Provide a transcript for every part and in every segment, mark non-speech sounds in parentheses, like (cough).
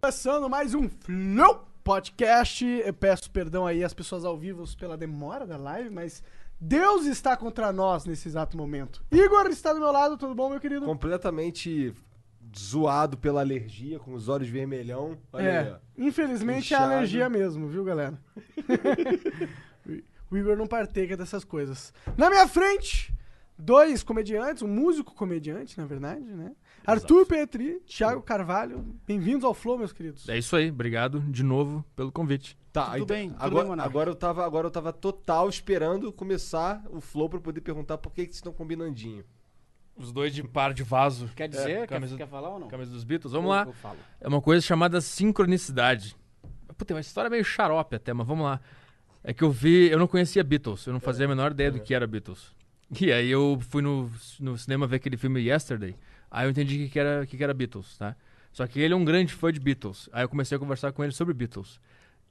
Começando mais um Flow Podcast. Eu peço perdão aí às pessoas ao vivo pela demora da live, mas Deus está contra nós nesse exato momento. Igor está do meu lado, tudo bom, meu querido? completamente zoado pela alergia, com os olhos vermelhão. Olha aí, É, ó. infelizmente Inchado. é alergia mesmo, viu, galera? (laughs) o Igor não parteca dessas coisas. Na minha frente, dois comediantes, um músico comediante, na verdade, né? Arthur Petri, Thiago Carvalho, bem-vindos ao Flow, meus queridos. É isso aí, obrigado de novo pelo convite. Tá, Tudo bem, tudo bem, agora, Monark. agora eu tava, agora eu tava total esperando começar o flow pra eu poder perguntar por que que vocês estão combinandinho. Os dois de par de vaso. É, Quer dizer? Quer- camisa, quer, falar ou não? camisa dos Beatles, vamos lá. Eu falo. É uma coisa chamada sincronicidade. Puta, é uma história meio xarope até, mas vamos lá. É que eu vi, eu não conhecia Beatles, eu não fazia a menor ideia do que era Beatles. E aí eu fui no, no cinema ver aquele filme Yesterday, aí eu entendi que que era, que que era Beatles, tá? Só que ele é um grande fã de Beatles, aí eu comecei a conversar com ele sobre Beatles.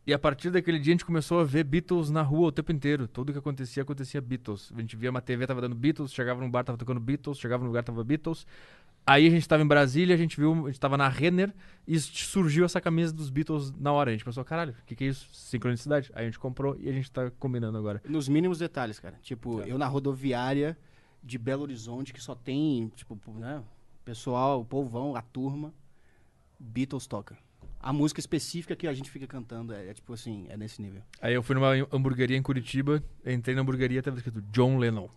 E a partir daquele dia a gente começou a ver Beatles na rua o tempo inteiro. Tudo que acontecia, acontecia Beatles. A gente via uma TV, tava dando Beatles, chegava num bar, tava tocando Beatles, chegava num lugar, tava Beatles. Aí a gente tava em Brasília, a gente viu, a gente tava na Renner e s- surgiu essa camisa dos Beatles na hora. A gente pensou, caralho, o que, que é isso? Sincronicidade. Aí a gente comprou e a gente tá combinando agora. Nos mínimos detalhes, cara. Tipo, Tá. eu na rodoviária de Belo Horizonte, que só tem, tipo, pu- né? Pessoal, o povão, a turma, Beatles toca. A música específica que a gente fica cantando é, é tipo assim, é nesse nível. Aí eu fui numa ham- hamburgueria em Curitiba, entrei na hamburgueria e tava escrito John Lennon.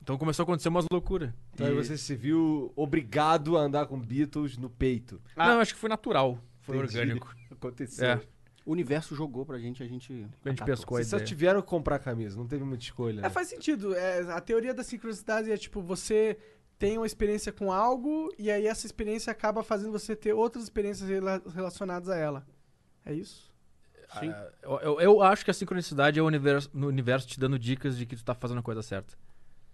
Então começou a acontecer umas loucuras. Então aí E- você se viu obrigado a andar com Beatles no peito. Não, acho que foi natural. Foi Entendi. orgânico. Aconteceu. É. O universo jogou pra gente, a gente. A gente acatou. pescou a Vocês só ideia. tiveram que comprar a camisa, não teve muita escolha. né? É, faz sentido. É, a teoria da sincronicidade é tipo, você tem uma experiência com algo e aí essa experiência acaba fazendo você ter outras experiências rela- relacionadas a ela. É isso? Sim. Ah, Eu, eu- eu acho que a sincronicidade é o universo, no universo te dando dicas de que tu tá fazendo a coisa certa.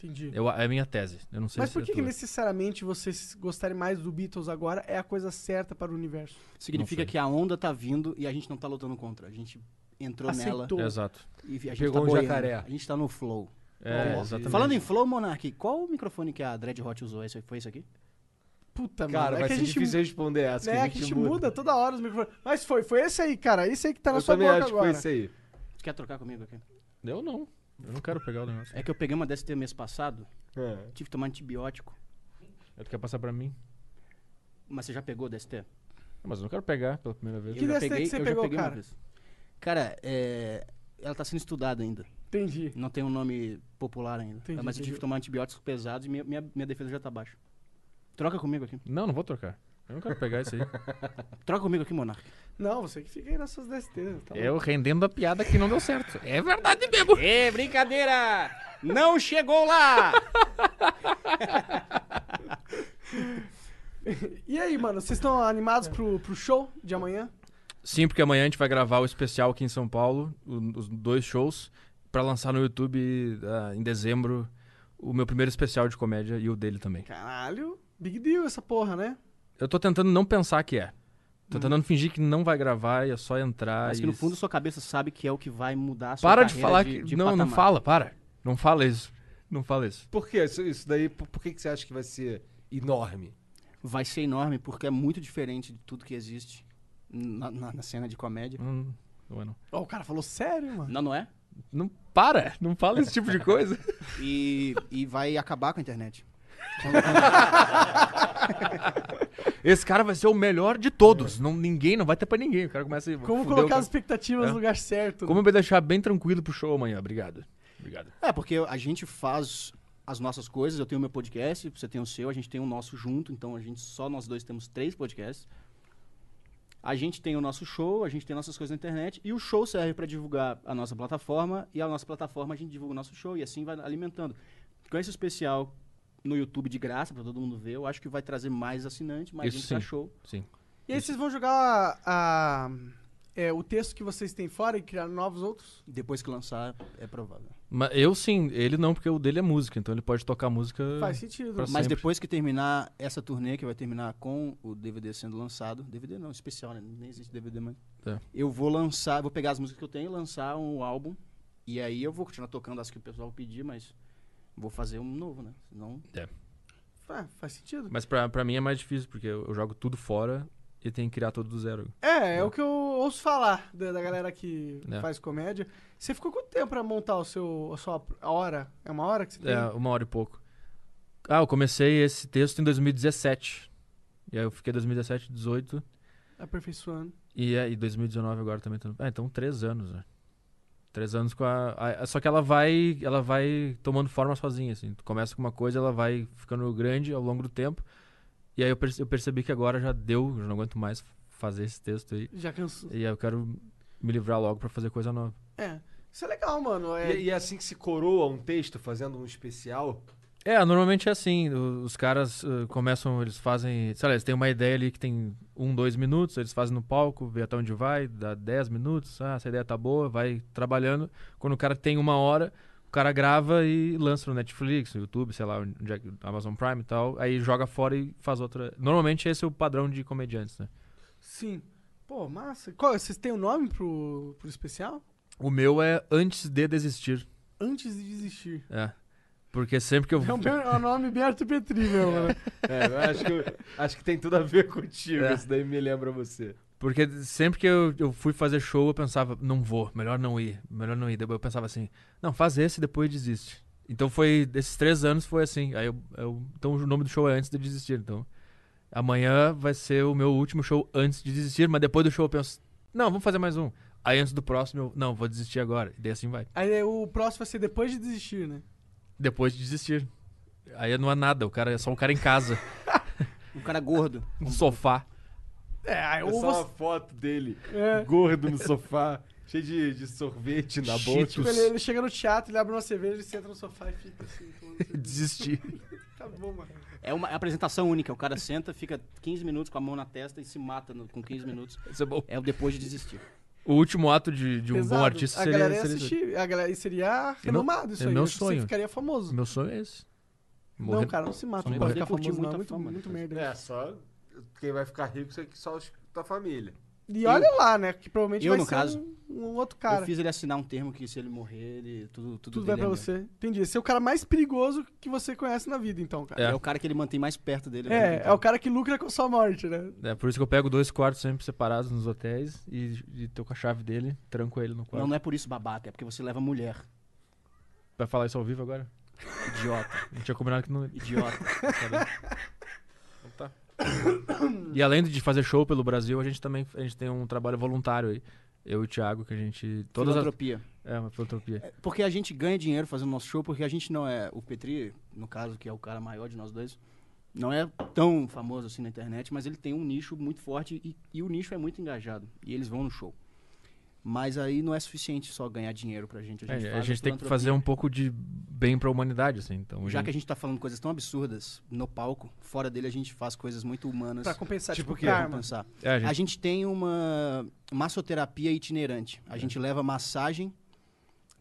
Entendi. Eu, é a minha tese. Eu não sei Mas se por é que, que tua. necessariamente vocês gostarem mais do Beatles agora é a coisa certa para o universo? Significa Não sei. que a onda tá vindo e a gente não tá lutando contra. A gente entrou nela Aceitou. Exato. e vi- a gente Pegou tá um boiando. jacaré. A gente tá no flow. É, Bom, exatamente. Falando em flow, Monark, qual o microfone que a Dread Hot usou? Esse, foi isso aqui? Puta, Cara, mano. é vai que ser a gente, difícil responder essa. né, que é que a gente muda. toda hora os microfones. Mas foi, foi esse aí, cara. Esse aí que tá na Eu sua também boca acho que foi agora. isso aí. Tu quer trocar comigo aqui? Eu não. Eu não quero pegar o negócio. É que eu peguei uma DST mês passado, É. tive que tomar antibiótico. É, tu quer passar pra mim? Mas você já pegou DST? Não, mas eu não quero pegar pela primeira vez. Que já DST que peguei, você eu já pegou, peguei uma cara? vez. Cara, é, ela tá sendo estudada ainda. Entendi. Não tem um nome popular ainda. Entendi, mas eu tive entendi. que tomar antibióticos pesados e minha, minha, minha defesa já tá baixa. Troca comigo aqui. Não, não vou trocar. Eu não quero pegar isso aí. Troca comigo aqui, Monark. Não, você que fica aí nas suas destezas. Tá (laughs) eu rendendo a piada que não deu certo. É verdade mesmo. Ê, brincadeira! Não chegou lá! E aí, mano, vocês estão animados É. pro, pro show de amanhã? Sim, porque amanhã a gente vai gravar o especial aqui em São Paulo, o- os dois shows, pra lançar no YouTube ah, em dezembro o meu primeiro especial de comédia e o dele também. Caralho, big deal essa porra, né? Eu tô tentando não pensar que é. Tô tentando fingir que não vai gravar e é só entrar. Mas e... que no fundo sua cabeça sabe que é o que vai mudar a sua Para é de carreira falar de, que. de não, não patamar. fala, para. Não fala isso. Não fala isso. Por que isso, isso daí? Por, por que que você acha que vai ser enorme? Vai ser enorme porque é muito diferente de tudo que existe na- na- na cena de comédia. Não, não é não. Ó, o cara falou sério, mano. Não, (laughs) não é? Não para, não fala esse tipo de coisa. E, e vai acabar com a internet. (laughs) Esse cara vai ser o melhor de todos. Não, ninguém, não vai ter pra ninguém. O cara começa a Como fuder o colocar cara. as expectativas É. no lugar certo. né? Como me deixar bem tranquilo pro show amanhã. Obrigado. Obrigado. É, porque a gente faz as nossas coisas, eu tenho meu podcast, você tem o seu, a gente tem o nosso junto, então a gente só nós dois temos três podcasts. A gente tem o nosso show, a gente tem nossas coisas na internet, e o show serve para divulgar a nossa plataforma, e a nossa plataforma a gente divulga o nosso show, e assim vai alimentando. Com esse especial no YouTube de graça, para todo mundo ver, eu acho que vai trazer mais assinante, mais Isso gente pra sim. show. Sim. E aí vocês vão jogar a- a- é, o texto que vocês têm fora e criar novos outros? Depois que lançar, é provável. Mas eu sim, ele não, porque o dele é música, então ele pode tocar música. Faz sentido. É. né? pra Mas sempre. depois que terminar essa turnê, que vai terminar com o DVD sendo lançado, DVD não, especial, né? Nem existe DVD mais. É. Eu vou lançar, vou pegar as músicas que eu tenho e lançar um álbum. E aí eu vou continuar tocando as que o pessoal pedir, mas vou fazer um novo, né? Senão, Ah, faz sentido. Mas pra, pra mim é mais difícil, porque eu, eu jogo tudo fora e tenho que criar tudo do zero. É, é o que eu ouço falar da, da galera que É. faz comédia. Você ficou quanto tempo pra montar o seu, a sua hora? É uma hora que você tem? É, uma hora e pouco. Ah, eu comecei esse texto em 2017. E aí eu fiquei 2017, 18. Aperfeiçoando. E, é, e 2019 agora também. Tô... Ah, então três anos, né? Três anos com a, a- a- Só que ela vai. Ela vai tomando forma sozinha, assim. Tu começa com uma coisa, ela vai ficando grande ao longo do tempo. E aí eu, perce- eu percebi que agora já deu, eu não aguento mais fazer esse texto aí. Já cansou. E aí eu quero me livrar logo pra fazer coisa nova. É. Isso é legal, mano. É, E, e é assim que se coroa um texto fazendo um especial. É, normalmente é assim. o- Os caras eh, começam, eles fazem. Sei lá, eles têm uma ideia ali que tem um, dois minutos, eles fazem no palco, vê até onde vai, dá dez minutos, ah, essa ideia tá boa, vai trabalhando. Quando o cara tem uma hora, o cara grava e lança no Netflix, no YouTube, sei lá, onde é que- Amazon Prime e tal. Aí joga fora e faz outra. Normalmente esse é o padrão de comediantes, né? Sim. Pô, massa. Qual- vocês têm o nome pro, pro especial? O meu é antes de desistir. Antes de desistir. É. Porque sempre que (laughs) eu. É um, bem- é um nome bem Arthur Petri, meu, mano. É, eu acho, que, (laughs) eu- acho que tem tudo a ver contigo. É. Isso daí me lembra você. Porque sempre que eu, eu fui fazer show, eu pensava, não vou, melhor não ir, melhor não ir. Depois eu pensava assim, não, faz esse e depois desiste. Então foi, desses três anos foi assim. Aí eu, eu- então o nome do show é Antes de Desistir. Então amanhã vai ser o meu último show antes de desistir, mas depois do show eu penso, não, vamos fazer mais um. Aí antes do próximo eu, não, vou desistir agora. E daí assim vai. Aí é, o próximo vai ser depois de desistir, né? Depois de desistir. Aí não é nada, o cara é só um cara em casa, um cara gordo. (laughs) um sofá. É, aí É ou só você. uma foto dele, É. gordo no sofá, (laughs) cheio de, de sorvete na boca. Tipo, ele, ele chega no teatro, ele abre uma cerveja, ele senta no sofá e fica assim. tomando cerveja. Desistir. Tá bom, mano. É uma apresentação única. O cara senta, fica 15 minutos com a mão na testa e se mata no- com 15 minutos. Isso é bom. É o depois de desistir. O último ato de, de um bom Pesado. artista a seria. galera ia seria- assistir, a galera, e seria renomado isso é aí. meu acho que Você sonho. ficaria famoso. Meu sonho é esse. Não, Morrer- cara, não se mata. Não pode Só morrer. ficar Curtir famoso, não. muita Muito, fama, muito né? merda. (laughs) É, só quem vai ficar rico é que só os da família. E olha lá, né? Que provavelmente Eu, vai no ser caso. um, um outro Eu cara. fiz ele assinar um termo que se ele morrer, ele tudo tudo Tudo dele vai pra é meu. você. Entendi. Esse é o cara mais perigoso que você conhece na vida, então, cara. É. o cara que ele mantém mais perto dele. né? a vida É, é inteira. o cara que lucra com sua morte, né? É por isso que eu pego dois quartos sempre separados nos hotéis e, e tô com a chave dele, tranco ele no quarto. Não, não é por isso babaca, é porque você leva mulher. Vai falar isso ao vivo agora? Idiota, A gente tinha combinado que não. (laughs) idiota. E além de fazer show pelo Brasil, a gente também a gente tem um trabalho voluntário aí. Eu e o Thiago, que a gente. Todas as... Filantropia. É, uma filantropia. Porque a gente ganha dinheiro fazendo nosso show, porque a gente não é. O Petri, no caso, que é o cara maior de nós dois, não é tão famoso assim na internet, mas ele tem um nicho muito forte e, e o nicho é muito engajado. E eles vão no show. Mas aí não é suficiente só ganhar dinheiro pra gente. A É, A gente, gente, faz tem que filantropia. fazer um pouco de bem pra humanidade, assim. Então, Já que a gente tá falando coisas tão absurdas no palco, fora dele a gente faz coisas muito humanas. Pra compensar, tipo, Tipo o quê? karma. pensar. É, a gente- A gente tem uma massoterapia itinerante. A gente leva massagem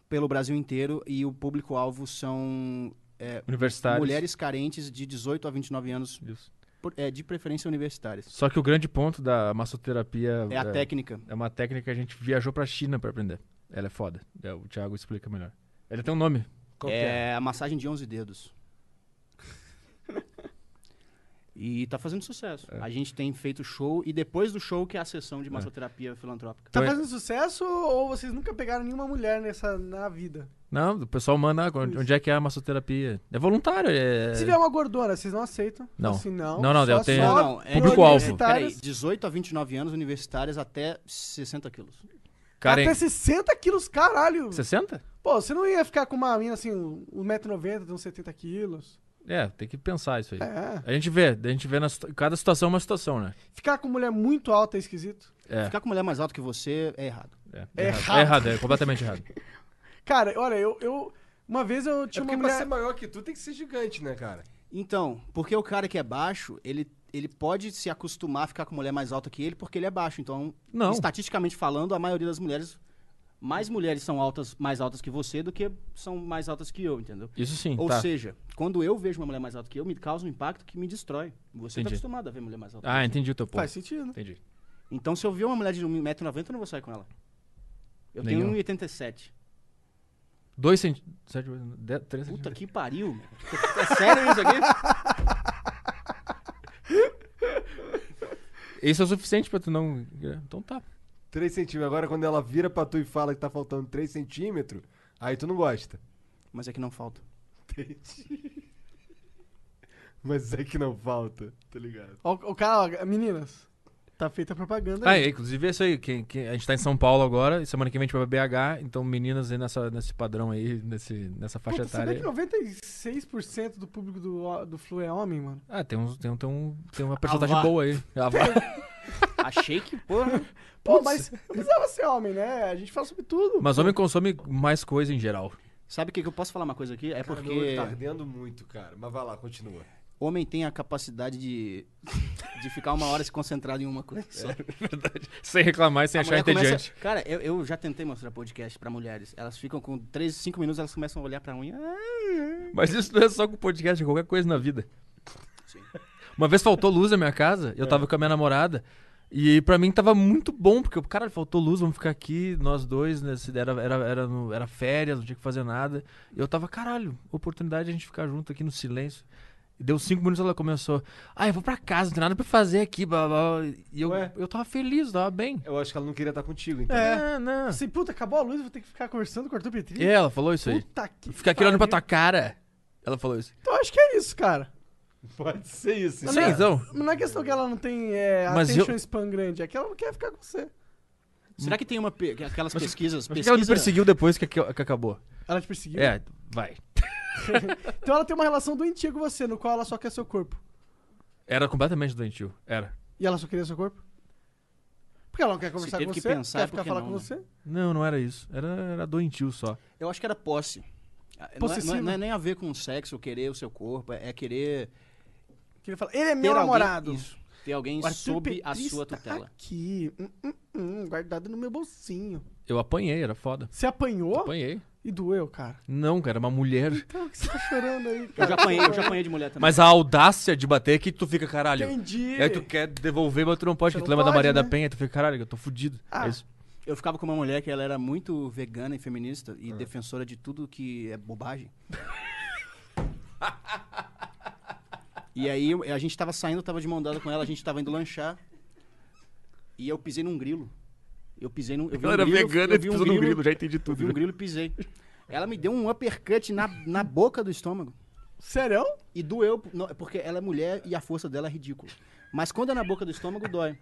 pelo Brasil inteiro e o público-alvo são é, universitários. mulheres carentes de 18 a 29 anos, Isso. por- é, de preferência universitárias. Só que o grande ponto da massoterapia. É a técnica. É uma técnica que a gente viajou pra China pra aprender. Ela é foda. É, o Thiago explica melhor. Ela tem um nome. Qual que é? É a massagem de 11 dedos. E tá fazendo sucesso. A gente tem feito show e depois do show que é a sessão de massoterapia filantrópica. Tá Então, fazendo sucesso ou vocês nunca pegaram nenhuma mulher nessa na vida? Não, o pessoal manda ah, onde onde é que é a massoterapia. É voluntário, é. Se vier um uma gordona, vocês não aceitam? Não. Assim, não. Não, não, só, eu tenho- só Não, não, é- Público-alvo. Peraí, Universitários. 18 a 29 anos, universitárias até 60 quilos. Cara, Até em- 60 quilos, caralho. 60? Pô, você não ia ficar com uma mina assim, 1,90m, de uns 70 quilos. É, tem que pensar isso aí. É. A gente vê, a gente vê na situ- cada situação é uma situação, né? Ficar com mulher muito alta é esquisito. É. Ficar com mulher mais alta que você é errado. É, É É errado. errado, é completamente errado. Cara, olha, eu. eu uma vez eu É tinha porque uma pra mulher. ser maior que tu tem que ser gigante, né, cara? Então, porque o cara que é baixo, ele, ele pode se acostumar a ficar com mulher mais alta que ele porque ele é baixo. Então, Não. estatisticamente falando, a maioria das mulheres. Mais mulheres são altas, mais altas que você do que são mais altas que eu, entendeu? Isso sim, Ou tá. seja, quando eu vejo uma mulher mais alta que eu, me causa um impacto que me destrói. Você Entendi. tá acostumado a ver mulher mais alta. Ah, entendi o teu ponto. Faz sentido, né? Entendi. Então, se eu ver uma mulher de 1,90m, eu não vou sair com ela. Eu Nenhum. tenho 1,87m. 2 centímetros. 7, 10, 3 Puta centímetros. que pariu, meu. (laughs) É sério isso (laughs) aqui? Isso é o suficiente pra tu não. Então tá. 3 centímetros. Agora, quando ela vira pra tu e fala que tá faltando 3 centímetros, aí tu não gosta. Mas é que não falta. Mas é que não falta, tá ligado? Ó, O, cara, ó, meninas, tá feita a propaganda. Ah, aí. é, inclusive é isso aí. Que, que a gente tá em São Paulo agora, e semana que vem a gente vai pra BH, então meninas aí nessa, nesse padrão aí, nesse, nessa faixa Puta, sabia etária. que aí. 96% do público do, do Flu é homem, mano? Ah, tem, uns, tem, um- tem, um, tem uma porcentagem vá. boa aí. Ah, vá. (laughs) Achei que, porra. Pô, mas precisava ser homem, né? A gente fala sobre tudo. Mas homem consome mais coisa em geral. Sabe o que, que eu posso falar uma coisa aqui? É Porque... porque tá ardendo muito, cara. Mas vai lá, continua. homem tem a capacidade de, de ficar uma hora se concentrado em uma coisa. É, só. Sem reclamar e sem A achar mulher entediante. começa... Cara, eu, eu já tentei mostrar podcast pra mulheres. Elas ficam com 3, 5 minutos, elas começam a olhar pra unha. Mas isso não é só com podcast, é qualquer coisa na vida. Uma vez faltou luz na minha casa, eu tava com a minha namorada. E pra mim tava muito bom, porque, cara, faltou luz, vamos ficar aqui, nós dois, né? se- Era, era, era, no- era férias, não tinha que fazer nada. E eu tava, caralho, oportunidade de a gente ficar junto aqui no silêncio. E deu cinco minutos ela começou. Ah, eu vou pra casa, não tem nada pra fazer aqui, blá, blá, blá." E eu, Ué? eu tava feliz, tava bem. Eu acho que ela não queria estar contigo, então. É, não. Assim, puta, acabou a luz, eu vou ter que ficar conversando com o Arthur Petri. E ela falou isso aí. Puta que. Ficar aqui olhando pra pariu. tua cara. Ela falou isso. Então acho que é isso, cara. Pode ser isso. Mas Sim, não é- então. mas Não é questão que ela não tem é, Mas attention eu- span grande, é que ela não quer ficar com você. Será que tem uma pe- aquelas pesquisas? Por que ela me pesquisa- perseguiu depois que, que acabou? Ela te perseguiu. É, vai. Então ela tem uma relação doentia com você, no qual ela só quer seu corpo. Era completamente doentio. Era. E ela só queria seu corpo? Porque ela não quer conversar teve com que você, pensar, é quer ficar porque falar não, com né? você. Não, não era isso. Era, era doentio só. Eu acho que era posse. Ah, Não é, não, é, Possessivo. não é nem a ver com o sexo, querer o seu corpo, é é querer. Que ele fala, ele é ter meu alguém- namorado. isso, ter alguém O Arthur sob a Petri tá sua está (laughs) tutela. Aqui, hum, hum, hum, guardado no meu bolsinho. Eu apanhei, era foda. Você apanhou? Apanhei. E doeu, cara. Oh! Não, cara, era uma mulher. Então, o que você tá chorando aí, Eu cara? já apanhei, eu já apanhei de mulher também. (laughs) Mas a audácia de bater é que tu fica, caralho. Entendi. E aí tu quer devolver, mas tu não pode. Você porque tu não lembra da pode, Maria da né? Penha, tu fica, caralho, eu tô fudido. Ah. É isso. Eu ficava com uma mulher que ela era muito vegana e feminista e defensora de tudo que é bobagem. e aí eu- a gente tava saindo, eu tava de mão dada com ela, a gente tava indo lanchar. E eu pisei num grilo. Eu pisei num. Eu vi um grilo, eu vi um grilo, já entendi Eu vi um grilo e pisei. Ela me deu um uppercut na, na boca do estômago. Sério? E doeu, não, é porque ela é mulher e a força dela é ridícula. Mas quando é na boca do estômago, dói.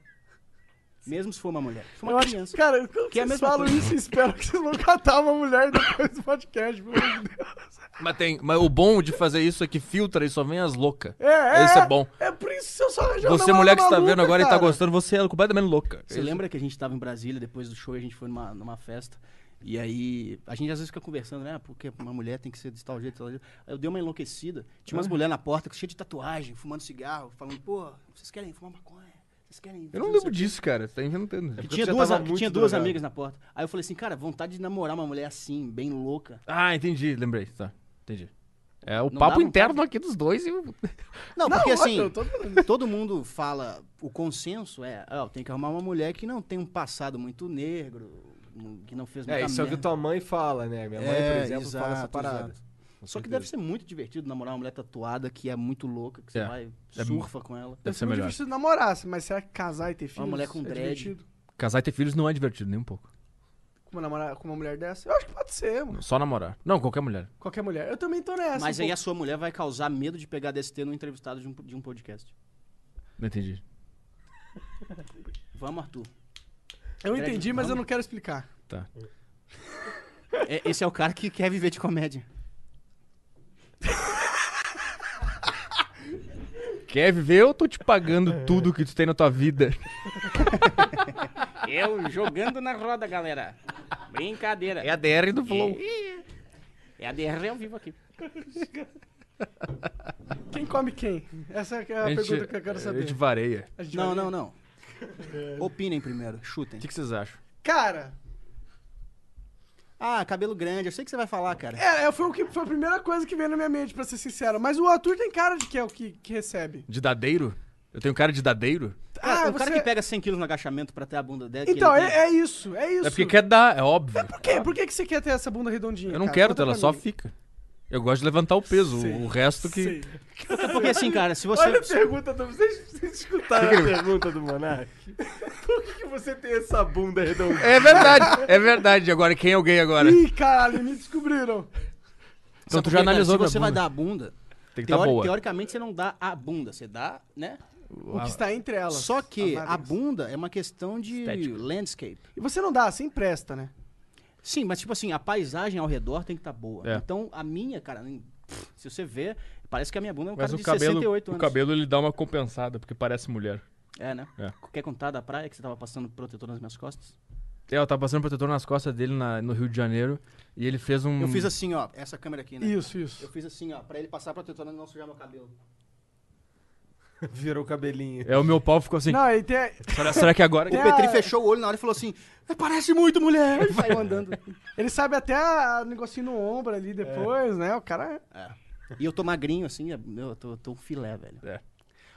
Mesmo se for uma mulher. Se for Eu uma acho criança. Cara, quando Que é a vocês mesma falam coisa. isso, eu espero que vocês vão catar uma mulher depois do podcast, pelo amor de Deus. Mas tem. Mas o bom de fazer isso é que filtra e só vem as loucas. É, é. Isso é bom. É por isso que eu só arranjei uma Você, mulher que namorada está vendo maluca, agora e tá cara. gostando, você é completamente louca. Você lembra que a gente tava em Brasília depois do show e a gente foi numa, numa festa? E aí, a gente às vezes fica conversando, né? Ah, Porque uma mulher tem que ser de tal jeito, tal jeito. Aí eu dei uma enlouquecida. Tinha Ah. umas mulheres na porta cheia de tatuagem, fumando cigarro, falando, pô, vocês querem fumar maconha? Vocês querem. Eu não fazer lembro sei o quê?" disso, cara. Tá inventando. Que você tinha já duas, tava que muito tinha duas drogado. amigas na porta. Aí eu falei assim, cara, vontade de namorar uma mulher assim, bem louca. Ah, entendi, lembrei. Tá, entendi. É o Não dá papo vontade? interno aqui dos dois e o. Não, Não, porque ótimo, assim, eu tô falando. todo mundo fala, o consenso é, ó, tem que arrumar uma mulher que não tem um passado muito negro, que não fez muita É, isso é o que merda. tua mãe fala, né? Minha mãe, É, por exemplo, fala essa exato, parada. exato. Com Só que certeza. deve ser muito divertido namorar uma mulher tatuada que é muito louca, que você É. vai, É surfa com ela. Deve ser muito melhor. difícil de namorar, mas será que é casar e ter filhos? mulher com é dread. divertido? Casar e ter filhos não é divertido nem um pouco. com uma, namorada, com uma mulher dessa? Eu acho que pode ser, mano. Só namorar. Não, qualquer mulher. Qualquer mulher. Eu também tô nessa. Mas um aí pouco. a sua mulher vai causar medo de pegar DST no entrevistado de um, de um podcast. Não entendi. Vamos, Arthur. Eu entendi, mas eu não quero explicar. Tá. É- esse é o cara que quer viver de comédia. Quer viver? Eu tô te (laughs) É. pagando tudo que tu tem na tua vida. Eu jogando na roda, galera. Brincadeira. É a DR do Flow. É a DR ao vivo aqui. Quem come quem? Essa é a, A gente, pergunta que eu quero a saber. gente vareia. A gente vai Não, ver. não, não. Opinem primeiro, chutem. O que, que vocês acham? Cara, Ah, cabelo grande, eu sei que você vai falar, cara. é, é, foi, o que, foi a primeira coisa que veio na minha mente, pra ser sincero. Mas o Arthur tem cara de que é o que, que recebe. Ah, De dadeiro? Eu tenho cara de dadeiro? É Cara, É, o cara que pega 100 quilos no agachamento pra ter a bunda dela. que Então, ele é, tem- é isso, é isso. É porque quer dar, é óbvio. Por quê? Por que, que você quer ter essa bunda redondinha? Eu não cara? quero Conta ter, ela pra só mim. fica. Eu gosto de levantar o peso, Sei. o resto que. Sei. É porque assim, cara, se você. Olha a pergunta do. Vocês, vocês escutaram? A pergunta do (laughs) Monark. Por que, que você tem essa bunda redondinha? É verdade, é verdade. Agora, quem é o gay agora? Ih, caralho, me descobriram. Então tu porque, já cara, analisou Se minha você vai bunda. dar a bunda, Tem que teori- tá boa. teoricamente você não dá a bunda, você dá, né? O que está entre elas. Só que as a navens. bunda é uma questão de Estética. landscape. E você não dá, você empresta, né? Sim, mas tipo assim, a paisagem ao redor tem que estar boa. É. Então a minha, cara, nem- pff, se você vê, parece que a minha bunda é um Mas cara o de cabelo, 68 o anos. cabelo ele dá uma compensada, porque parece mulher. É, né? É. Quer contar da praia que você tava passando protetor nas minhas costas? É, eu tava passando protetor nas costas dele na- no Rio de Janeiro e ele fez um. Eu fiz assim, ó, essa câmera aqui, né? Isso, isso. Eu fiz assim, ó, pra ele passar protetor e não sujar meu cabelo. (laughs) Virou o cabelinho. É, o meu pau ficou assim. Não, e tem. Será, será que agora. O É. Petri fechou o olho na hora e falou assim: parece muito (laughs) mulher! E saiu andando. Ele sabe até a- o negocinho no ombro ali depois, né? O cara. e eu tô magrinho, assim, é- meu, eu tô, eu tô um filé, velho. É.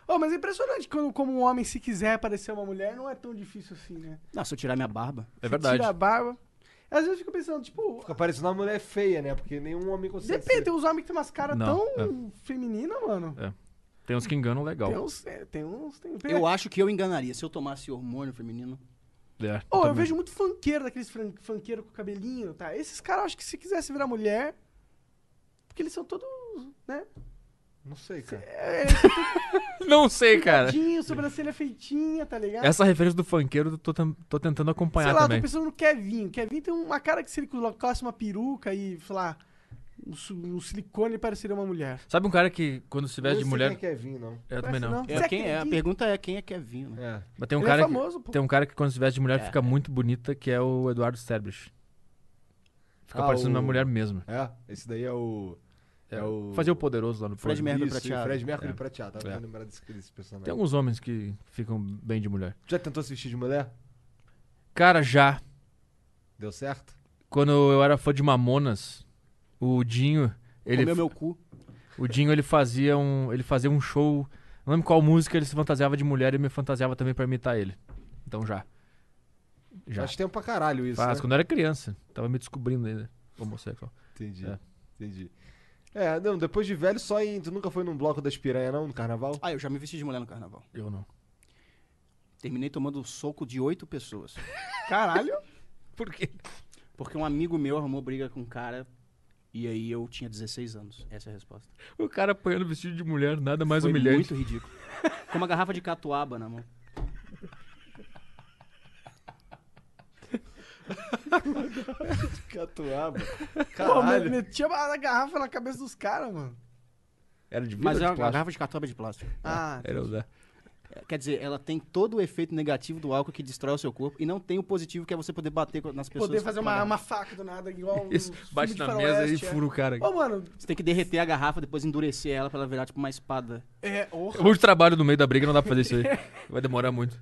Oh, mas é impressionante quando, como um homem, se quiser parecer uma mulher, não é tão difícil assim, né? Não, se eu tirar minha barba. É Você verdade. Tira a barba. Às vezes eu fico pensando, tipo. Fica parecendo uma mulher feia, né? Porque nenhum homem consegue. Depende, ser. tem uns homens que tem umas caras Não, é. tão femininas, mano. Tem uns que enganam legal. Tem uns. é, Tem uns. Tem... Eu acho que eu enganaria se eu tomasse hormônio feminino. É, Oh, eu também. vejo muito funkeiro, daqueles fran- funkeiro com cabelinho, tá? Esses caras, eu acho que se quisesse virar mulher. Porque eles são todos, né? Não sei, cara. um Não sei, cara. Tinho, sobrancelha feitinha, tá ligado? Essa referência do funkeiro eu tô, tam- tô tentando acompanhar sei lá, eu também. tô pensando no Kevin. O Kevin tem uma cara que se ele colocasse uma peruca e, sei lá, um, su- um silicone, ele pareceria uma mulher. Sabe um cara que quando se veste de não sei mulher. Quem é Kevin, não. Eu Parece também não. É, Você quem é? A acredita? pergunta é quem é Kevin, né? É. Mas tem um assim, Ele é cara famoso, que pô. É. tem um cara que quando se veste de mulher fica muito bonita, que é o Eduardo Sterblich. Fica Ah, parecendo uma o- mulher mesmo. É, esse daí é o. É o. Fazia o poderoso lá no Fred programa. Mercury Isso, prateado. Fred Mercury É. prateado. Tava É. tentando lembrar desse, desse personagem. Tem um- alguns homens que ficam bem de mulher. Já tentou se vestir de mulher? Cara, já Deu certo? quando eu era fã de Mamonas, o Dinho, ele Comeu meu cu. o Dinho ele fazia um, ele fazia um show, não lembro qual música, ele se fantasiava de mulher e me fantasiava também pra imitar ele. Então já. Já. Faz tempo pra caralho isso. Faz né? quando eu era criança, tava me descobrindo ainda homossexual. Entendi. É. Entendi. É, não, depois de velho, só em. Tu nunca foi num bloco das piranha, não, no carnaval? Ah, eu já me vesti de mulher no carnaval. Eu não. Terminei tomando soco de (laughs) oito pessoas. Caralho. Por quê? Porque um amigo meu arrumou briga com um cara e aí eu tinha 16 anos. Essa é a resposta. O cara apanhando vestido de mulher, nada mais Foi humilhante. muito ridículo. Com uma garrafa de catuaba na mão. Catuaba. Pô, mas Caralho. metia a garrafa na cabeça dos caras, mano. Era de Mas é uma era garrafa de catuaba de plástico. Ah, Era usar. É, Quer dizer, ela tem todo o efeito negativo do álcool que destrói o seu corpo e não tem o positivo que é você poder bater co- nas pessoas. poder fazer com uma, garrafa. uma faca do nada, igual um Isso, filme bate de na faroeste, mesa e é. fura um- o cara. Ô, mano, Você tem que derreter a garrafa, depois endurecer ela pra ela virar tipo uma espada. é, ô, Muito trabalho no meio da briga, não dá pra fazer isso aí. Vai demorar muito.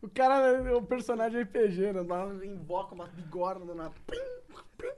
o cara é um personagem RPG, né? Lá Invoca uma bigorna do nada. Pim!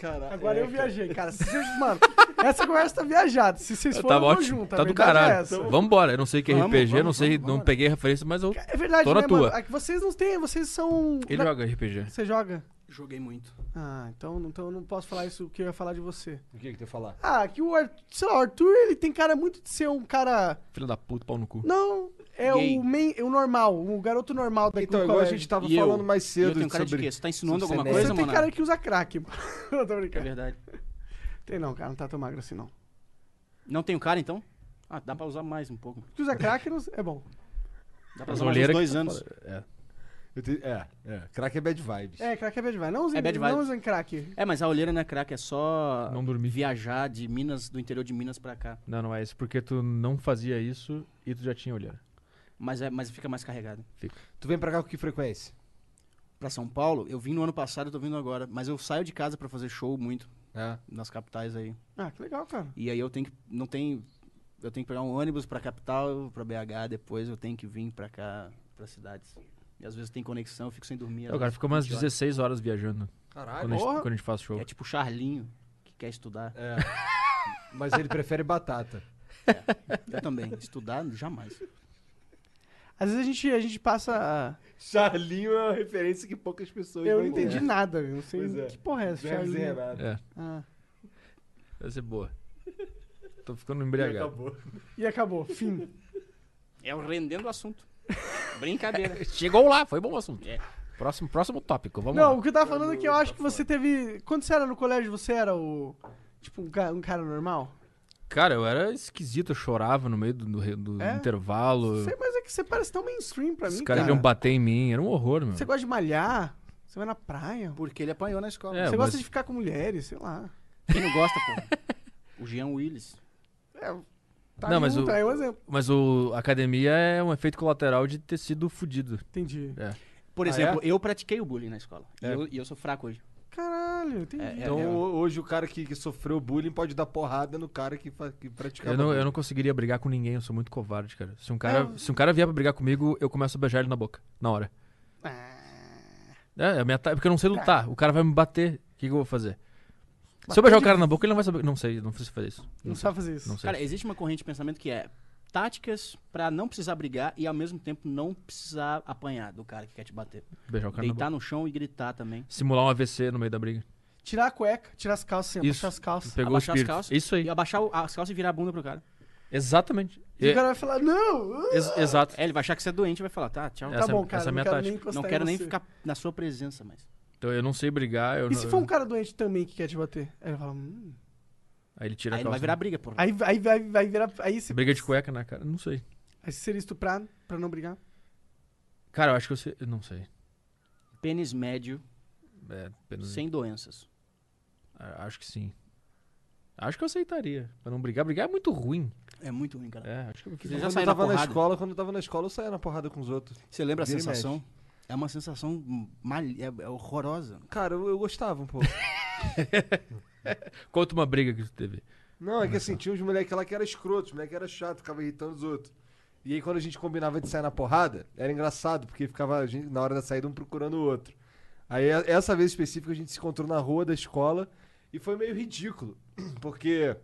Cara, Agora é, eu viajei, cara. Se vocês, mano, essa conversa tá viajada. Se vocês forem, tá eu vou ótimo. junto. a tá do verdade é caralho. essa. Vambora. Eu não sei o que é Vamos, RPG, não vamos, sei, vamos, não vamos. peguei a referência, mas eu. É verdade, Tô na né, tua. mano? É que vocês não têm, vocês são... Ele na- joga RPG. Você joga? Joguei muito. Ah, então, então eu não posso falar isso que eu ia falar de você. O que que tu ia falar? Ah, que o Arthur, sei lá, o Arthur, ele tem cara muito de ser um cara... Filho da puta, pau no cu. Não, é Gay. o, main- o normal, o garoto normal daqui Então, do igual a colégio. gente tava E eu? falando né? mais E eu cedo tenho cara de sobre... quê? Você tá ensinando sobre alguma Seneg. Você coisa, tem mano? cara que usa crack, mano. (laughs) Eu tô É brincando. verdade. tem não, cara, não tá tão magro assim não. Não tenho cara, então? Ah, dá pra usar mais um pouco. Que usa crack não- é bom. Dá pra As usar mais uns olheiras que dois tá anos. Eu te- É, é. Crack é bad vibes. É, crack é bad vibe. Não usem, É bad não vibes. usem crack. É, mas a olheira não é crack, é só Não dormir. viajar de Minas, do interior de Minas pra cá. Não, não é isso. Porque tu não fazia isso e tu já tinha olheira. Mas, é, mas fica mais carregado. Tu vem pra cá com que frequência? Pra São Paulo, eu vim no ano passado, eu tô vindo agora. Mas eu saio de casa pra fazer show muito É. nas capitais aí. Ah, que legal, cara. E aí eu tenho que. Não tem. Eu tenho que pegar um ônibus pra capital, pra BH, depois eu tenho que vir pra cá, pra cidades. E às vezes tem conexão, eu fico sem dormir. às o cara vezes ficou umas 20 horas. 16 horas viajando Caralho. quando a, gente, Ah, porra. quando a gente faz show. É tipo o Charlinho, que quer estudar. É. Mas ele prefere batata. Eu também. Estudar, jamais. Às vezes a gente, a gente passa. Charlinho é uma referência que poucas pessoas Eu não entendi nada, eu não sei Pois é. que porra é essa, Charlie. É, Ah. vai ser boa. Tô ficando embriagado. E acabou, fim. (laughs) É o rendendo o assunto. (laughs) É Brincadeira. Chegou lá, foi bom o assunto. É. Próximo, próximo tópico, vamos Não, lá. o que eu Tá tava falando é que eu acho que você teve. Quando você era no colégio, você era o. Tipo, um cara, um cara normal? Cara, eu era esquisito, eu chorava no meio do, do re- do É? intervalo. Sei, mas é que você parece tão mainstream pra Os mim, caras cara. iam bater em mim, era um horror, meu. Você gosta de malhar, você vai na praia. Porque ele apanhou na escola. É, você mas- gosta de ficar com mulheres, sei lá. Quem não gosta, pô? O Jean Willis. Tá Não, mas junto, o- é um exemplo. Mas o a academia é um efeito colateral de ter sido fudido. Entendi. Por Ah, é? exemplo, eu pratiquei o bullying na escola. E, eu, e eu sou fraco hoje. Caralho, É, entendi. (laughs) Então ho- hoje o cara que, que sofreu bullying pode dar porrada no cara que, fa- que praticava Eu não, bullying. eu não conseguiria brigar com ninguém, eu sou muito covarde, cara. Se um cara, se um cara vier pra brigar comigo, eu começo a beijar ele na boca, na hora. Ah. É, é a minha ta- porque eu não sei Tá. lutar. O cara vai me bater, o que, que eu vou fazer? Se Bater eu beijar o de- cara na boca, ele não vai saber. Não sei, não preciso fazer isso. não sabe fazer isso. Não sei. Cara, existe uma corrente de pensamento que é táticas pra não precisar brigar e ao mesmo tempo não precisar apanhar do cara que quer te bater. beijar o cara na boca. Deitar no chão e gritar também. Simular um AVC no meio da briga. Tirar a cueca, tirar as calças, assim, Isso. abaixar as calças. Pegou o abaixar as espírito. calças. Isso aí. E abaixar o- as calças e virar a bunda pro cara. Exatamente. E o É, cara vai falar, não! ah, ex- exato. É, ele vai achar que você é doente e vai falar, tá, tchau. É, tá essa- bom, cara, essa é a não minha quero tática. nem encostar não em quero nem você. ficar na sua presença mais. Então eu não sei brigar. Eu E não- se for um cara doente também que quer te bater? Aí ele fala, hum. Aí ele tira Aí a ele vai calça. virar briga, porra. Aí, aí, vai- vai virar. Aí você, Briga de cueca na cara. Não sei. aí você seria estuprado pra não brigar? Cara, eu acho que eu sei. eu Não sei. Pênis médio, É, apenas- sem doenças. A- Acho que sim. Acho que eu aceitaria. Pra não brigar. Brigar é muito ruim. É muito ruim, cara. É, acho que eu Vocês já Quando eu saíram na tava na, porrada? escola, quando eu tava na escola, eu saía na porrada com os outros. Você lembra a Vira e sensação? mexe. É uma sensação mal... é, é horrorosa. Cara, eu, eu gostava um pouco. Conta uma briga que tu teve. não, é que assim, tinha uns moleques lá que era escroto, os moleques era chato, ficava irritando os outros. E aí quando a gente combinava de sair na porrada, era engraçado, porque ficava a gente, na hora da saída um procurando o outro. Aí e- essa vez específica a gente se encontrou na rua da escola e foi meio ridículo, (clears throat) porque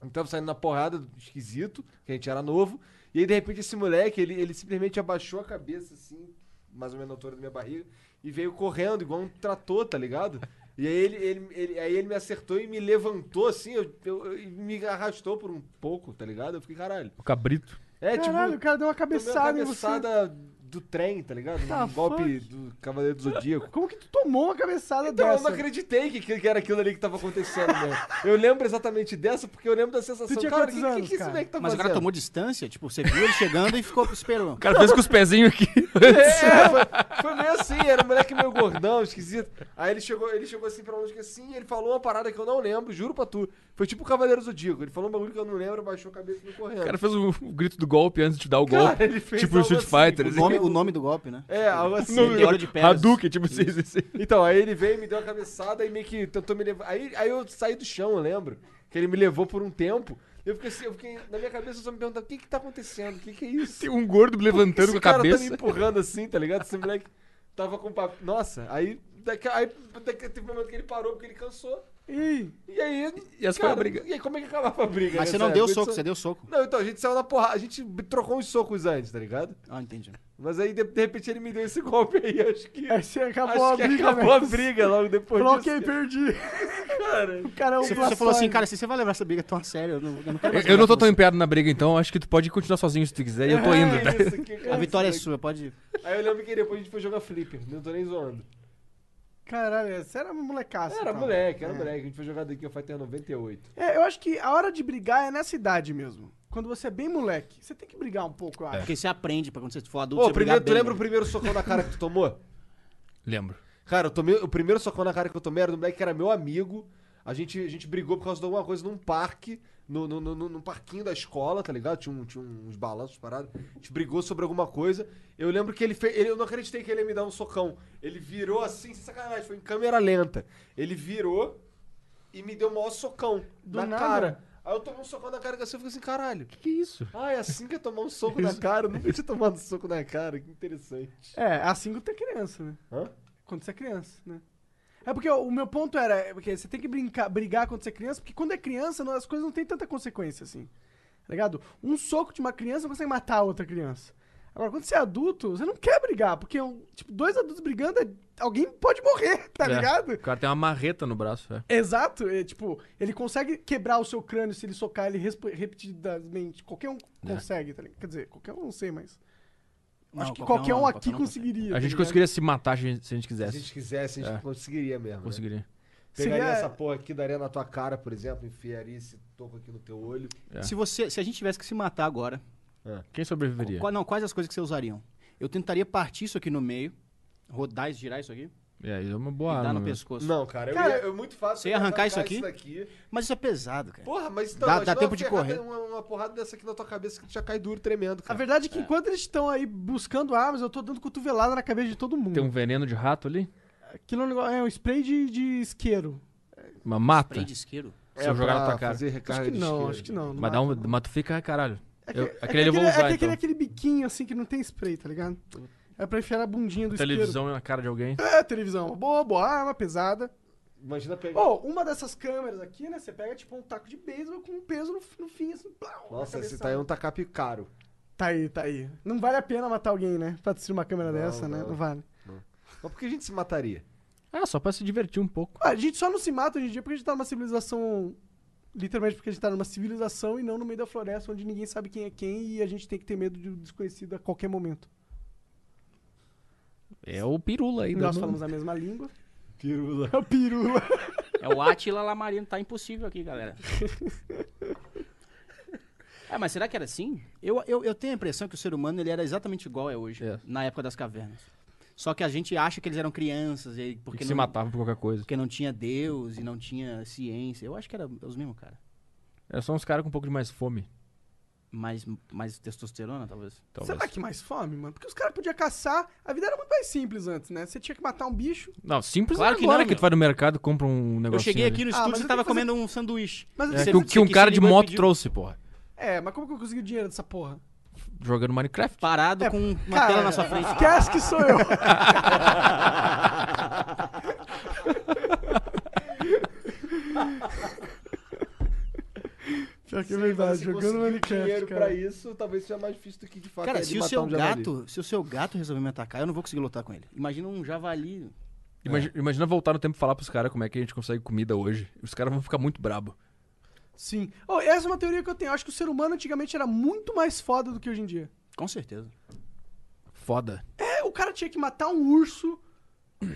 a gente tava saindo na porrada, esquisito, que a gente era novo, e aí de repente esse moleque, ele, ele simplesmente abaixou a cabeça assim, mais ou menos na altura da minha barriga, e veio correndo, igual um trator, tá ligado? E aí ele, ele, ele- aí ele me acertou e me levantou assim, eu, eu- eu- e me arrastou por um pouco, tá ligado? Eu fiquei, caralho. O cabrito. É, Caralho, o tipo, cara deu uma tomei uma cabeçada, em cabeçada do trem, tá ligado? Tá, um golpe do Cavaleiro do Zodíaco. (laughs) você. Como que tu tomou uma cabeçada Então, eu dessa? não acreditei que, que era aquilo ali que tava acontecendo, né? Eu lembro exatamente dessa, porque eu lembro da sensação. Tu tinha cara, o que, quantos que, anos, que esse cara? moleque tá Mas o fazendo? cara tomou distância, tipo, você viu ele chegando e (laughs) ficou esperando. O cara fez com os pezinhos aqui. (laughs) É, foi, foi meio assim, era um moleque meio gordão, esquisito. Aí ele chegou, ele chegou assim pra longe que assim, ele falou uma parada que eu não lembro, juro pra tu. Foi tipo o Cavaleiro Zodíaco. Ele falou um bagulho que eu não lembro, baixou a cabeça e foi correndo. O cara fez o o grito do golpe antes de dar o Cara, golpe. ele fez tipo o algo Street assim, Fighter. o O assim. nome, o nome do golpe, né? É, algo assim. Nome- Guerreiro de Pedras. Hadouken, tipo assim, assim. Então, aí ele veio, me deu uma cabeçada e meio que tentou me levar. Aí, aí eu saí do chão, eu lembro. Que ele me levou por um tempo. Eu fiquei assim, eu fiquei. Na minha cabeça eu só me perguntava: o que que tá acontecendo? O que que é isso? Tem um gordo me levantando Esse com a cara tá cabeça. me empurrando assim, tá ligado? Esse moleque tava com papo. Nossa, aí, daqui, aí daqui, teve um momento que ele parou porque ele cansou. Ih, E aí. E essa foi a briga. E aí, como é que acabava a briga? Mas né, você não sabe? deu Muito soco, so- você deu soco. Não, então, a gente saiu na porrada. A gente trocou uns socos antes, tá ligado? Ah, entendi. Mas aí, de, de repente, ele me deu esse golpe aí. Acho que. É, aí você acabou Acho a que briga, acabou a velho. briga logo depois disso. Coloquei, perdi. Cara, o cara é um Você, você falou assim, Blastoise. cara, se você vai levar essa briga tão a sério, eu não, eu não quero (laughs) Eu, mais eu não tô tão brigar com empenhado na briga, então acho que tu pode continuar sozinho se tu quiser e eu tô É, indo. tá? isso aqui, você. A cara. vitória é sua, pode ir. Aí eu lembro que depois a gente foi jogar flipper. Não tô nem zoando. Caralho, você era molecaço. Era tá então. moleque, É. era moleque. A gente foi jogar daqui, eu Fighter 98. É, eu acho que a hora de brigar é nessa idade mesmo. Quando você é bem moleque. Você tem que brigar um pouco, eu É. acho. Porque você aprende pra quando você for adulto, Ô, você primeiro, brigar tu bem, lembra o né? primeiro socão na cara que tu tomou? Lembro. Cara, eu tomei, o primeiro socão na cara que eu tomei era do moleque que era meu amigo. A gente, a gente brigou por causa de alguma coisa num parque, no, no, no, no- num parquinho da escola, tá ligado? Tinha, um- tinha uns balanços parados. A gente brigou sobre alguma coisa. Eu lembro que ele fez. ele- eu não acreditei que ele ia me dar um socão. Ele virou assim, sem sacanagem, foi em câmera lenta. Ele virou e me deu o maior socão Do na nada? cara. Aí eu tomei um socão na cara que assim, eu fico assim, caralho. Que isso? Ah, é assim que é tomar um soco na cara? Eu nunca tinha tomado um soco na cara, que interessante. É, assim quando você é criança, né? Hã? Quando você é criança, né? É porque o meu ponto era, é porque você tem que brincar, brigar quando você é criança, porque quando é criança não- as coisas não têm tanta consequência assim. Tá ligado? Um soco de uma criança não consegue matar a outra criança. Agora, quando você é adulto, você não quer brigar, porque um- tipo, dois adultos brigando, é- alguém pode morrer, (laughs) tá É. ligado? O cara tem uma marreta no braço, é. Exato, é, tipo, ele consegue quebrar o seu crânio se ele socar ele respo- repetidamente. Qualquer um consegue, tá ligado? Quer dizer, qualquer um não sei, mas. Não, acho que qualquer, um aqui qualquer consegue. conseguiria. A tá gente ligado? conseguiria se matar se a gente- se a gente Se a quisesse. gente quisesse, a gente É. conseguiria mesmo. né? Conseguiria. Pegaria Seria- essa porra aqui, daria na tua cara, por exemplo, enfiaria esse toco aqui no teu olho. É. Se, você, se a gente tivesse que se matar agora, É. Quem sobreviveria? qual- não, quais as coisas que você usariam? Eu tentaria partir isso aqui no meio, rodar isso, girar isso aqui, É, isso é uma boa e dar arma. no mesmo. pescoço. Não, cara, eu, Cara, ia, eu muito fácil. você ia eu arrancar isso aqui? daqui. Mas isso é pesado, cara. Porra, mas então, Dá- imagina dá tempo de ferrada- correr. Uma, uma porrada dessa aqui na tua cabeça que tu já cai duro, tremendo, A cara. verdade é que enquanto eles estão aí buscando armas, eu tô dando cotovelada na cabeça de todo mundo. né? Tem um veneno de rato ali? Aquilo é um negócio- é um spray de, de isqueiro. Uma mata? Spray de isqueiro. Se eu jogar na tua cara. Ah, Fazer recarga acho que de não, isqueiro. acho que não. não Mas, mata, dá um, não. mas tu fica, caralho. É que- Eu- é que aquele ali eu vou usar, É que então. aquele, aquele biquinho assim que não tem spray, tá ligado? É pra enfiar a bundinha do Televisão na cara de alguém. isqueiro. É, televisão. Uma Boa, boa arma, pesada. Imagina pegar. Ou uma dessas câmeras aqui, né? Você pega tipo um taco de beisebol com um peso no, no fim, assim. Plau, na Nossa, esse cabeça. tá aí é um tacape caro. Tá aí, tá aí. Não vale a pena matar alguém, né? Pra assistir uma câmera dessa, né? não. Não vale. Mas por que a gente se mataria? Ah, só pra se divertir um pouco. Ah, A gente só não se mata hoje em dia porque a gente tá numa civilização. Literalmente porque a gente tá numa civilização e não no meio da floresta onde ninguém sabe quem é quem e a gente tem que ter medo de um desconhecido a qualquer momento. É o pirula aí. Nós dando- falamos a mesma língua. Pirula. É o pirula. É o Atila Lamarino, tá impossível aqui, (laughs) galera. É, mas será que era assim? Eu, eu, eu tenho a impressão que o ser humano ele era exatamente igual é hoje, É. na época das cavernas. Só que a gente acha que eles eram crianças, e aí- Porque porque se não, matavam por qualquer coisa. porque não tinha Deus e não tinha ciência. Eu acho que era os mesmos, cara. Era só uns caras com um pouco de mais fome. Mais, mais testosterona, talvez. Talvez. Será que tá mais fome, mano? Porque os caras podiam caçar. A vida era muito mais simples antes, né? Você tinha que matar um bicho. Não, simples Claro é que agora que, não, tu meu. vai no mercado e compra um Eu negocinho. cheguei aqui no Ah, estúdio mas e eu tava tenho que fazer- comendo um sanduíche. Mas eu É, sei que, o- que um que cara se de ligou e moto pediu. trouxe, porra. É, mas como que eu consegui o dinheiro dessa porra? Jogando Minecraft. Parado É, com uma cara, tela na sua frente. Esquece que sou eu. (laughs) Pior que é Sim, mas verdade, se jogando conseguir Minecraft, dinheiro cara. pra isso, talvez seja mais difícil do que de fato Cara, é de se o matar seu um javali. gato, se o seu gato resolver me atacar, eu não vou conseguir lutar com ele. Imagina um javali. É. Imagi- Imagina, voltar no tempo e falar pros caras como é que a gente consegue comida hoje. Os caras vão ficar muito brabo. Sim. Oh, essa é uma teoria que eu tenho. Eu acho que o ser humano antigamente era muito mais foda do que hoje em dia. Com certeza. Foda. É, o cara tinha que matar um urso,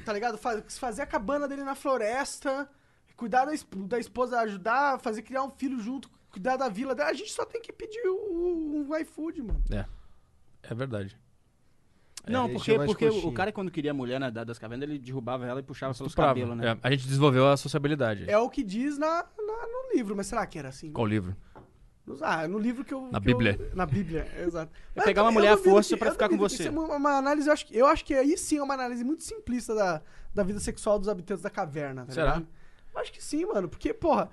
tá ligado? Faz- fazer a cabana dele na floresta, cuidar da, esp- da esposa, ajudar, fazer criar um filho junto, cuidar da vila dela. A gente só tem que pedir o, o, um iFood, mano. É verdade. não, É, ele porque, tinha mais porque o coxinha. cara, quando queria a mulher na idade das cavernas, ele derrubava ela e puxava pelos Estuprava. cabelos, né? É, a gente desenvolveu a sociabilidade. É o que diz na, na- no livro, mas será que era assim? Qual livro? Nos- Ah, no livro que eu. Na que eu- Bíblia. na Bíblia, (laughs) exato. É pegar uma eu mulher à duvido força que- pra eu ficar com duvido que você. Isso é uma, uma análise, eu acho, que- eu acho que aí sim é uma análise muito simplista da, da vida sexual dos habitantes da caverna, tá Será? ligado? Eu acho que sim, mano, porque, porra,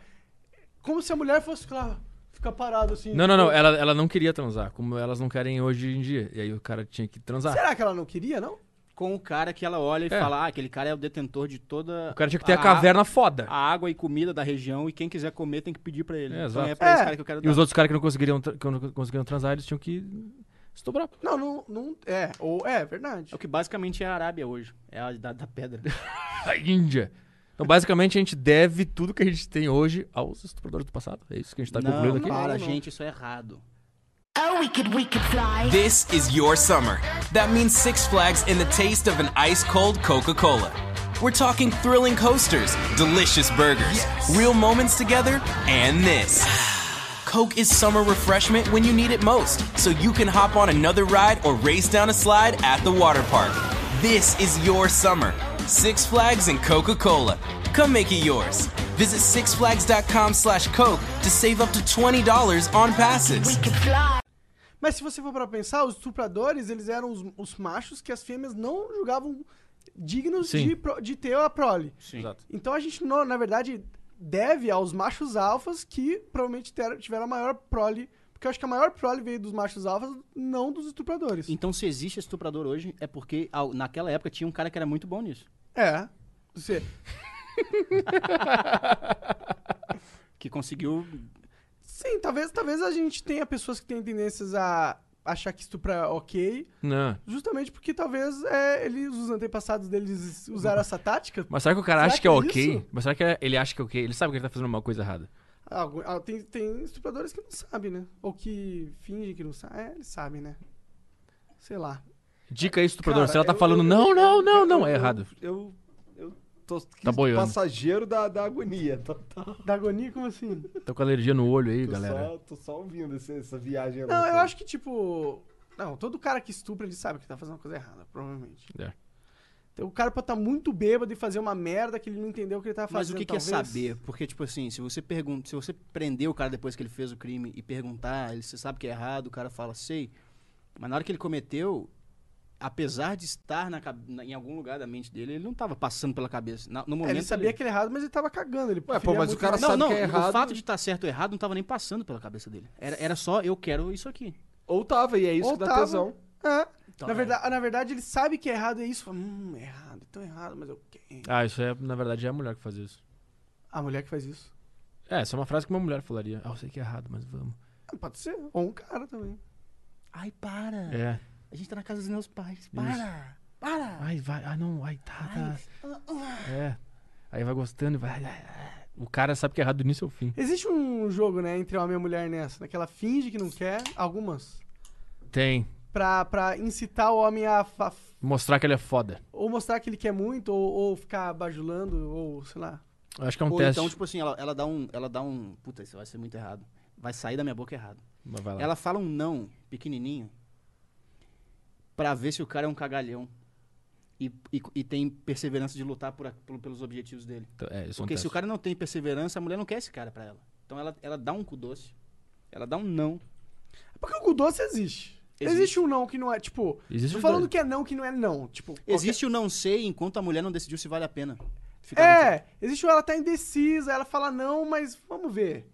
como se a mulher fosse ficar, ficar parada assim. Não, não, não. tipo, Ela, ela não queria transar, como elas não querem hoje em dia. E aí o cara tinha que transar. Será que ela não queria, não? com o cara que ela olha e É. fala: ah, aquele cara é o detentor de toda. O cara tinha que Ah. ter a caverna foda. A água e comida da região, e quem quiser comer tem que pedir pra ele. É, então exato. é pra esse É. cara que eu quero E dar. os outros caras que não conseguiriam, tra- que não conseguiram transar, eles tinham que estobrar. Não, não, não. É, ou é, verdade. É o que basicamente é a Arábia hoje. É a idade da pedra. (laughs) A Índia. Então, basicamente, a gente deve tudo que a gente tem hoje aos estupradores do passado. É isso que a gente tá concluindo não, aqui. para, gente, isso é errado. This is your summer. That means Six Flags and the taste of an ice cold Coca Cola. We're talking thrilling coasters, delicious burgers, real moments together, and this. (sighs) Coke is summer refreshment when you need it most, so you can hop on another ride or race down a slide at the water park. This is your summer. Six Flags and Coca-Cola. Come make it yours. Visit sixflags.com slash Coke to save up to $20 on passes. Mas se você for pra pensar, os estupradores, eles eram os, os machos que as fêmeas não julgavam dignos Sim. de, pro- de ter a prole. Sim. Então a gente, no- na verdade, deve aos machos alfas que provavelmente ter- tiveram a maior prole. Porque eu acho que a maior prole veio dos machos alfas, não dos estupradores. Então, se existe estuprador hoje, é porque ao- naquela época tinha um cara que era muito bom nisso. É. Você, Que conseguiu. sim, talvez, talvez a gente tenha pessoas que têm tendências a achar que estuprar é ok, Não. justamente porque talvez é, eles, os antepassados deles usaram essa tática. Mas será que o cara Será acha que, que é é ok? isso? Mas será que ele acha que é ok? Ele sabe que ele tá fazendo uma coisa errada. Algu- ah, tem, tem estupradores que não sabem, né? Ou que fingem que não sabem. É, eles sabem, né? Sei lá. Dica aí, estuprador. Cara, Se ela tá eu- falando, eu- não, eu- não, eu- não, eu- não, eu- é errado. Eu, eu tô Tá boiando. passageiro da, da agonia. tá, Tô, tô, tô Da agonia, como assim? Tô com alergia no olho aí, galera. só, tô só ouvindo esse- essa viagem. Não, eu acho que, tipo. Não, todo cara que estupra, ele sabe que tá fazendo uma coisa errada, provavelmente. É. Então, o cara pode estar muito bêbado e fazer uma merda que ele não entendeu o que ele tava Mas fazendo. o que, que é talvez. saber? Porque, tipo assim, se você pergunta, se você prender o cara depois que ele fez o crime e perguntar, ele você sabe que é errado, o cara fala, sei. Mas na hora que ele cometeu, apesar de estar na cabe- na- em algum lugar da mente dele, ele não tava passando pela cabeça. Na- no É, momento, ele sabia que era errado, mas ele tava cagando. Ele pô, preferia mas o muito cara mais- sabe Não, não, que é errado. o fato de estar certo ou errado não tava nem passando pela cabeça dele. Era, era só, eu quero isso aqui. Ou tava, e é isso Ou que dá tava- tesão. É. Então, na, é. verdade, na verdade, ele sabe que é errado, é isso. Fala, hum, é errado, então é errado, mas eu quero. Ah, isso é, na verdade, é a mulher que faz isso. A mulher que faz isso. É, essa é uma frase que uma mulher falaria. Ah, eu sei que é errado, mas vamos. Ah, Pode ser. Ou um cara também. Ai, para. É. A gente tá na casa dos meus pais. Para. Para. Ah, Ai, vai, ah, não, ai, tá, tá. É. Aí vai gostando e vai. ai, ai. O cara sabe que é errado do início ao fim. Existe um jogo, né, entre homem e mulher nessa, né? Que ela finge que não quer, algumas. Tem. Pra, pra incitar o homem a. fa- Mostrar que ele é foda. ou mostrar que ele quer muito, ou, ou ficar bajulando, ou sei lá. Eu acho que é um Ou teste. então, tipo assim, ela, ela dá um. Ela dá um. Puta, isso vai ser muito errado. Vai sair da minha boca errado. Mas vai lá. Ela fala um não pequenininho pra ver se o cara é um cagalhão. E, e, e tem perseverança de lutar por, a- pelo- pelos objetivos dele. Então, É, isso é um Porque se teste. o cara não tem perseverança, a mulher não quer esse cara pra ela. Então ela, ela dá um cu doce. Ela dá um não. É Porque o cu doce existe. existe. Existe. um não que não é, tipo. Existe tô os falando dois. que é não que não é não. Tipo, qualquer- Existe o não sei enquanto a mulher não decidiu se vale a pena. ficar no É, existe o ela tá indecisa, ela fala não, mas vamos ver.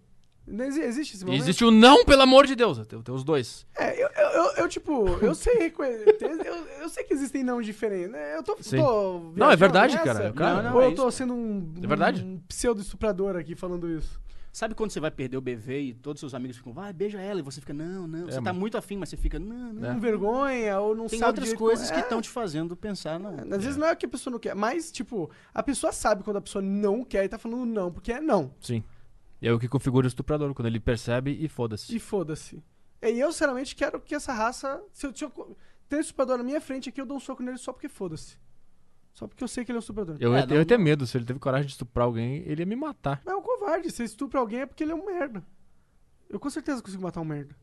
Não exi- Existe é esse E momento? existe o não, pelo amor de Deus. Tem, tem os dois. É, eu, eu, eu- eu, tipo, (laughs) eu sei reconhecer. Eu, eu sei que existem não diferentes. né? Eu tô. Sim. tô Não, é viajando verdade, nessa? cara, cara. Não, não, Ou é eu tô sendo um, É verdade. um pseudo estuprador aqui falando isso. Sabe quando você vai perder o bebê e todos seus amigos ficam, vai, beija ela, e você fica, não, não. você tá mano. muito afim, mas você fica, não, É. não. Com vergonha, ou não Tem sabe. outras direito coisas como- que É, estão te fazendo pensar, não. Às vezes não é que a pessoa não quer, mas, tipo, a pessoa sabe quando a pessoa não quer e tá falando não, porque é não. Sim. E é o que configura o estuprador, quando ele percebe e foda-se. E foda-se. E eu, sinceramente, quero que essa raça. Se eu, se eu co- tem um estuprador na minha frente aqui, eu dou um soco nele só porque foda-se. Só porque eu sei que ele é um estuprador. Eu, É, ia, ter- não- eu ia ter medo. Se ele teve coragem de estuprar alguém, ele ia me matar. Mas é um covarde. Se estupra alguém é porque ele é um merda. Eu com certeza consigo matar um merda.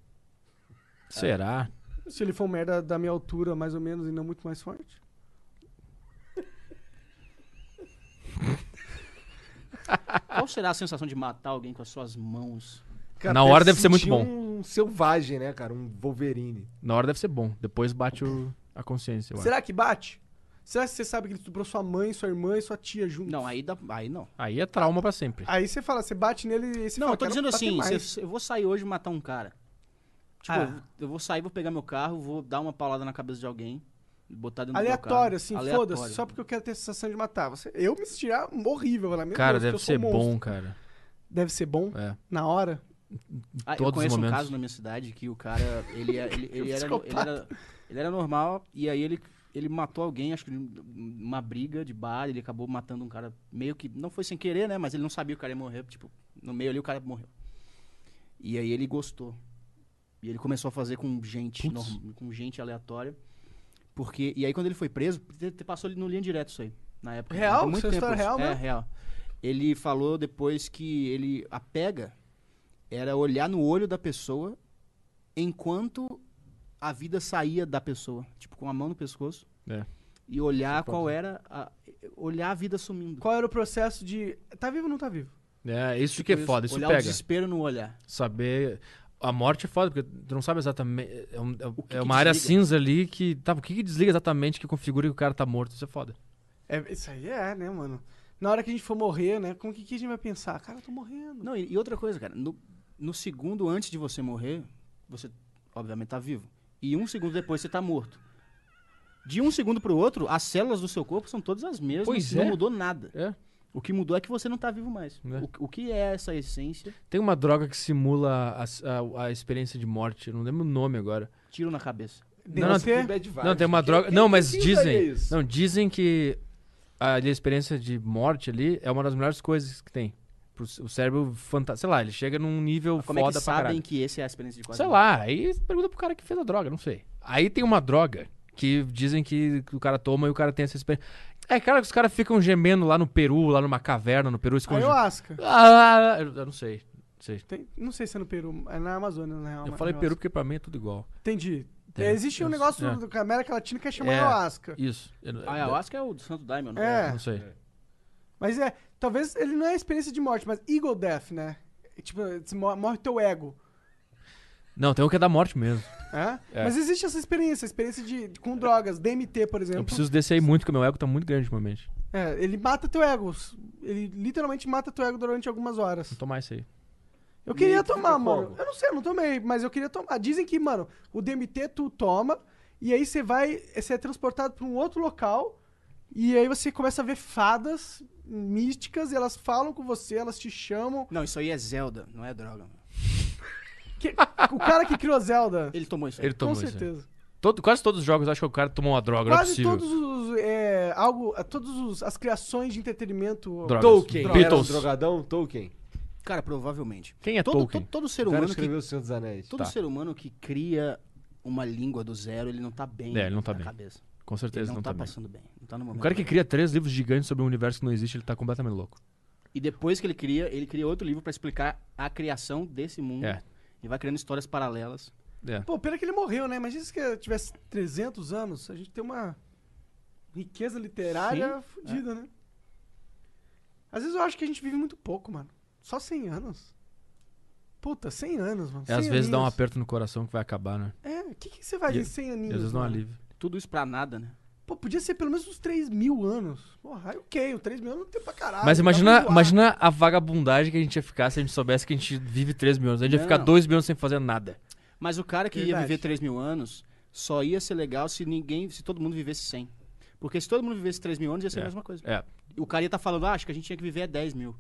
É. Será? Se ele for um merda da minha altura, mais ou menos, e não muito mais forte. (laughs) Qual será a sensação de matar alguém com as suas mãos? Na hora deve ser muito sentir bom. um selvagem, né, cara? Um Wolverine. Na hora deve ser bom. Depois bate o- a consciência. eu acho. Será que bate? Será que você sabe que ele estuprou sua mãe, sua irmã e sua tia juntos? Não, aí dá, aí não. Aí é trauma pra sempre. Aí você fala, você bate nele e você Não, fala, eu tô "Quero dizendo bater assim, mais." se eu- eu vou sair hoje e matar um cara. Tipo, Ah. eu vou- eu vou sair, vou pegar meu carro, vou dar uma paulada na cabeça de alguém, botar dentro do meu carro. Aleatório, assim, Aleatório. foda-se, só porque eu quero ter a sensação de matar. Você, eu me sentiria horrível. falar, meu Cara, Deus, deve que eu sou ser um monstro. bom, cara. Deve ser bom? É. Na hora? Ah, eu todos os conheço um momentos. caso na minha cidade que o cara, ele, é- ele, ele era, ele, era, ele era normal e aí ele, ele matou alguém, acho que numa briga de bar, ele acabou matando um cara meio que, não foi sem querer, né, mas ele não sabia que o cara ia morrer, tipo, no meio ali o cara morreu. E aí ele gostou. E ele começou a fazer com gente, norm- com gente aleatória. Porque, e aí quando ele foi preso, te- te passou ali no linha direto isso aí, na época. né? Real? Tem Muito Isso é tempo, história isso. real é, mesmo? real. Ele falou depois que ele a pega era olhar no olho da pessoa enquanto a vida saía da pessoa, tipo com a mão no pescoço É. e olhar qual era a, olhar a vida sumindo. Qual era o processo de. Tá vivo ou não tá vivo? É, isso que é Tipo foda, isso olhar o pega. desespero no olhar. Saber. A morte é foda, porque tu não sabe exatamente. É, um- é que é que uma área desliga? cinza ali que. Tá, o que, que desliga exatamente que configura que o cara tá morto? Isso é foda. É, isso aí é, né, mano? Na hora que a gente for morrer, né? Como que, que a gente vai pensar? Cara, eu tô morrendo. Não, e, e outra coisa, cara, no, no segundo antes de você morrer, você obviamente tá vivo. E um segundo depois você tá morto. De um segundo pro outro, as células do seu corpo são todas as mesmas, Pois não é. mudou nada. É. O que mudou é que você não tá vivo mais. É. O, o que é essa essência? Tem uma droga que simula a, a- a experiência de morte. Eu não lembro o nome agora. Tiro na cabeça. Não, não, você? Bad vibes. Não, tem uma Quem- droga. quem Não, mas precisa é dizem. isso? Não, dizem que a, ali a experiência de morte ali é uma das melhores coisas que tem. Pro c- o cérebro fantástico. Sei lá, ele chega num nível Como foda é que pra caralho. sabem que esse é a experiência de quase Sei morte? lá, aí pergunta pro cara que fez a droga, não sei. Aí tem uma droga que dizem que o cara toma e o cara tem essa experiência. É, cara, que os caras ficam gemendo lá no Peru, lá numa caverna no Peru escondido. Ayahuasca. Ah, eu eu não sei. não sei. Tem- não sei se é no Peru, é na Amazônia, na real. Eu falei ayahuasca. Peru porque pra mim é tudo igual. Entendi. Tem. É, existe um Eu- negócio é. do- da América Latina que é chamado É. ayahuasca. Isso. Eu- Ah, eu acho que é o do Santo Daimon. não É. Não sei. Mas é, talvez ele não é experiência de morte, mas ego death, né? É Tipo, se mo- morre teu ego. Não, tem um que é da morte mesmo. É? É. Mas existe essa experiência, a experiência de, de- com drogas, DMT, por exemplo. Eu preciso desse aí muito, porque meu ego tá muito grande ultimamente. É, ele mata teu ego. Ele literalmente mata teu ego durante algumas horas. Vou tomar isso aí. Eu queria aí tu tomar, fica mano. como? Eu não sei, eu não tomei, mas eu queria tomar. Dizem que, mano, o DMT tu toma e aí você vai, você é transportado pra um outro local e aí você começa a ver fadas místicas e elas falam com você, elas te chamam. Não, isso aí é Zelda, não é droga. mano. Que- o cara que criou Zelda, Ele tomou isso (laughs) aí. Ele tomou com isso aí. certeza. Todo, quase todos os jogos eu acho que o cara tomou uma droga, não é Quase possível. todos os é, algo, todos os, as criações de entretenimento. Drogas. Tolkien. Era um Beatles. drogadão? Tolkien. Cara, provavelmente. Quem é todo, Tolkien? Todo, todo ser O cara humano que escreveu O Senhor dos Anéis. Todo Tá. ser humano que cria uma língua do zero, ele não tá bem É, ele não tá na bem. cabeça. Com certeza Ele não, tá, bem. passando bem. Não tá no O momento. cara que bem. cria três livros gigantes sobre um universo que não existe, ele tá completamente louco. E depois que ele cria, ele cria outro livro pra explicar a criação desse mundo. É. E vai criando histórias paralelas. É. Pô, pena que ele morreu, né? Imagina se que ele tivesse 300 anos, a gente tem uma riqueza é. literária fodida, né? Às vezes eu acho que a gente vive muito pouco, mano. Só 100 anos. Puta, 100 anos, mano. É, às 100 vezes dá um aninhos. aperto no coração que vai acabar, né? É, o que, que você faz E- em 100 E aninhos? né? às vezes dá um mano? alívio. Tudo isso pra nada, né? Pô, podia ser pelo menos uns 3 mil anos. Porra, aí ok, os 3 mil anos não tem pra caralho. né? Mas dá pra imagina, zoar. imagina a vagabundagem que a gente ia ficar se a gente soubesse que a gente vive 3 mil anos. A gente ia ficar Não. 2 mil anos sem fazer nada. Mas o cara que Verdade. ia viver 3 mil anos só ia ser legal se ninguém, se todo mundo vivesse 100. Porque se todo mundo vivesse 3 mil anos, ia ser É. a mesma coisa. É. E O cara ia estar falando, ah, acho que a gente tinha que viver 10 mil.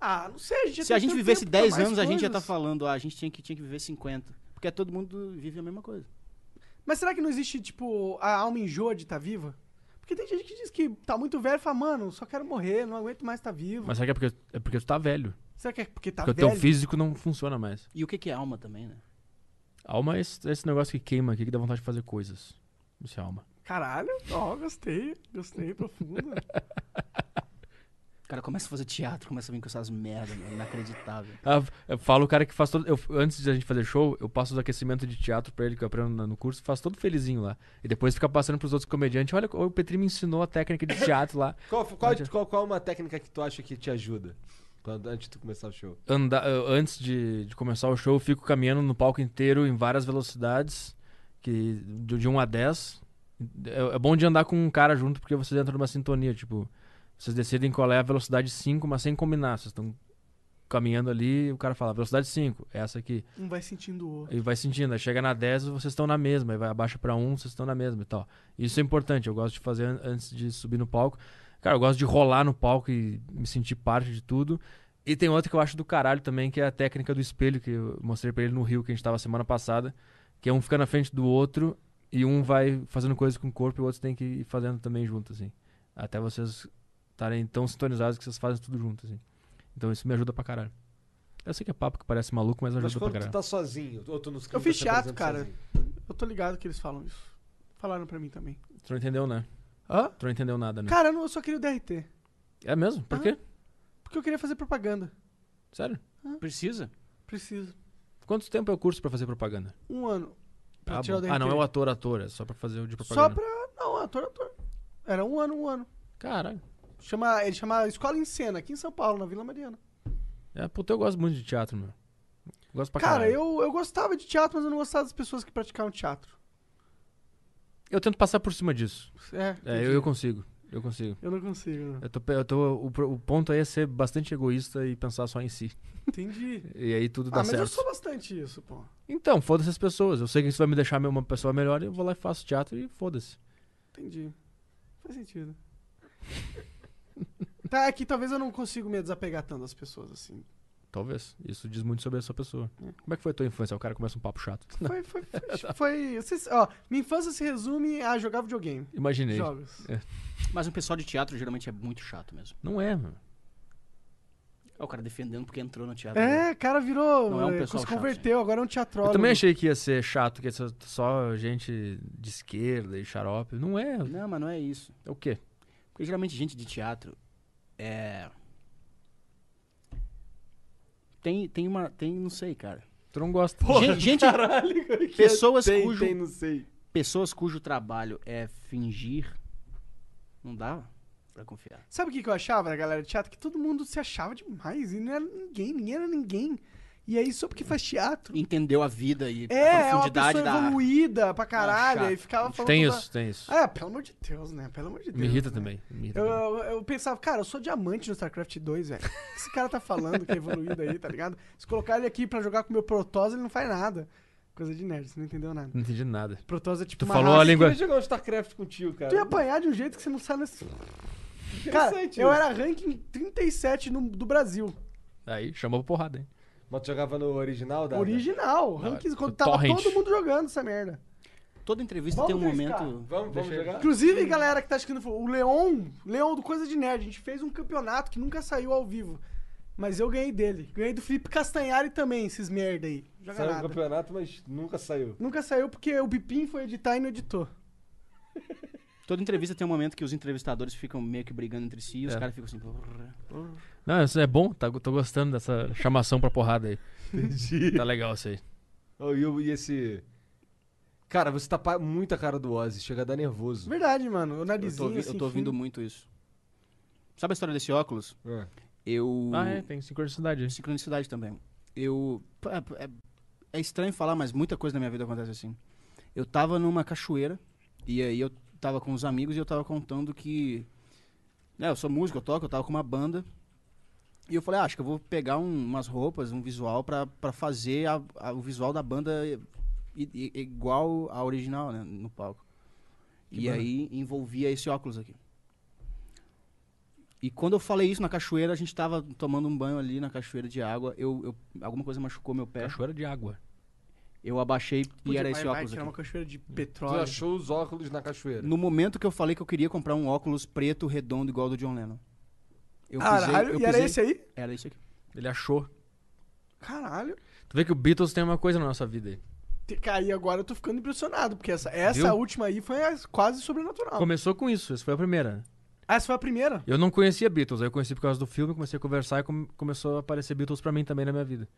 Ah, não sei, a gente já se tem a gente tanto vivesse tempo pra 10 mais anos, a tá gente ia estar coisas. falando, ah, a gente tinha que, tinha que viver 50. Porque todo mundo vive a mesma coisa. Mas será que não existe, tipo, a alma enjoa de estar viva? Porque tem gente que diz que tá muito velho e fala, mano, só quero morrer, não aguento mais estar vivo. Mas será que é porque, é porque tu tá velho? Será que é porque tá porque um o teu velho? físico não funciona mais. E o que que é alma também, né? Alma é esse, esse negócio que queima aqui, que dá vontade de fazer coisas. Isso é alma. Caralho, ó, gostei, gostei, profunda. O cara começa a fazer teatro, começa a vir com essas merdas, mano, inacreditável. Ah, eu falo o cara que faz todo. Eu, antes da gente fazer show, eu passo os aquecimentos de teatro pra ele que eu aprendo na- no curso, faço todo felizinho lá. E depois fica passando pros outros comediantes. Olha, o Petri me ensinou a técnica de teatro (laughs) lá. Qual, qual, qual, qual é uma técnica que tu acha que te ajuda? Quando, antes de tu começar o show. andar, eu- antes de, de começar o show, eu fico caminhando no palco inteiro em várias velocidades, que de, de 1 a 10. É, é bom de andar com um cara junto porque vocês entram numa sintonia, tipo, vocês decidem qual é a velocidade 5, mas sem combinar, vocês estão caminhando ali, o cara fala, velocidade 5, essa aqui. Um vai sentindo o outro. E vai sentindo, aí chega na 10, vocês estão na mesma, aí vai abaixa pra 1, vocês estão na mesma e tal. Isso é importante, eu gosto de fazer an- antes de subir no palco. Cara, eu gosto de rolar no palco e me sentir parte de tudo. E tem outra que eu acho do caralho também, que é a técnica do espelho, que eu mostrei pra ele no Rio, que a gente tava semana passada. Que é um fica na frente do outro e um vai fazendo coisas com o corpo e o outro tem que ir fazendo também junto, assim. Até vocês estarem tão sintonizados que vocês fazem tudo junto, assim. Então isso me ajuda pra caralho. Eu sei que é papo que parece maluco, mas ajuda Mas pra quando tu caralho. tá sozinho, ou tu tá nos Eu fiz teatro, cara. Eu tô ligado que eles falam isso. Falaram pra mim também. Tu não entendeu, né? Hã? Tu não entendeu nada, né? Cara, eu não- eu só queria o DRT. É mesmo? Por quê? Porque eu queria fazer propaganda. Sério? Precisa? Preciso. Quanto tempo é o curso pra fazer propaganda? Um ano. Pra ah, tirar bom. o DRT. Ah, não é o ator, ator, é só pra fazer o de Só propaganda. pra. Não, é ator, ator. Era um ano, um ano. Caralho. Chama, ele chama Escola em Cena, aqui em São Paulo, na Vila Mariana. É, puta, eu gosto muito de teatro, meu. Gosto pra Cara, caralho. eu, eu gostava de teatro, mas eu não gostava das pessoas que praticavam teatro. Eu tento passar por cima disso. É, É, eu, eu consigo. Eu consigo. eu não consigo. (laughs) não. Eu tô, pe- eu tô, o, pro- o ponto aí é ser bastante egoísta e pensar só em si. Entendi. E aí tudo ah, dá mas certo. eu sou bastante isso, pô. Então, foda-se as pessoas. Eu sei que isso vai me deixar me- uma pessoa melhor, eu vou lá e faço teatro e foda-se. Entendi. Faz (laughs) sentido. tá, é que talvez eu não consigo me desapegar tanto das pessoas, assim. Talvez. Isso diz muito sobre a sua pessoa. Como é que foi a tua infância? O cara começa um papo chato. Foi, foi, foi. (laughs) foi- vocês- ó, minha infância se resume a jogar videogame. Imaginei. Jogos. Mas um pessoal de teatro geralmente é muito chato mesmo. Não é, mano. É o cara defendendo porque entrou no teatro. né? É, cara virou. Não é um eh, pessoal se chato, converteu, agora é um teatrólogo. Eu também achei que ia ser chato, que ia ser só gente de esquerda e xarope. Não é. Não, mas não é isso. É o quê? Porque geralmente gente de teatro é. Tem, tem uma. Tem, não sei, cara. Tu não gosta. Gente, gente- é pessoas, Tem, cujo, tem, é não sei. pessoas cujo trabalho é fingir. Não dá pra confiar. Sabe o que, que eu achava da galera de teatro? Que todo mundo se achava demais e não era ninguém, ninguém era ninguém. E aí, só porque faz teatro. Entendeu a vida e É, a é uma profundidade pessoa da. Ah, evoluída pra caralho. chato. e ficava falando. Tem toda- isso, tem isso. Ah, pelo amor de Deus, né? Pelo amor de Deus. Me irrita né? também. Me irrita Eu, também. eu, eu pensava, cara, eu sou diamante no StarCraft 2, velho. O que esse cara tá falando que é evoluído aí, tá ligado? Se colocar ele aqui pra jogar com o meu Protoss, ele não faz nada. Coisa de nerd, você não entendeu nada. Não entendi nada. Protoss é tipo Tu uma falou raça. a língua. Queria jogar um tá StarCraft contigo, cara. Tu ia apanhar de um jeito que você não sabe nesse... Cara, Interessante eu isso. era ranking 37 no, do Brasil. Aí chamou pra porrada, hein? Mas tu jogava no original da. Original. é Ranking, quando tava torrent. todo mundo jogando essa merda. Toda entrevista Vamos tem um três, cara. momento. Vamos, vamos jogar? Inclusive, galera que tá escrevendo, o Leon, Leon do Coisa de Nerd, a gente fez um campeonato que nunca saiu ao vivo. Mas eu ganhei dele. Ganhei do Felipe Castanhari também, esses merda aí. Joga Saiu no nada. campeonato, mas nunca saiu. Nunca saiu porque o Pipim foi editar e não editou. Toda entrevista tem um momento que os entrevistadores ficam meio que brigando entre si e os É. caras ficam assim. "Brrr". Não, isso é bom. Tá, tô gostando dessa chamação pra porrada aí. Entendi. Tá legal isso aí. Ó, E, o- e esse. Cara, você tá pa- muito a cara do Ozzy, chega a dar nervoso. Verdade, mano. O Eu tô, narizinho, ouvi- eu assim, tô ouvindo fino. muito isso. Sabe a história desse óculos? É. Eu. Ah, é, tem sincronicidade. aí. Sincronicidade também. Eu. p- É, é estranho falar, mas muita coisa na minha vida acontece assim. Eu tava numa cachoeira, e aí eu tava com os amigos e eu tava contando que. Né, eu sou músico, eu toco, eu tava com uma banda. E eu falei, ah, acho que eu vou pegar um- umas roupas, um visual pra, pra fazer a- a- o visual da banda i- i- igual a original, né, no palco. e aí envolvia esse óculos aqui. E quando eu falei isso na cachoeira, a gente tava tomando um banho ali na cachoeira de água. Eu, eu- alguma coisa machucou meu pé. Cachoeira de água. Eu abaixei e Podia- era vai- esse vai óculos tirar aqui. uma cachoeira de Tu petróleo. achou os óculos na cachoeira. No momento que eu falei que eu queria comprar um óculos preto redondo igual ao do John Lennon. Eu Caralho, eu Ah, e era pisei- esse aí? Era esse aqui. Ele achou. Caralho. Tu vê que o Beatles tem uma coisa na nossa vida aí. Te- cara, e agora eu tô ficando impressionado, porque essa, essa Viu? última aí foi as- quase sobrenatural. Começou com isso, essa foi a primeira. Ah, essa foi a primeira? Eu não conhecia Beatles, aí eu conheci por causa do filme, comecei a conversar e come- começou a aparecer Beatles pra mim também na minha vida.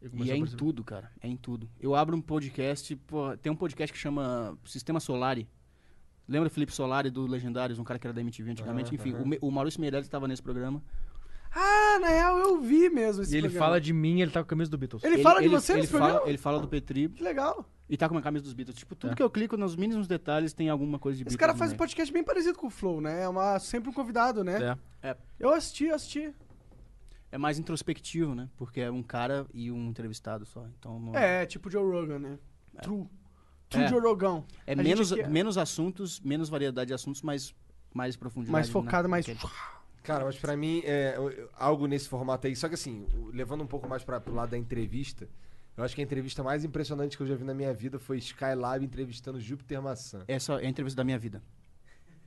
Eu E comecei é a em perceber. tudo, cara. É em tudo. Eu abro um podcast, pô, tem um podcast que chama Sistema Solari. Lembra Felipe Solari do Legendários, um cara que era da MTV antigamente? Enfim, o Me- o, Maurício Meirelles estava nesse programa. Ah, na real eu vi mesmo esse E ele programa. fala de mim, ele tá com a camisa do Beatles. Ele, fala de você ele nesse fala, programa? ele fala do Petri Que legal. e tá com uma camisa dos Beatles. Tipo, tudo que eu clico nos mínimos detalhes tem alguma coisa de Beatles. Esse cara faz um no meio. podcast bem parecido com o Flow, né? É uma, sempre um convidado, né? É. Eu assisti, eu assisti. É é mais introspectivo, né? Porque é um cara e um entrevistado só. Então não- É, tipo Joe Rogan, né? True. True É. Joe Rogan. é A gente menos, quer- menos assuntos, menos variedade de assuntos, mas mais profundidade. mais né? focado, mais. (laughs) Tá Porque- Cara, mas pra mim é eu- eu- algo nesse formato aí. Só que assim, o- levando um pouco mais pra, pro lado da entrevista, eu acho que a entrevista mais impressionante que eu já vi na minha vida foi Skylab entrevistando Júpiter Maçã. Essa é a entrevista da minha vida.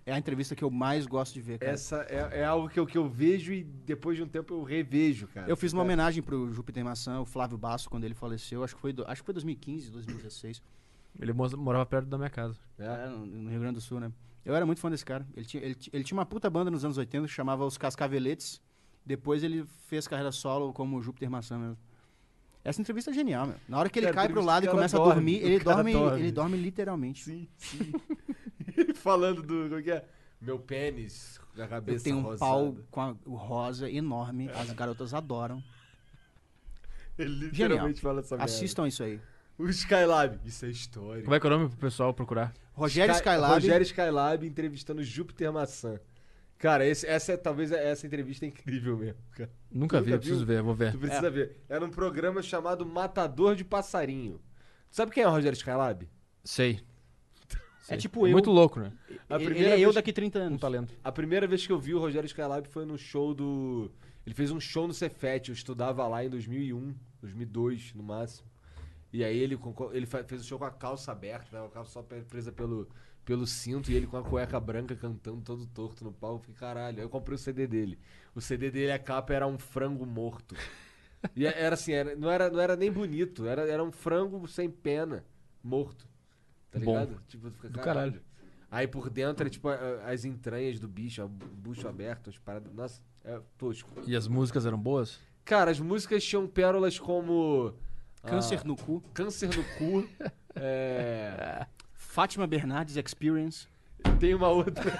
É a entrevista que eu mais gosto de ver, cara. Essa é, é algo que eu, que eu vejo e depois de um tempo eu revejo, cara. Eu fiz um uma homenagem pro Júpiter Maçã, o Flávio Basso, quando ele faleceu. Acho que foi, do- acho que foi 2015, 2016. Ele mo- morava perto da minha casa. É, no- no Rio Grande do Sul, né? Eu era muito fã desse cara. Ele tinha, ele, ti- ele tinha uma puta banda nos anos 80 que chamava Os Cascaveletes. Depois ele fez carreira solo como Júpiter Maçã mesmo. Essa entrevista é genial, meu. Na hora que ele Cara, cai pro entrevista lado que e o cara começa dorme, a dormir, o ele cara dorme, dorme. ele dorme literalmente. Sim, sim. (laughs) Falando do. Como que é? Meu pênis, a cabeça Eu tenho um rosada. É. pau com a- o rosa enorme, as garotas adoram. (laughs) Ele Genial. literalmente fala essa merda. Assistam isso aí. O Skylab. Isso é história. Como é que é o nome pro pessoal procurar? Rogério Sky- Skylab. Rogério Skylab entrevistando Júpiter Maçã. Cara, esse- essa é, talvez essa entrevista é incrível mesmo, cara. Nunca vi, Nunca eu preciso viu? ver, vou É. ver. Tu precisa ver. Era um programa chamado Matador de Passarinho. Tu sabe quem é o Rogério Skylab? Sei. É sei. tipo eu. Muito louco, né? A ele- primeira ele é eu vez- daqui 30 anos. Um talento. A primeira vez que eu vi o Rogério Skylab foi num show do. Ele fez um show no Cefet, eu estudava lá em 2001, 2002 no máximo. E aí ele, com- ele fa- fez o show com a calça aberta, tava a calça só pe- presa pelo, pelo cinto e ele com a cueca branca cantando todo torto no palco. Eu Fiquei, caralho. Aí eu comprei o CD dele. O CD dele, a capa era um frango morto. E é- era assim, era- não, era, não era nem bonito, era, era um frango sem pena, morto. Tá Bom. ligado? Tipo, tu fica, Do caralho. Aí por dentro é tipo a- a- as entranhas do bicho, o bucho aberto, as paradas. Nossa, é tosco. E as músicas eram boas? Cara, as músicas tinham pérolas como. ah, Câncer no cu. Câncer no (laughs) cu. é, Fátima Bernardes Experience. tem uma (laughs) outra.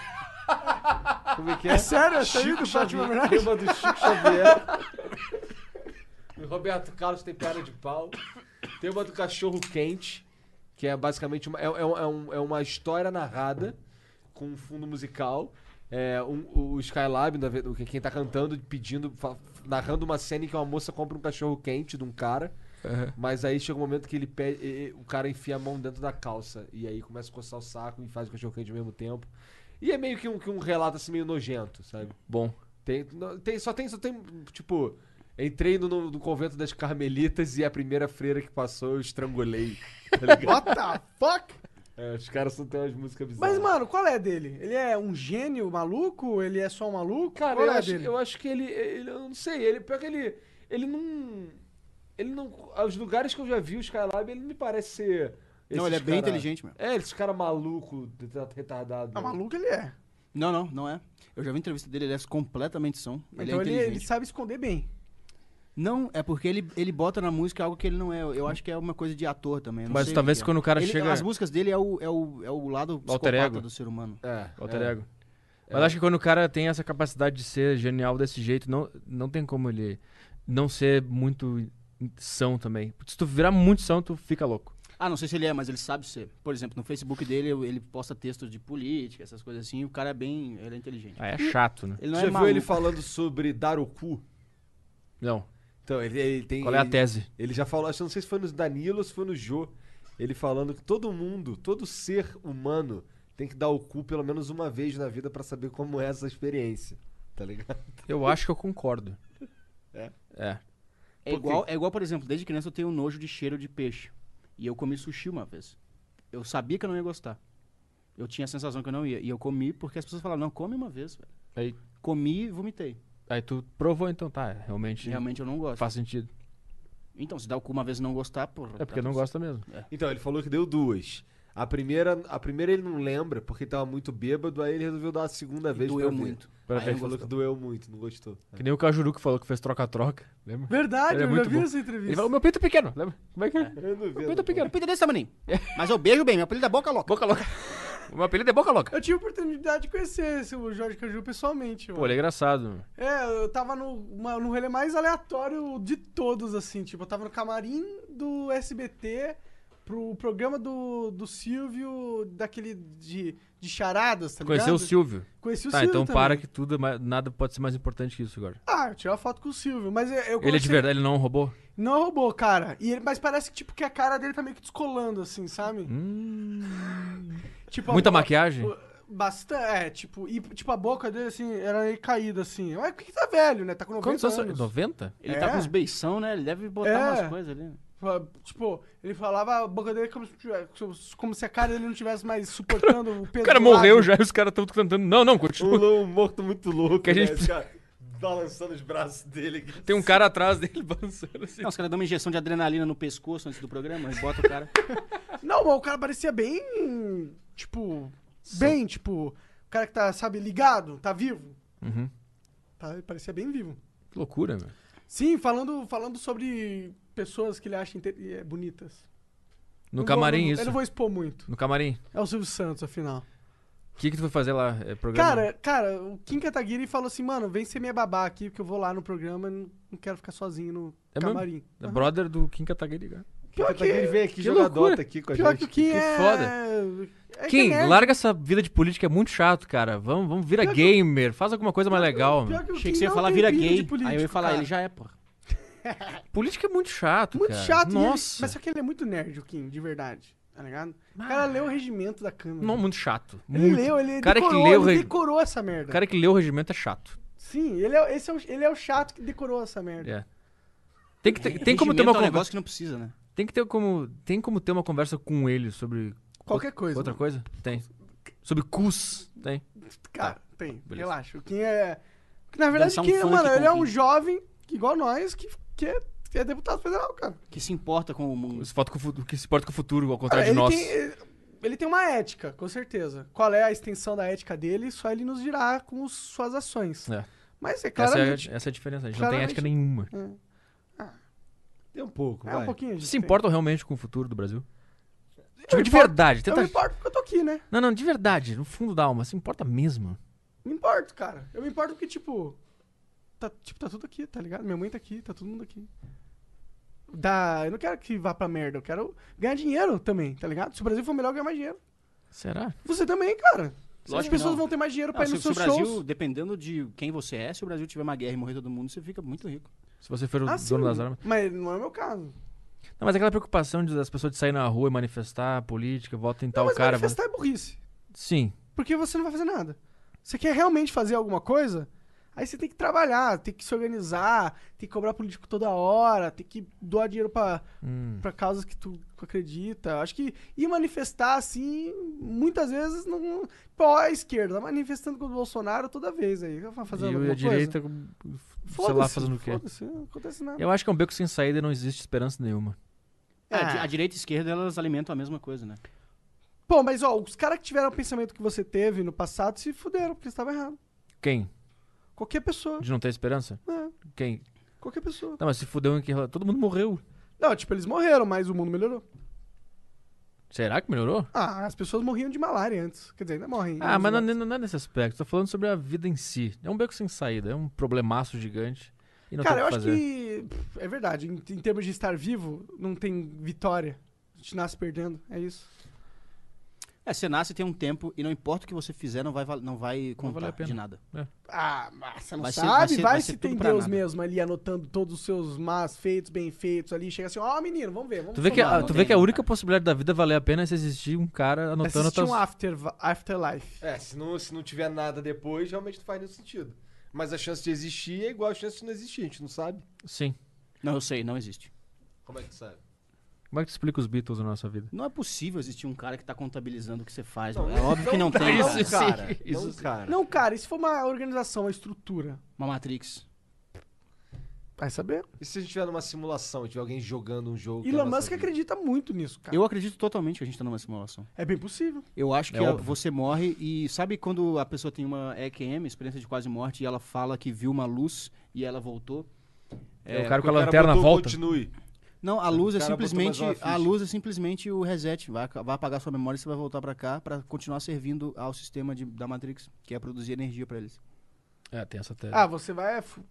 Como é que é? É sério, é sério Chico do Fátima Xavier. Bernardes? Tem uma do Chico Xavier. O Roberto Carlos tem perna de pau. Tem uma do cachorro quente, que é basicamente uma, é, é um- é um- é uma história narrada com um fundo musical. É, um- o Skylab, na ve- o que- quem tá cantando, pedindo, fa- narrando uma cena em que uma moça compra um cachorro quente de um cara. Mas aí chega um momento que ele pede, e- e o cara enfia a mão dentro da calça. E aí começa a coçar o saco e faz o cachorro quente ao mesmo tempo. E é meio que um, que um relato assim meio nojento, sabe? Bom. Tem, não- tem- só tem, só tem, tipo, entrei no, no- no convento das Carmelitas e a primeira freira que passou eu estrangulei. Tá ligado? What the fuck? É, os caras só têm umas músicas bizarras. Mas, mano, qual é dele? Ele é um gênio maluco? Ele é só um maluco? cara, qual eu é acho, dele? eu acho que ele, ele- eu não sei, ele, pior que ele, ele não, ele não, aos lugares que eu já vi o Skylab, ele não me parece ser... Não, esses ele é bem cara- inteligente mesmo. É, esse cara maluco, deta- retardado. Ah, maluco ele é. Não, não, não é. Eu já vi entrevista dele, ele é completamente são. então Ele é ele, inteligente. ele sabe esconder bem. Não, é porque ele, ele bota na música algo que ele não é. Eu acho que é uma coisa de ator também. eu não Mas sei talvez que é. quando o cara Ele- chega- As músicas dele é o, é o, é o lado Alter psicopata ego. do ser humano. É, Alter é. ego. Mas acho que quando o cara tem essa capacidade de ser genial desse jeito, não, não tem como ele não ser muito são também. Porque se tu virar muito são, tu fica louco. Ah, não sei se ele é, mas ele sabe ser. Por exemplo, no Facebook dele, eu- ele posta textos de política, essas coisas assim. E o cara é bem... Ele é inteligente. Ah, é chato, né? Tu Ele não já é viu maluco. ele falando sobre dar o cu? Não. Então, ele, ele tem... Qual é a ele- tese? Ele já falou, acho que não sei se foi no Danilo ou se foi no Jô, ele falando que todo mundo, todo ser humano tem que dar o cu pelo menos uma vez na vida pra saber como é essa experiência. Tá ligado? Eu acho que eu concordo. É. É. É igual, é igual, por exemplo, desde criança eu tenho nojo de cheiro de peixe. E eu comi sushi uma vez. Eu sabia que eu não ia gostar. Eu tinha a sensação que eu não ia. E eu comi porque as pessoas falavam, não, come uma vez. velho." Aí, Comi e vomitei. aí tu provou, então tá. Realmente, Realmente eu não gosto. faz sentido. Então, se dá o cu uma vez e não gostar, porra. tá É porque não gosta mesmo. Então, ele falou que deu duas. A primeira, a primeira ele não lembra porque tava muito bêbado, aí ele resolveu dar a segunda vez doeu pra ver. muito. Aí Pra ver. ele falou que doeu muito, não gostou. Que nem o Cajuru que falou que fez troca-troca. Lembra? Verdade, Ele é eu já muito vi bom. essa Ele entrevista. falou, meu pinto é pequeno. Lembra? Como é que é? Eu não vi. Meu pinto é Meu pequeno. apelido é desse tamanho. Mas eu beijo bem, meu apelido é boca louca. Boca louca. (laughs) O meu apelido é boca louca. Eu tive a oportunidade de conhecer esse, o Jorge Caju pessoalmente. Pô, ele é engraçado. É, eu tava no, uma, no rolê mais aleatório de todos, assim. Tipo, eu tava no camarim do SBT pro programa do, do Silvio, daquele de de charadas, tá Conheceu ligado? o Silvio. Conheci o tá, Silvio então também. para que tudo, é ma- nada pode ser mais importante que isso agora. Ah, eu tirei uma foto com o Silvio, mas eu, eu Ele é de conversei- verdade, ele não é um robô? Não roubou, cara. E ele, mas parece que, tipo, que a cara dele tá meio que descolando, assim, sabe? Tipo, a Hum. Muita boca- maquiagem? o- Bastante, é, tipo, e tipo, a boca dele, assim, era meio caída, assim. Mas por que que tá velho, né? Tá com 90 Quantos anos? anos. 90? Ele É. tá com uns beição, né? Ele deve botar É. umas coisas ali. né? Fa- Tipo, ele falava a boca dele como se, tivesse- como se a cara dele não tivesse mais suportando o peso. (laughs) O cara do lado. morreu já e os caras estão cantando. Não, não, O continua. Lou morto muito louco, Que a né? gente- Esse cara balançando os braços dele. Tem um cara atrás dele (laughs) balançando assim. Não, os caras dão uma injeção de adrenalina no pescoço antes do programa e bota o (laughs) cara. Não, mas o cara parecia bem. Tipo. Bem, tipo. O cara que tá, sabe, ligado, tá vivo. Uhum. Tá, ele parecia bem vivo. Que loucura, meu. Sim, falando, falando sobre pessoas que ele acha inte- eh, bonitas. No Não camarim, vou, não- isso. Eu não vou expor muito. No camarim. É o Silvio Santos, afinal. O que, que tu foi fazer lá? É, programa? Cara, cara, o Kim Kataguiri falou assim, mano, vem ser minha babá aqui, porque eu vou lá no programa e não não quero ficar sozinho no É mesmo? camarim. É brother do Kim Kataguiri. cara. Pior que, Ele vem aqui que jogar loucura. Dota aqui com a pior que gente. o Kim que é... foda. é que Kim, é nerd. larga essa vida de política, é muito chato, cara. Vamos, vamos virar Pior que eu- gamer, faz alguma coisa mais legal. meu. Pior que o Achei Kim que você ia não falar tem vira pinta de gay. político, aí eu ia falar, cara. ele já é, porra. Política é muito chato, Muito cara. chato. e ele- Nossa. mas só que ele é muito nerd, o Kim, de verdade. Tá ligado? O cara leu o regimento da câmera. Não, muito chato. Ele muito. leu, ele O cara decorou, que leu, o ele reg- decorou essa merda. O cara que leu o regimento é chato. Sim, ele é, esse é o, ele é o chato que decorou essa merda. É. Tem que ter, tem como ter Regimento uma é um negócio conversa, que não precisa, né? tem que ter como, tem como ter uma conversa com ele sobre Qualquer coisa. outra mano. coisa? Tem. Sobre cus, tem. Cara, tem, Tá, beleza. relaxa. O Kim é. Na verdade, Dançar um Kim, funk mano, com ele é o um Kim. jovem, que, igual nós, que, que, é, que é deputado federal, cara. Que se importa com o mundo. Se importa com o futuro, que se importa com o futuro, ao Cara, contrário Tá Ah, ele, de nós. tem, ele- ele tem uma ética, com certeza. Qual é a extensão da ética dele, só ele nos dirá com os- suas ações. É. Mas é Essa, é, claramente. a- essa é a diferença. A gente não tem claramente- Hum, ética nenhuma. Tem um pouco, É, vai. um pouquinho. a gente Vocês se tem. importam realmente com o futuro do Brasil? Tipo, me de importo. verdade. Eu Tenta... me importo porque eu tô aqui, né? Não, não, de verdade. No fundo da alma. Se importa mesmo. Me importo, cara. Eu me importo porque, tipo. Tá, tipo, tá tudo aqui, tá ligado? Minha mãe tá aqui, tá todo mundo aqui. Dá, eu não quero que vá pra merda, eu quero ganhar dinheiro também, tá ligado? Se o Brasil for melhor, eu ganho mais dinheiro. Será? Você também, cara. As Lógico que pessoas não. vão ter mais Ah, dinheiro Não, pra ir se, nos se o seus Brasil, shows. dependendo de quem você é, se o Brasil tiver uma guerra e morrer todo mundo, você fica muito rico. Se você for o Ah, sim, dono das armas. Mas não é o meu caso. Não, mas aquela preocupação de, das pessoas de sair na rua e manifestar política, votem em Não, tal mas Tá, cara. manifestar é burrice. vota- Sim. Porque você não vai fazer nada. Você quer realmente fazer alguma coisa? Aí você tem que trabalhar, tem que se organizar, tem que cobrar político toda hora, tem que doar dinheiro pra, Hum. pra causas que tu acredita. Acho que ir manifestar assim, muitas vezes não. Pô, a esquerda tá manifestando contra o Bolsonaro toda vez aí. Tá Fazendo e alguma a direita, coisa. sei lá, Foda-se, fazendo o quê? Foda-se, não acontece nada. Eu acho que é um beco sem saída e não existe esperança nenhuma. É, a di- a direita e a esquerda, elas alimentam a mesma coisa, né? Pô, mas ó, os caras que tiveram o pensamento que você teve no passado se fuderam, porque estavam errados. Quem? Qualquer pessoa. De não ter esperança? né? Quem? Qualquer pessoa. Não, mas se fudeu em que rela- Todo mundo morreu. Não, tipo, eles morreram, mas o mundo melhorou. Será que melhorou? Ah, as pessoas morriam de malária antes. Quer dizer, ainda morrem. Ah, mas não, Eles- não- não é nesse aspecto. Tô falando sobre a vida em si. É um beco sem saída. É um problemaço gigante. E não Cara, tem eu o que acho fazer. que. pff, É verdade. Em, em termos de estar vivo, não tem vitória. A gente nasce perdendo. É isso. É, você nasce tem um tempo e não importa o que você fizer, não vai, val- não vai contar valer a pena. de nada. Ah, mas você não Vai ser- sabe. vai vai ser- se, vai ser tem tudo pra Deus nada. mesmo ali anotando todos os seus más feitos, bem feitos ali. Chega assim, ó, menino, vamos ver. Vamos Tu vê, que, somar, a, não tu vê tem, que a não, única cara. É possibilidade da vida valer a pena é se existir um cara vamos anotando Assistir tuas... um after, afterlife. É, se não, se não tiver nada depois, realmente não faz nenhum sentido. Mas a chance de existir é igual a chance de não existir, a gente não sabe. Sim. Não, eu sei, não existe. Como é que sabe? Como é que tu explica os Beatles na nossa vida? Não é possível existir um cara que tá contabilizando o que você faz. mano. É óbvio que não tem. Não, cara. cara. isso não, sim. cara. Não, cara, isso foi uma organização, uma estrutura. Uma Matrix. Vai saber. E se a gente tiver numa simulação, tiver alguém jogando um jogo? que é a Elon nossa Musk vida? acredita muito nisso, Tá. cara. Eu acredito totalmente que a gente tá numa simulação. É bem possível. Eu acho É que a- óbvio. você morre e sabe quando a pessoa tem uma EQM, experiência de quase morte, e ela fala que viu uma luz e ela voltou? É, o cara Porque com a lanterna botou volta. Continue. Não, a luz é cara botou simplesmente mais uma ficha. a luz é simplesmente o reset, vai, ac- vai apagar sua memória e você vai voltar pra cá pra continuar servindo ao sistema de- da Matrix, que é produzir energia pra eles. É, tem essa tese. Ah, você vai é fu-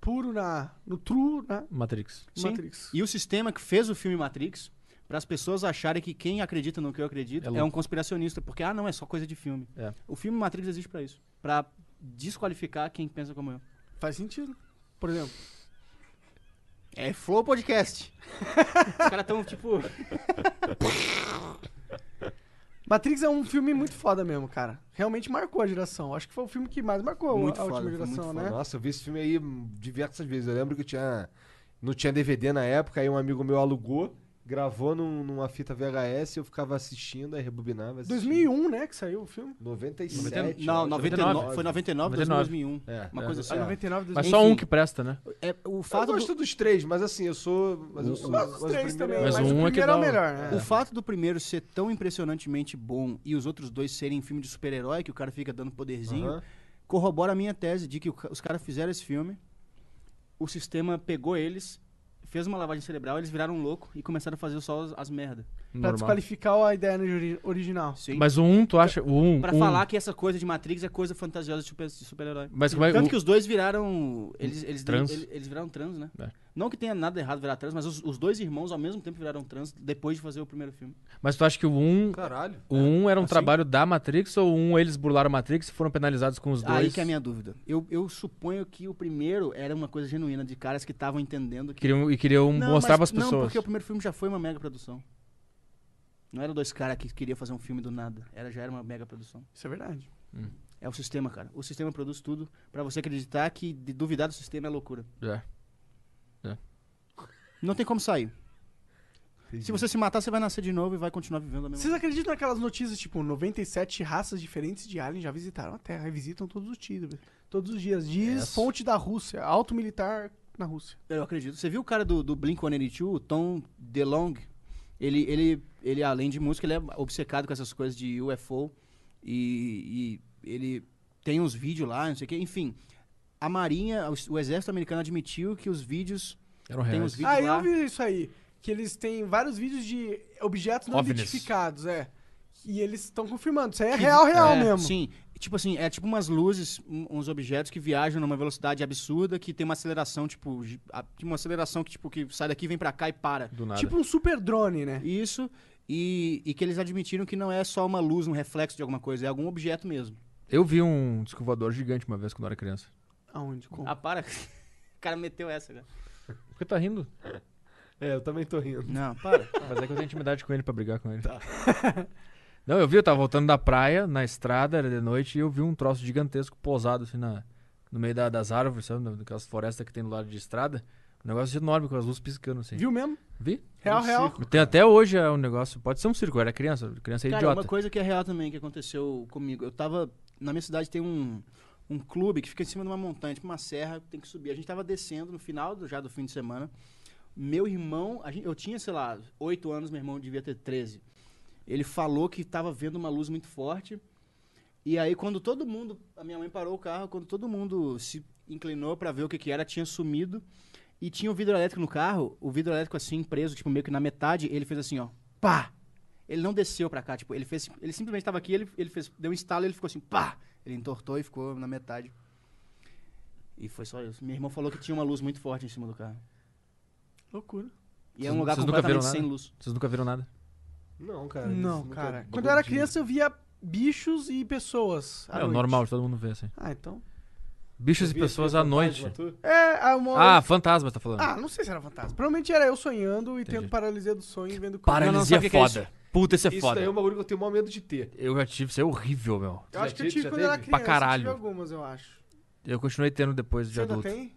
puro na, no true, né? Matrix. Sim. Matrix. E o sistema que fez o filme Matrix para as pessoas acharem que quem acredita no que eu acredito é, um conspiracionista, porque ah, não é só coisa de filme. É. O filme Matrix existe para isso, para desqualificar quem pensa como eu. Faz sentido. Por exemplo, É Flow Podcast. Os caras tão tipo, Matrix é um filme muito foda mesmo, cara. Realmente marcou a geração. Acho que foi o filme que mais marcou Muito a foda, última foi muito geração, foda. né? Nossa, eu vi esse filme aí diversas vezes. Eu lembro que eu tinha. Não tinha DVD na época, aí um amigo meu alugou, gravou num- numa fita VHS, eu ficava assistindo, aí rebobinava. assistia. 2001, né, que saiu o filme. 97. não, 99. 99, foi 99, 2001, É, uma é, coisa é. assim. Ah, 99, Mas 2000. só Enfim. um que presta, né? É, o Eu fato do, gosto dos três, mas assim, eu sou. Mas eu sou. Mas um. os mas o três primeiro também. é- Mas, Mas o um é que primeiro é, dá o um- melhor, né? O fato do primeiro ser tão impressionantemente bom e os outros dois serem filme de super-herói, que o cara fica dando poderzinho, Aham. corrobora a minha tese de que o ca- os caras fizeram esse filme, o sistema pegou eles, fez uma lavagem cerebral, eles viraram louco e começaram a fazer só as, as merda. Pra Normal. desqualificar a ideia ori- original. Sim. Mas o um, tu acha. O um. Pra um- falar que essa coisa de Matrix é coisa fantasiosa de super- de super-herói. Mas como é Tanto o- que os dois viraram. Eles, eles, Trans. Eles, eles viraram trans, né? É. Não que tenha nada errado virar trans, mas os, os dois irmãos ao mesmo tempo viraram trans depois de fazer o primeiro filme. Mas tu acha que o um. Caralho. O um assim. era um trabalho da Matrix ou o um eles burlaram a Matrix e foram penalizados com os dois? Aí que é a minha dúvida. Eu, eu suponho que o primeiro era uma coisa genuína de caras que estavam entendendo que. Queriam, e queriam Não, mostrar mas- pras pessoas. Não, porque o primeiro filme já foi uma mega produção. Não eram dois caras que queriam fazer um filme do nada. Era, já era uma mega produção. Isso é verdade. É o sistema, cara. O sistema produz tudo pra você acreditar que de- duvidar do sistema é loucura. É. Não tem como sair. Se você se matar, você vai nascer de novo e vai continuar vivendo a mesma Vocês acreditam naquelas notícias, tipo, 97 raças diferentes de aliens já visitaram a Terra e visitam todos os dias. Todos os dias. Diz fonte da Rússia, alto militar na Rússia. Eu acredito. Você viu o cara do, do Blink-182, o Tom DeLong? Ele, ele, ele, além de música, ele é obcecado com essas coisas de UFO. E, e ele tem uns vídeos lá, não sei o quê. Enfim, a Marinha, o, o Exército Americano admitiu que os vídeos... Eram Tem reais. uns vídeos Ah, lá... eu vi isso aí. Que eles têm vários vídeos de objetos não OVNIs. identificados, é. E eles estão confirmando. Isso aí é real, real É, mesmo. Sim. Tipo assim, é tipo umas luzes, um- uns objetos que viajam numa velocidade absurda, que tem uma aceleração, tipo... gi- a- Uma aceleração que, tipo, que sai daqui, vem pra cá e para. Do nada. Tipo um super drone, né? Isso. E, e que eles admitiram que não é só uma luz, um reflexo de alguma coisa, é algum objeto mesmo. Eu vi um disco voador gigante uma vez quando eu era criança. Aonde? Como? Ah, para. (laughs) o cara meteu essa, cara. Por que tá rindo? É, eu também tô rindo. Não, para. Mas é que eu tenho intimidade com ele pra brigar com ele. Tá. (laughs) Não, eu vi, eu tava voltando da praia, na estrada, era de noite, e eu vi um troço gigantesco pousado assim na, no meio da- das árvores, sabe? Daquelas florestas que tem do lado de estrada. Um negócio enorme com as luzes piscando assim. Viu mesmo? Vi? Real, real. Tem até hoje é um negócio, pode ser um circo, eu era criança, criança é cara, idiota. uma coisa que é real também que aconteceu comigo. Eu tava. Na minha cidade tem um, um clube que fica em cima de uma montanha, tipo uma serra, tem que subir. A gente tava descendo no final do, já do fim de semana. Meu irmão, a gente- eu tinha, sei lá, 8 anos, meu irmão devia ter 13. Ele falou que tava vendo uma luz muito forte. E aí, quando todo mundo. A minha mãe parou o carro, quando todo mundo se inclinou pra ver o que, que era, tinha sumido. E tinha o vidro elétrico no carro, o vidro elétrico assim, preso, tipo, meio que na metade, ele fez assim, ó. Pá! Ele não desceu pra cá, tipo, ele fez. Ele simplesmente tava aqui, ele, ele fez. Deu um estalo e ele ficou assim, pá! Ele entortou e ficou na metade. E foi só isso. Meu irmão falou que tinha uma luz muito forte em cima do carro. Loucura. E é Vocês- um lugar vocês nunca viram completamente sem nada? luz. Vocês nunca viram nada? Não, cara. Não, isso nunca- cara. nunca Quando eu era vi. criança, eu via bichos e pessoas. à É o noite. normal, todo mundo vê assim. Ah, então. Bichos Eu vi e pessoas aquele à noite. fantasma, tu? É, ah, uma hora- Ah, fantasma, tá falando. Ah, não sei se era fantasma. Provavelmente era eu sonhando e tendo paralisia do sonho e vendo coisas. Paralisia Não, não, sabe o que que é foda. Puta, isso é Isso foda. daí é um bagulho que eu tenho o maior medo de ter. Eu já tive, isso é horrível, meu. Eu acho que eu tive Já teve? quando eu era Pra criança. caralho. Eu tive algumas, eu acho. Eu continuei tendo depois de Você ainda adulto. tem?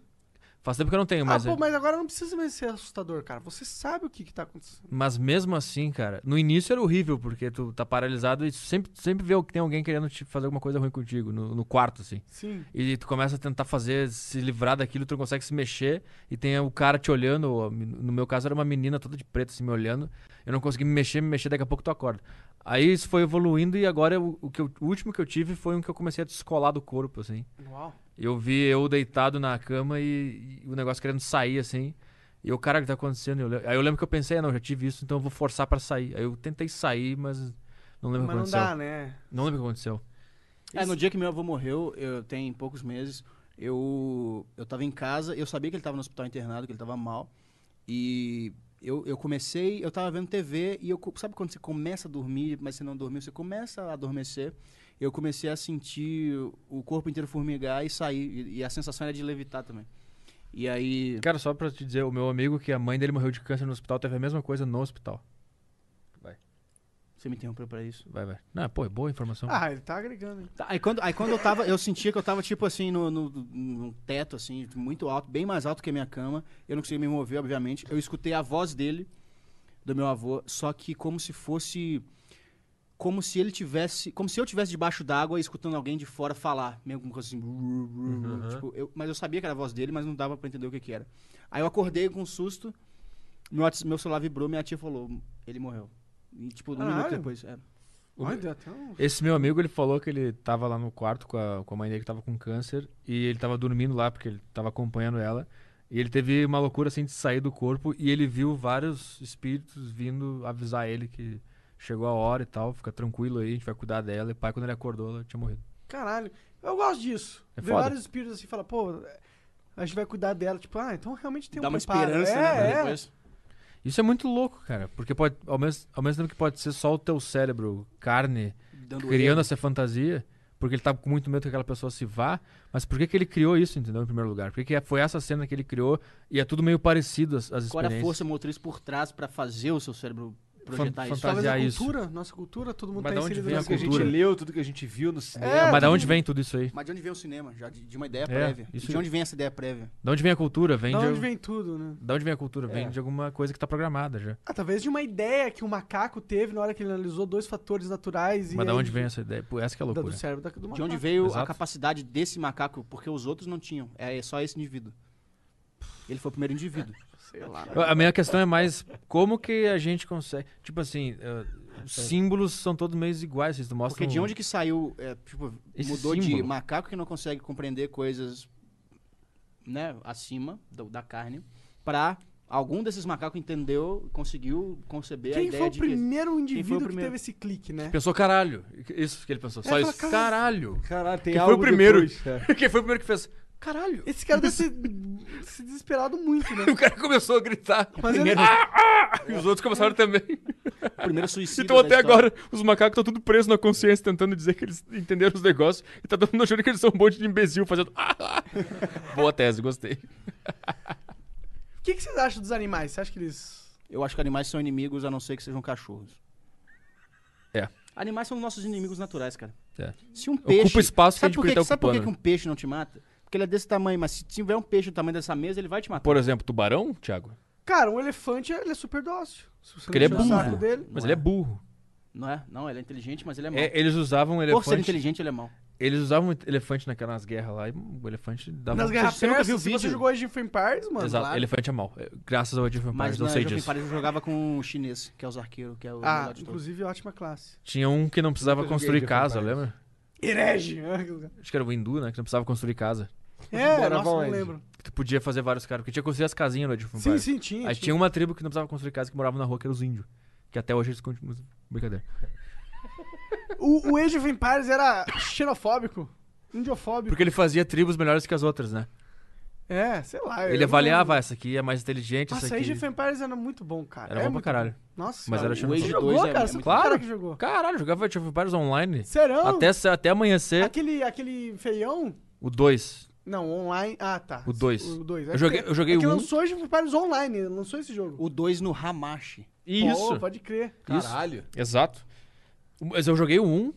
Faz tempo que eu não tenho, Ah, mas, é pô, mas agora não precisa mais ser assustador, cara. Você sabe o que, que tá acontecendo. mas mesmo assim, cara, no início era horrível, porque tu tá paralisado e sempre, sempre vê que tem alguém querendo te fazer alguma coisa ruim contigo, no, no quarto, assim. Sim. E tu começa a tentar fazer, se livrar daquilo, tu não consegue se mexer, e tem o cara te olhando, ou a men- no meu caso era uma menina toda de preto, assim, me olhando, eu não consegui me mexer, me mexer, daqui a pouco tu acorda. Aí isso foi evoluindo, e agora eu- o, que eu- o último que eu tive foi um que eu comecei a descolar do corpo, assim. Uau. Eu vi eu deitado na cama e, e o negócio querendo sair, assim. E eu, cara, o que tá acontecendo? Eu le- aí eu lembro que eu pensei, ah, não, já tive isso, então eu vou forçar pra sair. Aí eu tentei sair, mas não lembro o que Mas não aconteceu. dá, né? Não lembro o que aconteceu. É, no dia que meu avô morreu, eu tem poucos meses, eu eu tava em casa, eu sabia que ele tava no hospital internado, que ele tava mal. E Eu, eu comecei, eu tava vendo TV e eu. co- Sabe quando você começa a dormir, mas você não dormiu? Você começa a adormecer. Eu comecei a sentir o corpo inteiro formigar e sair. E, e a sensação era de levitar também. E aí. Cara, só pra te dizer, o meu amigo que a mãe dele morreu de câncer no hospital teve a mesma coisa no hospital. Você me interrompeu pra isso? Vai, vai. Não, pô, é boa informação. Ah, ele tá agregando, hein? Tá, aí, quando, aí quando eu tava, eu sentia que eu tava, tipo assim, no, no, num teto, assim, muito alto, bem mais alto que a minha cama. Eu não conseguia me mover, obviamente. Eu escutei a voz dele, do meu avô, só que como se fosse. Como se ele tivesse. Como se eu tivesse debaixo d'água e escutando alguém de fora falar. Meio como assim. tipo, eu- mas eu sabia que era a voz dele, mas não dava pra entender o que, que era. Aí eu acordei com um susto, meu, whats- meu celular vibrou, minha tia falou: ele morreu. E, tipo, um minuto Caralho. depois. é. Olha, deu até um... Esse meu amigo, ele falou que ele tava lá no quarto com a, com a mãe dele que tava com câncer e ele tava dormindo lá porque ele tava acompanhando ela. E ele teve uma loucura assim de sair do corpo e ele viu vários espíritos vindo avisar ele que chegou a hora e tal, fica tranquilo aí, a gente vai cuidar dela. E pai, quando ele acordou, ela tinha morrido. Caralho. Eu gosto disso. É Ver foda. vários espíritos assim e falar, pô, a gente vai cuidar dela. Tipo, ah, então realmente tem Dá um uma preparo. esperança, é, né? é. Depois. Isso é muito louco, cara, porque pode, ao, mesmo, ao mesmo tempo que pode ser só o teu cérebro, carne, Dando criando erro. essa fantasia, porque ele tá com muito medo que aquela pessoa se vá, mas por que, que ele criou isso, entendeu? Em primeiro lugar, por que, que foi essa cena que ele criou e é tudo meio parecido as, as Qual era a experiências. força motriz por trás pra fazer o seu cérebro projetar Fan- isso? Talvez a Fantasiar isso. cultura, nossa cultura, todo mundo Mas tá da onde inserido vem a Tudo que a gente cultura. leu, tudo que a gente viu no cinema. É, Mas da onde vem tudo isso aí? Mas de onde vem o cinema? Já de, de uma ideia É, prévia. E isso de aí. onde vem essa ideia prévia? Da onde vem a cultura? Vem Da de, onde vem tudo, né? da onde vem a cultura? É. Vem de alguma coisa que tá programada já. Ah, talvez de uma ideia que o macaco teve na hora que ele analisou dois fatores naturais e. Mas da aí- onde vem essa ideia? Pô, essa que é a Da, loucura. do cérebro da, do macaco. De onde veio a Exato. capacidade desse macaco? Porque os outros não tinham. É só esse indivíduo. Ele foi o primeiro indivíduo. É. Sei lá. A minha questão é mais como que a gente consegue. Tipo assim, eh, os símbolos são todos meio iguais, vocês não mostram. Porque de onde que saiu? é, tipo, Esse mudou de símbolo. macaco que não consegue compreender coisas né, acima do- da carne pra algum desses macacos entendeu, conseguiu conceber a Quem ideia foi o de que- primeiro indivíduo primeiro? Tipo, que teve esse clique, né? Pensou caralho. Isso que ele pensou. Só É, isso. fala, Caralho. Caralho, tem Quem foi algo o primeiro? depois, é. Quem foi o primeiro (laughs) que fez? Caralho. Esse cara (laughs) deve ter se desesperado muito, né? (laughs) O cara começou a gritar. "Ah, Mas ele- E os outros (laughs) começaram também. o primeiro suicídio. Então até agora, os macacos estão tudo presos na consciência, tentando dizer que eles entenderam os negócios. E tá todo mundo achando que eles são um monte de imbecil fazendo. "Ah, (laughs) Boa tese, gostei. O que, que vocês acham dos animais? Você acha que eles. Eu acho que animais são inimigos, a não ser que sejam cachorros. É. Animais são nossos inimigos naturais, cara. É. Se um peixe. Ocupa espaço que a sabe gente por podia que, estar Sabe por que que ocupando, um peixe não te mata? Porque ele é desse tamanho, mas se tiver um peixe do tamanho dessa mesa, ele vai te matar. Por exemplo, tubarão, Thiago? Cara, um elefante ele é super dócil. Se você Porque ele é não puxar o saco burro. dele. Mas ele é burro. Não é? Não, ele é inteligente, mas ele é mau. É, eles usavam um Por ser elefante. inteligente, ele é mau. Eles usavam um elefante naquelas guerras lá e o elefante dava. um Nas guerras você nunca persas, viu o se você vídeo? jogou Age of Empires, mano. Exato, lá- elefante é mal. Graças ao Age of Empires, Mas não é na sei Jovem disso. Paris eu jogava com o chinês, que é os arqueiros, que é o Ah, melhor tipo, de todos. inclusive ótima classe. Tinha um que não precisava Nunca joguei construir Age of casa, Empires. lembra? (laughs) Herege! Acho que era o hindu, né? Que não precisava construir casa. É, Bora, nossa, não Valente. lembro. Que tu podia fazer vários caras. Porque tinha construído as casinhas no Age of Sim, Empires. sim, tinha. Aí tinha uma tribo que não precisava construir casa, que morava na rua, que era os índios. Que até hoje eles continuam. Brincadeira. um O, o Age of Empires era xenofóbico, indiofóbico. Porque ele fazia tribos melhores que as outras, né? É, sei lá. eu Ele não- avaliava, "Ah, essa aqui é mais inteligente, Nossa, essa Age of aqui. Empires era muito bom, cara. Era é bom pra muito caralho. Nossa, Mas era senhora. O xenofóbico. Age Jogou, 2 é, cara? é Você muito... foi o cara Claro. que jogou. Caralho, jogava Age of Empires online. Serão? Até, se- até amanhecer, Aquele, aquele feião? o 2. Não, online. Ah, tá. O dois. O 2. Eu joguei- eu joguei é que o um. lançou Age of Empires online, ele lançou esse jogo. O 2 no Hamashi. Isso. Pô, pode crer. Caralho. Exato. Um, Mas eu joguei o 1.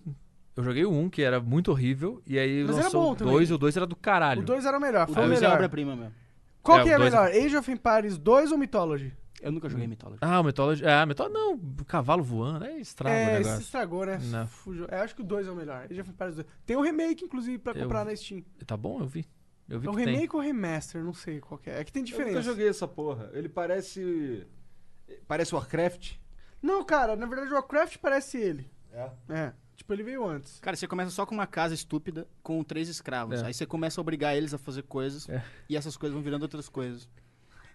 Eu joguei o 1, que era muito horrível. E aí Mas era bom lançou o também. 2 e o 2 era do caralho. O 2 era o melhor, O foi o 2 é melhor. obra-prima mesmo. Qual É, que o é dois é- melhor, Age of Empires 2 ou Mythology? Eu nunca joguei Mythology. Ah, o Mythology. Ah, Mythology não. o Cavalo voando. Aí estraga o é, esse negócio. estragou, né? Não. Fugiu. É, acho que o 2 é o melhor. Age of Empires 2. Tem um remake, inclusive, pra Eu- comprar na Steam. Tá bom, eu vi. Eu vi É um que remake tem. ou remaster, não sei qual que é. É que tem Eu nunca diferença. joguei essa porra. Ele parece. Parece Warcraft. Não, cara, na verdade o Warcraft parece ele. É. É. Tipo, ele veio antes. Cara, você começa só com uma casa estúpida, com três escravos. É. Aí você começa a obrigar eles a fazer coisas, e essas coisas vão virando outras coisas.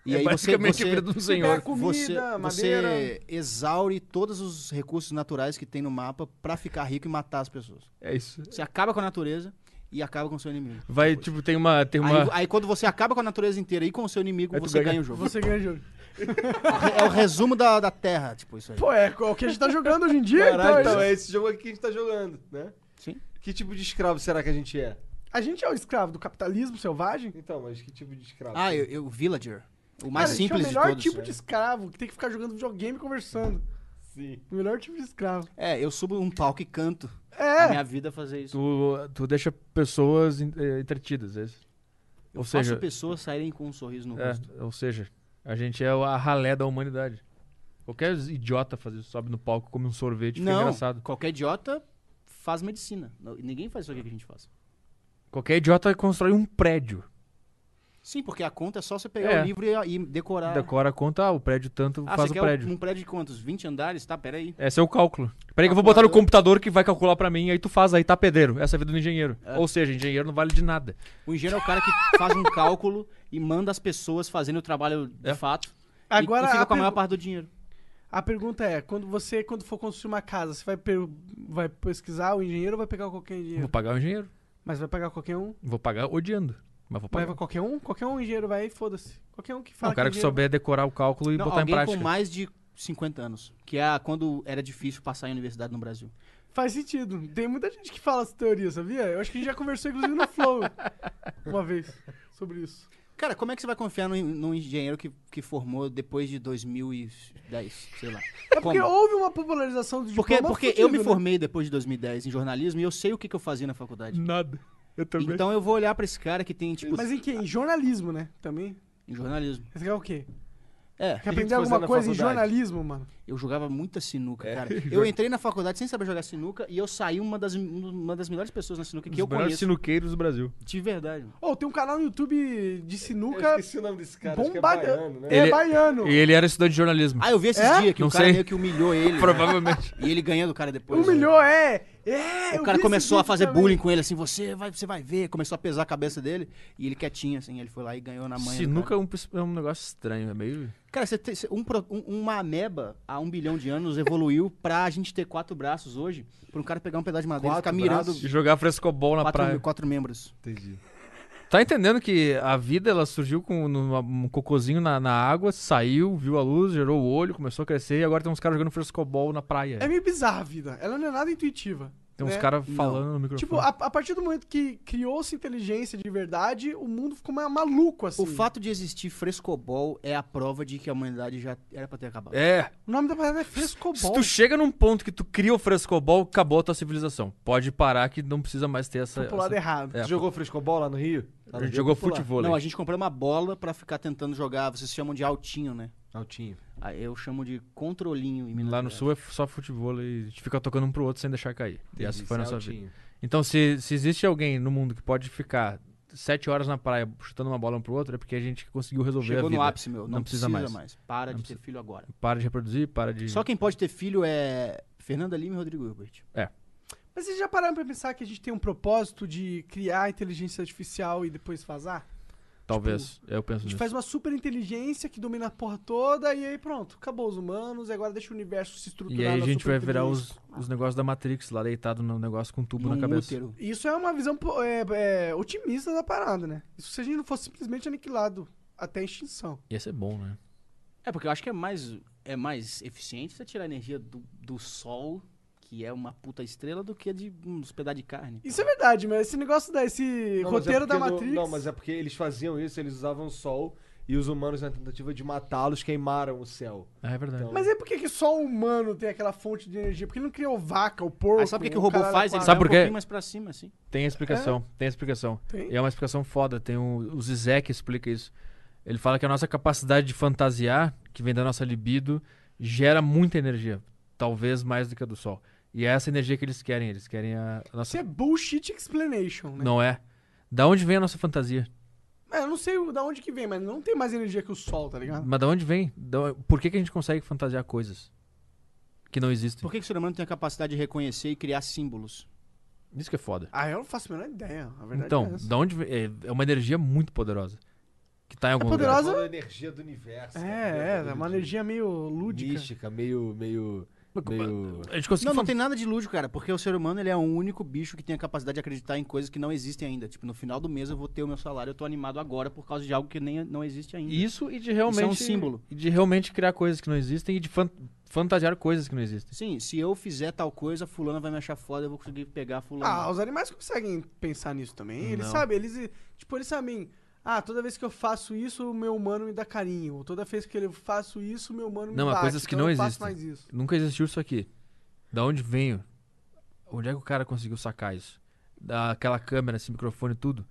E é aí você, basicamente a você, vida do senhor. É, comida, madeira. você exaure todos os recursos naturais que tem no mapa pra ficar rico e matar as pessoas. É isso. Você acaba com a natureza e acaba com o seu inimigo. Vai, tipo, tem uma. Tem Aí, uma... É aí quando você acaba com a natureza inteira e com o seu inimigo, Aí tu você ganha. ganha o jogo. Você ganha o jogo. É o resumo da, da Terra, tipo, isso aí. Pô, é o que a gente tá jogando hoje em dia, Caralho, então. então a gente- é esse jogo aqui que a gente tá jogando, né? Sim. Que tipo de escravo será que a gente é? A gente é o escravo do capitalismo selvagem? Então, mas que tipo de escravo? Ah, eu, eu- Villager. O mais Cara, a gente simples é o de melhor todos. tipo é. de escravo, que tem que ficar jogando videogame e conversando. Sim. O melhor tipo de escravo. É, eu subo um palco e canto. A É, minha vida é fazer isso. Tu, tu deixa pessoas en- eh, entretidas, é isso? Eu ou faço seja- pessoas saírem com um sorriso no rosto. É, ou seja, a gente é a ralé da humanidade. Qualquer idiota faz isso, sobe no palco, come um sorvete, fica Não, engraçado. qualquer idiota faz medicina. Não, Ninguém faz isso aqui que a gente faz. Qualquer idiota constrói um prédio. Sim, porque a conta é só você pegar É. o livro e, e decorar. Decora a conta, ah, o prédio tanto Ah, faz você o quer prédio. um prédio de quantos? 20 andares? Tá, peraí. Esse é o cálculo. Peraí que eu Ah, vou botar no computador que vai calcular pra mim, aí tu faz, aí tá pedreiro. Essa é a vida do engenheiro. Ou seja, engenheiro não vale de nada. O engenheiro é o cara que faz um cálculo e manda as pessoas fazendo o trabalho de É. fato. e- Agora e, fica a com a maior pergu- parte do dinheiro. a pergunta é, quando você, quando for construir uma casa, você vai, per- vai pesquisar o engenheiro ou vai pegar qualquer Vou engenheiro? pagar o engenheiro. Mas vai pegar qualquer um? Vou pagar odiando. Mas vou Vai pra pagar. qualquer um? Qualquer um engenheiro vai, foda-se. Qualquer um que Não, fala o cara que engenheiro- souber decorar o cálculo e Não, botar em alguém prática. com mais de 50 anos, que é quando era difícil passar em universidade no Brasil. Faz sentido. Tem muita gente que fala essa teoria, sabia? Eu acho que a gente já conversou, inclusive, no Flow uma vez sobre isso. Cara, como é que você vai confiar num, num engenheiro que, que formou depois de 2010, sei lá? É porque houve uma popularização do Porque, diploma porque fudido, eu me né? formei depois de 2010 em jornalismo e eu sei o que, que eu fazia na faculdade. Nada. Eu também. Então eu vou olhar pra esse cara que tem, tipo, Mas em que? Em jornalismo, né? Também. em jornalismo. Você quer o quê? É, Quer que tu aprender fazia alguma na coisa em faculdade? jornalismo, mano? eu jogava muita É, (laughs) sinuca, cara. Eu entrei na faculdade sem saber jogar sinuca e eu saí uma das, uma das melhores pessoas na sinuca que eu Os melhores conheço. sinuqueiros do Brasil. De verdade. Ô, tem um canal no YouTube de Eu sinuca esqueci o nome desse cara, acho que é baiano, bombadão. né? É, Ele- baiano. E ele era estudante de jornalismo. Ah, eu vi esses É? dias que Não o cara sei. meio que humilhou ele. né? Provavelmente. E ele ganhando o cara depois. né? Humilhou, é. É, eu O cara vi começou esse a fazer vídeo também. bullying com ele, assim, você vai, você vai ver. Começou a pesar a cabeça dele. E ele quietinho, assim, ele foi lá e ganhou na manhã. do Sinuca Cara, é um, é um negócio estranho, é meio. Cara, você tem- você- um, pro- um- uma ameba há um bilhão de anos evoluiu pra gente ter quatro braços hoje. Pra um cara pegar um pedaço de madeira e ficar Quatro mirando E jogar frescobol na praia. quatro, quatro membros. Entendi. Tá entendendo que a vida ela surgiu com numa- um cocôzinho na, na água, saiu, viu a luz, gerou o olho, começou a crescer e agora tem uns caras jogando frescobol na praia. É meio bizarra a vida. Ela não é nada intuitiva. tem uns né? caras falando no microfone. Tipo, a, a partir do momento que criou-se inteligência de verdade, o mundo ficou ma- maluco, assim. O fato de existir frescobol é a prova de que a humanidade já era pra ter acabado. É. O nome da parada é Se frescobol. tu chega num ponto que tu cria o frescobol, acabou a tua civilização. Pode parar que não precisa mais ter essa. Pro lado essa... errado. É. Tu jogou frescobol lá no Rio? Lá A no Rio gente jogou Popular. futebol. Não, aí. a gente comprou uma bola pra ficar tentando jogar. Vocês chamam de altinho, né? Altinho. Ah, Eu chamo de controlinho em Minas Lá no Gerais. sul é f- só futebol e a gente fica tocando um pro outro sem deixar cair. E essa Entendi, foi a isso é nossa vida. altinho. Então, se, se existe alguém no mundo que pode ficar sete horas na praia chutando uma bola um pro outro, é porque a gente conseguiu resolver Chegou a vida. no ápice, meu. Não, precisa, mais. Para Não de precisa. ter filho agora. Para de reproduzir, para de. Só quem pode ter filho é Fernanda Lima e Rodrigo Hilbert. Mas vocês já pararam pra pensar que a gente tem um propósito de criar inteligência artificial e depois vazar? tipo, Talvez. é, eu A penso gente nisso. faz uma super inteligência que domina a porra toda e aí pronto, acabou os humanos e agora deixa o universo se estruturar. E aí a na gente vai virar os, superinteligência. os negócios da Matrix lá deitado no negócio com um tubo na Num cabeça. útero. Isso é uma visão pô, é, é, otimista da parada, né? Isso se a gente não fosse simplesmente aniquilado até a extinção. Ia ser bom, né? É, porque eu acho que é mais, é mais eficiente você tirar energia do, do sol, que é uma puta estrela, do que de uns pedaços de carne. Isso é verdade, mas esse negócio da esse Não, mas é roteiro da porque no- Matrix. não, mas é porque eles faziam isso, eles usavam o sol e os humanos, na tentativa de matá-los, queimaram o céu. Ah, é verdade. Então- Mas aí por que, que só o humano tem aquela fonte de energia? Porque ele não criou vaca, o porco. Aí sabe o que, que o robô caralho a faz? Ele quatro. Sabe vai por um quê? pouquinho mais pra cima, assim. Tem a explicação, tem a explicação. É. Tem? E é uma explicação foda. Tem o, o Zizek explica isso. Ele fala que a nossa capacidade de fantasiar, que vem da nossa libido, gera muita energia. Talvez mais do que a do sol. E é essa energia que eles querem. Eles querem a, a Isso nossa. é bullshit explanation, né? Não é. Da onde vem a nossa fantasia? É, eu não sei o- da onde que vem, mas não tem mais energia que o sol, tá ligado? Mas da onde vem? Da- Por que, que a gente consegue fantasiar coisas que não existem? Por que, que o ser humano tem a capacidade de reconhecer e criar símbolos? Isso que é foda. Ah, eu não faço a menor ideia. A verdade é Então, essa. da onde vem? é- É uma energia muito poderosa. Que tá em algum lugar. É poderosa? um Falando da energia do universo. É, é, é uma energia meio lúdica. Mística, meio, meio... meio- A gente conseguiu Não, não fan- tem nada de lúdico, cara, porque o ser humano ele é o único bicho que tem a capacidade de acreditar em coisas que não existem ainda. Tipo, no final do mês eu vou ter o meu salário, eu tô animado agora por causa de algo que nem não existe ainda. Isso e de realmente. símbolo. E de realmente criar coisas que não existem e de fan- fantasiar coisas que não existem. Sim, se eu fizer tal coisa, fulana vai me achar foda, eu vou conseguir pegar fulano. Ah, os animais conseguem pensar nisso também. Eles Não. sabem, eles. Tipo, eles sabem. Ah, toda vez que eu faço isso, o meu humano me dá carinho. Ou toda vez que eu faço isso, o meu humano me Não, bate. mas coisas que então não eu faço existem. mais isso. Nunca existiu isso aqui. Da onde venho? Onde é que o cara conseguiu sacar isso? Daquela câmera, esse microfone, tudo.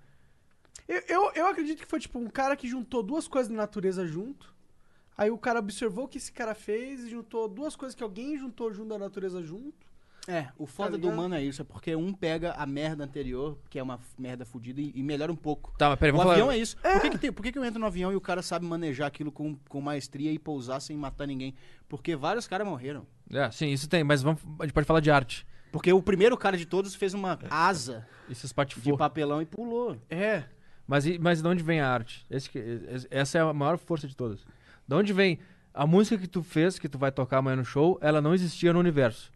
Eu, eu, eu acredito que foi tipo um cara que juntou duas coisas da natureza junto. Aí o cara observou o que esse cara fez e juntou duas coisas que alguém juntou junto da natureza junto. É, o foda do ligado? humano é isso, é porque um pega a merda anterior, que é uma f- merda fodida, e, e melhora um pouco. Tá, mas peraí, o vamos avião falar. é isso. Por, que, que tem- por que, que eu entro no avião e o cara sabe manejar aquilo com, com maestria e pousar sem matar ninguém? Porque vários caras morreram. É, sim, isso tem, mas vamos, a gente pode falar de arte. Porque o primeiro cara de todos fez uma asa Isso é de espatifou. papelão e pulou. É. Mas, e- mas de onde vem a arte? Esse que- es- essa é a maior força de todas. De onde vem a música que tu fez, que tu vai tocar amanhã no show, ela não existia no universo.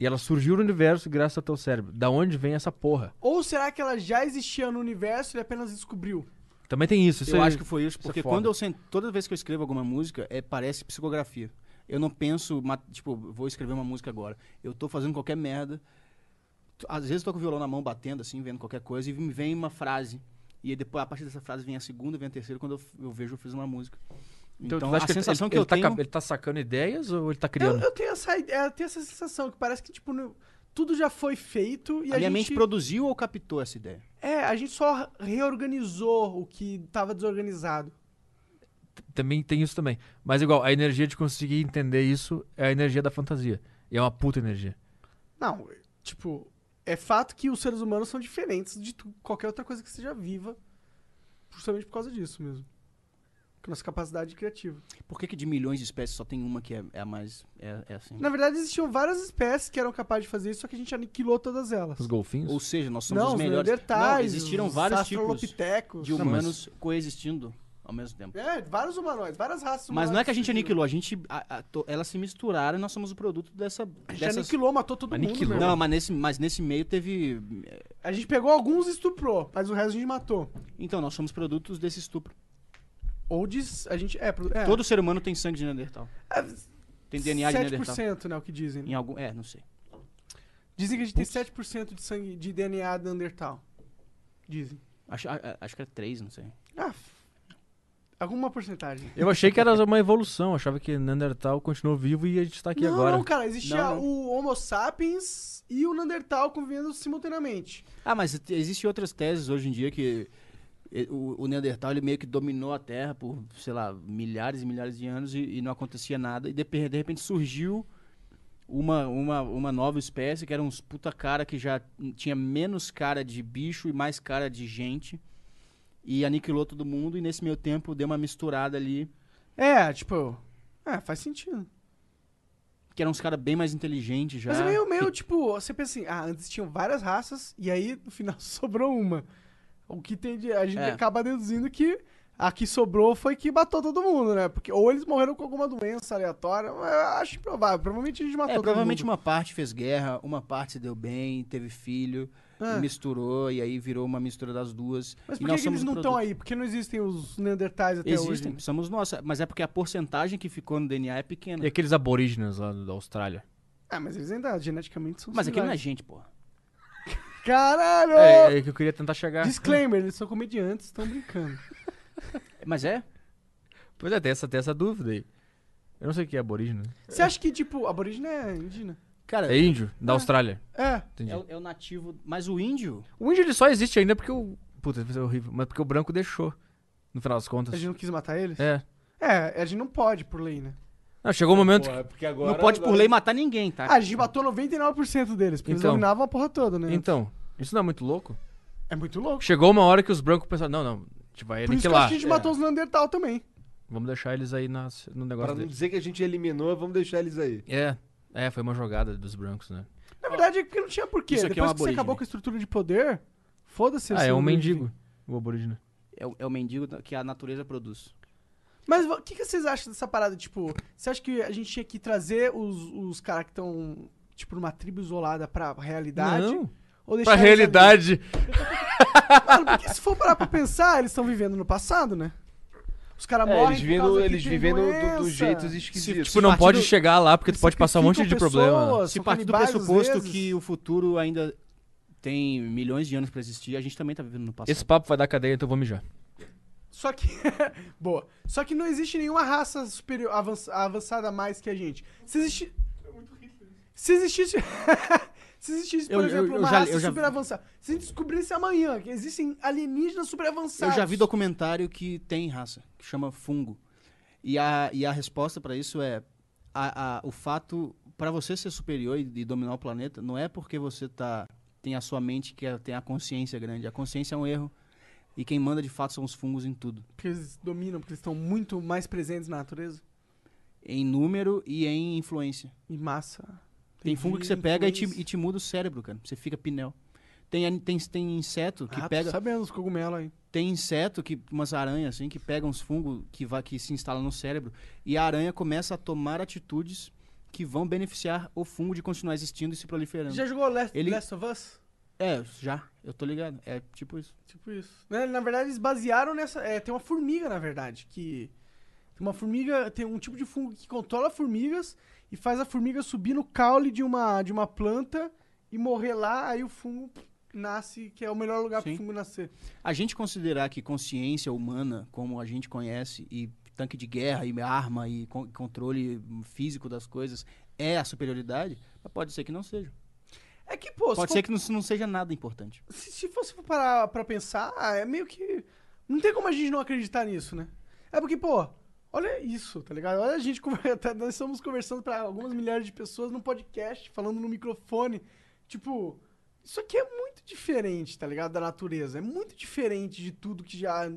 E ela surgiu no universo graças ao teu cérebro. Da onde vem essa porra? Ou será que ela já existia no universo e ele apenas descobriu? Também tem isso. isso eu é- acho que foi isso, é porque foda. quando eu sento, toda vez que eu escrevo alguma música, é, parece psicografia. Eu não penso, ma- tipo, vou escrever uma música agora. Eu tô fazendo qualquer merda. T- Às vezes eu tô com o violão na mão, batendo assim, vendo qualquer coisa, e me vem uma frase. E aí depois, a partir dessa frase, vem a segunda, vem a terceira, quando eu, f- eu vejo, eu fiz uma música. Então, tu a acha ele- sensação ele, que eu ele tá, tenho... é cab- Ele tá sacando ideias ou ele tá Eu, criando? eu, tenho essa, ide- eu tenho essa sensação que parece que, tipo, no- tudo já foi feito e a tá a, minha mente gente. produziu ou captou essa ideia? É, a gente só reorganizou o que tava desorganizado. Também tem isso também. Mas igual, a energia de conseguir entender isso é a energia da fantasia. E é uma puta energia. Não, tipo, é fato que os seres humanos são diferentes de tu- qualquer outra coisa que seja viva, justamente por causa disso mesmo. Com nossa capacidade criativa. Por que, que de milhões de espécies só tem uma que é, é a mais... É, é assim? Na verdade, existiam várias espécies que eram capazes de fazer isso, só que a gente aniquilou todas elas. Os golfinhos? Ou seja, nós somos não, os melhores. neandertais, Não, existiram os vários tipos australopitecos. de humanos coexistindo ao mesmo tempo. É, vários humanoides, várias raças Mas não é que a gente humanoides. aniquilou, a gente. A, a, to- elas se misturaram e nós somos o produto dessa. A gente dessas- aniquilou, matou todo mundo. Aniquilou. meu irmão. Não, mas nesse, mas nesse meio teve. eh, A gente pegou alguns e estuprou, mas o resto a gente matou. Então, nós somos produtos desse estupro. Ou diz. A gente. É, pro- é Todo ser humano tem sangue de Neandertal. Tem DNA de Neandertal. 7%, né? O que dizem. né? Em algum, é, não sei. Dizem que a gente tem 7% de sangue de DNA de Neandertal. Dizem. Acho, a- a- acho que era 3, não sei. Ah. f- Alguma porcentagem. Eu achei que era uma evolução, achava que Neandertal continuou vivo e a gente tá aqui não, agora. não, cara, existia Não, não. o Homo sapiens e o Neandertal convivendo simultaneamente. Ah, mas te- existem outras teses hoje em dia que eh, o, o Neandertal ele meio que dominou a Terra por, sei lá, milhares e milhares de anos e, e não acontecia nada. E de, pe- de repente surgiu uma, uma, uma nova espécie que era uns puta cara que já n- tinha menos cara de bicho e mais cara de gente. E aniquilou todo mundo e nesse meio tempo deu uma misturada ali. É, tipo. É, faz sentido. Que eram uns caras bem mais inteligentes já. Mas é meio, meio que- tipo, você pensa assim, ah, antes tinham várias raças e aí no final (laughs) sobrou uma. O que tem de. A gente É. acaba deduzindo que a que sobrou foi que matou todo mundo, né? Porque ou eles morreram com alguma doença aleatória, mas eu acho improvável. Provavelmente a gente matou É, todo provavelmente mundo. uma parte fez guerra, uma parte se deu bem, teve filho, Ah. misturou e aí virou uma mistura das duas. Mas E por que, nós que eles somos não o estão produto. aí? Por que não existem os Neandertais até hoje? Existem, somos nós. Mas é porque a porcentagem que ficou no DNA é pequena. E aqueles aborígenes lá da Austrália. Ah, mas eles ainda geneticamente são Mas aquilo não é similares. gente, porra. Caralho! É, é que eu queria tentar chegar. Disclaimer, eles são comediantes, estão brincando. Mas é? Pois é, tem essa, tem essa dúvida aí. Eu não sei o que é aborígene. Você acha que, tipo, aborígene é indígena? Cara, É índio, da Austrália. É. Entendi. é, o- é o nativo. Mas o índio. O índio ele só existe ainda porque o. Puta, isso é horrível. Mas porque o branco deixou. No final das A contas. gente não quis matar eles? É. É, a gente não pode, por lei, né? Não, chegou o momento. Porra, é que- porque agora. não pode, por agora- lei, matar ninguém, tá? Ah, a gente matou 99% deles, porque eles Então. dominavam a porra toda, né? Então, isso não é muito louco? É muito louco. Chegou uma hora que os brancos pensaram: não, não, a gente vai Por isso que eu acho aniquilar. que a gente matou os Neandertal também. Vamos deixar eles aí nas- Pra no negócio não deles. dizer que a gente eliminou, vamos deixar eles aí. É, é, foi uma jogada dos brancos, né? Na verdade, é porque não tinha porquê. Isso Depois aqui que é um você aborígene. acabou com a estrutura de poder, foda-se. assim, Ah, esse é um aborígene. mendigo, o aborígene. É, o- é o mendigo que a natureza produz. Mas o que, que vocês acham dessa parada? Tipo, você acha que a gente tinha que trazer os, os caras que estão, tipo, numa tribo isolada pra realidade? Não. Ou deixar Pra eles ali? realidade. Mano, porque se for parar pra pensar, eles estão vivendo no passado, né? Os caras É, morrem. eles por vivendo, causa que eles tem vivendo do- doença. dos jeitos esquisitos. Tipo, não partindo- pode chegar lá porque tu Eles pode passar um monte de sacrificam problema. pessoas, Se são partir do canibais, às pressuposto vezes. que o futuro ainda tem milhões de anos pra existir, a gente também tá vivendo no passado. Esse papo vai dar cadeia, então eu vou mijar. Só que. (laughs) Boa. Só que não existe nenhuma raça superior, avanç- avançada mais que a gente. Se existe. Se existisse. (laughs) Se existisse, por Eu- eu- exemplo, eu uma já- raça eu já- super avançada. Se a gente descobrisse amanhã que existem alienígenas super Eu avançados. já vi documentário que tem raça, que chama fungo. E a, e a resposta pra isso é a- a- o fato pra você ser superior e, e dominar o planeta não é porque você tá tem a sua mente que é- tem a consciência grande. A consciência é um erro e quem manda de fato são os fungos em tudo, Porque eles dominam, porque eles estão muito mais presentes na natureza. em número e em influência. E massa. Tem fungo que você pega e te, influência. e te muda o cérebro, cara. Você fica pneu. Tem, ani- tem, tem inseto que Ah, tô pega. sabendo os cogumelos aí. Tem inseto que. Umas aranhas, assim, que pegam uns fungos que, vai, que se instalam no cérebro. E a aranha começa a tomar atitudes que vão beneficiar o fungo de continuar existindo e se proliferando. Já jogou Last, Ele- Last of Us? É, já. Eu tô ligado. É tipo isso. Tipo isso. Né, Na verdade, eles basearam nessa. é, tem uma formiga, na verdade, que. Tem uma formiga. Tem um tipo de fungo que controla formigas e faz a formiga subir no caule de uma, de uma planta e morrer lá, aí o fungo nasce, que é o melhor lugar pro Sim. fungo nascer. A gente considerar que consciência humana, como a gente conhece, e tanque de guerra, e arma, e con- controle físico das coisas, é a superioridade, mas pode ser que não seja. É que, pô, Pode se, ser que não, não seja nada importante. for- se, se você for parar pra pensar, ah, é meio que. Não tem como a gente não acreditar nisso, né? É porque, pô, olha isso, tá ligado? Olha a gente (laughs) conversando. Nós estamos conversando pra algumas milhares de pessoas num podcast, falando no microfone. Tipo, isso aqui é muito diferente, tá ligado? Da natureza. É muito diferente de tudo que já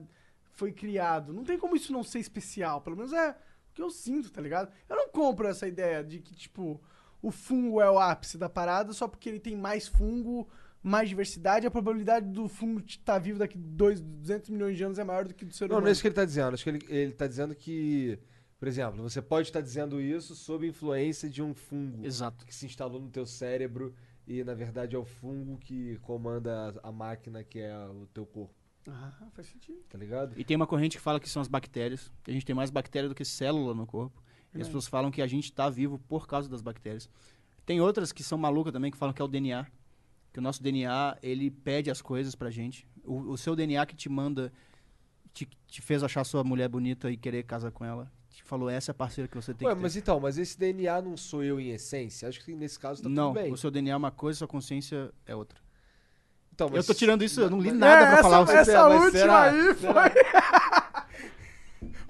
foi criado. Não tem como isso não ser especial. Pelo menos é o que eu sinto, tá ligado? Eu não compro essa ideia de que, tipo, o fungo é o ápice da parada só porque ele tem mais fungo, mais diversidade. A probabilidade do fungo estar vivo daqui dois, 200 milhões de anos é maior do que do ser Não, humano. não é isso que ele tá dizendo. Acho que ele, ele tá dizendo que, por exemplo, você pode estar dizendo isso sob influência de um fungo Exato. que se instalou no teu cérebro e, na verdade, é o fungo que comanda a, a máquina que é o teu corpo, Ah, faz sentido. tá ligado? E tem uma corrente que fala que são as bactérias. que A gente tem mais bactéria do que célula no corpo. E as pessoas falam que a gente está vivo por causa das bactérias. Tem outras que são malucas também, que falam que é o DNA. Que o nosso DNA, ele pede as coisas pra gente. O, o seu DNA que te manda, te, te fez achar sua mulher bonita e querer casar com ela. Te falou, essa é a parceira que você tem Ué, que ter. mas então, mas esse DNA não sou eu em essência? Acho que nesse caso tá não, tudo bem. o seu DNA é uma coisa, sua consciência é outra. Então, Eu mas- É, tô tirando isso, eu não li mas- nada pra essa- falar. essa Será? Mas última será? aí Será?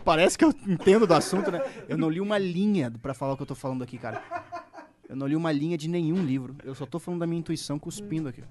Parece que eu entendo do assunto, né? Eu não li uma linha pra falar o que eu tô falando aqui, cara. Eu não li uma linha de nenhum livro. Eu só tô falando da minha intuição cuspindo aqui.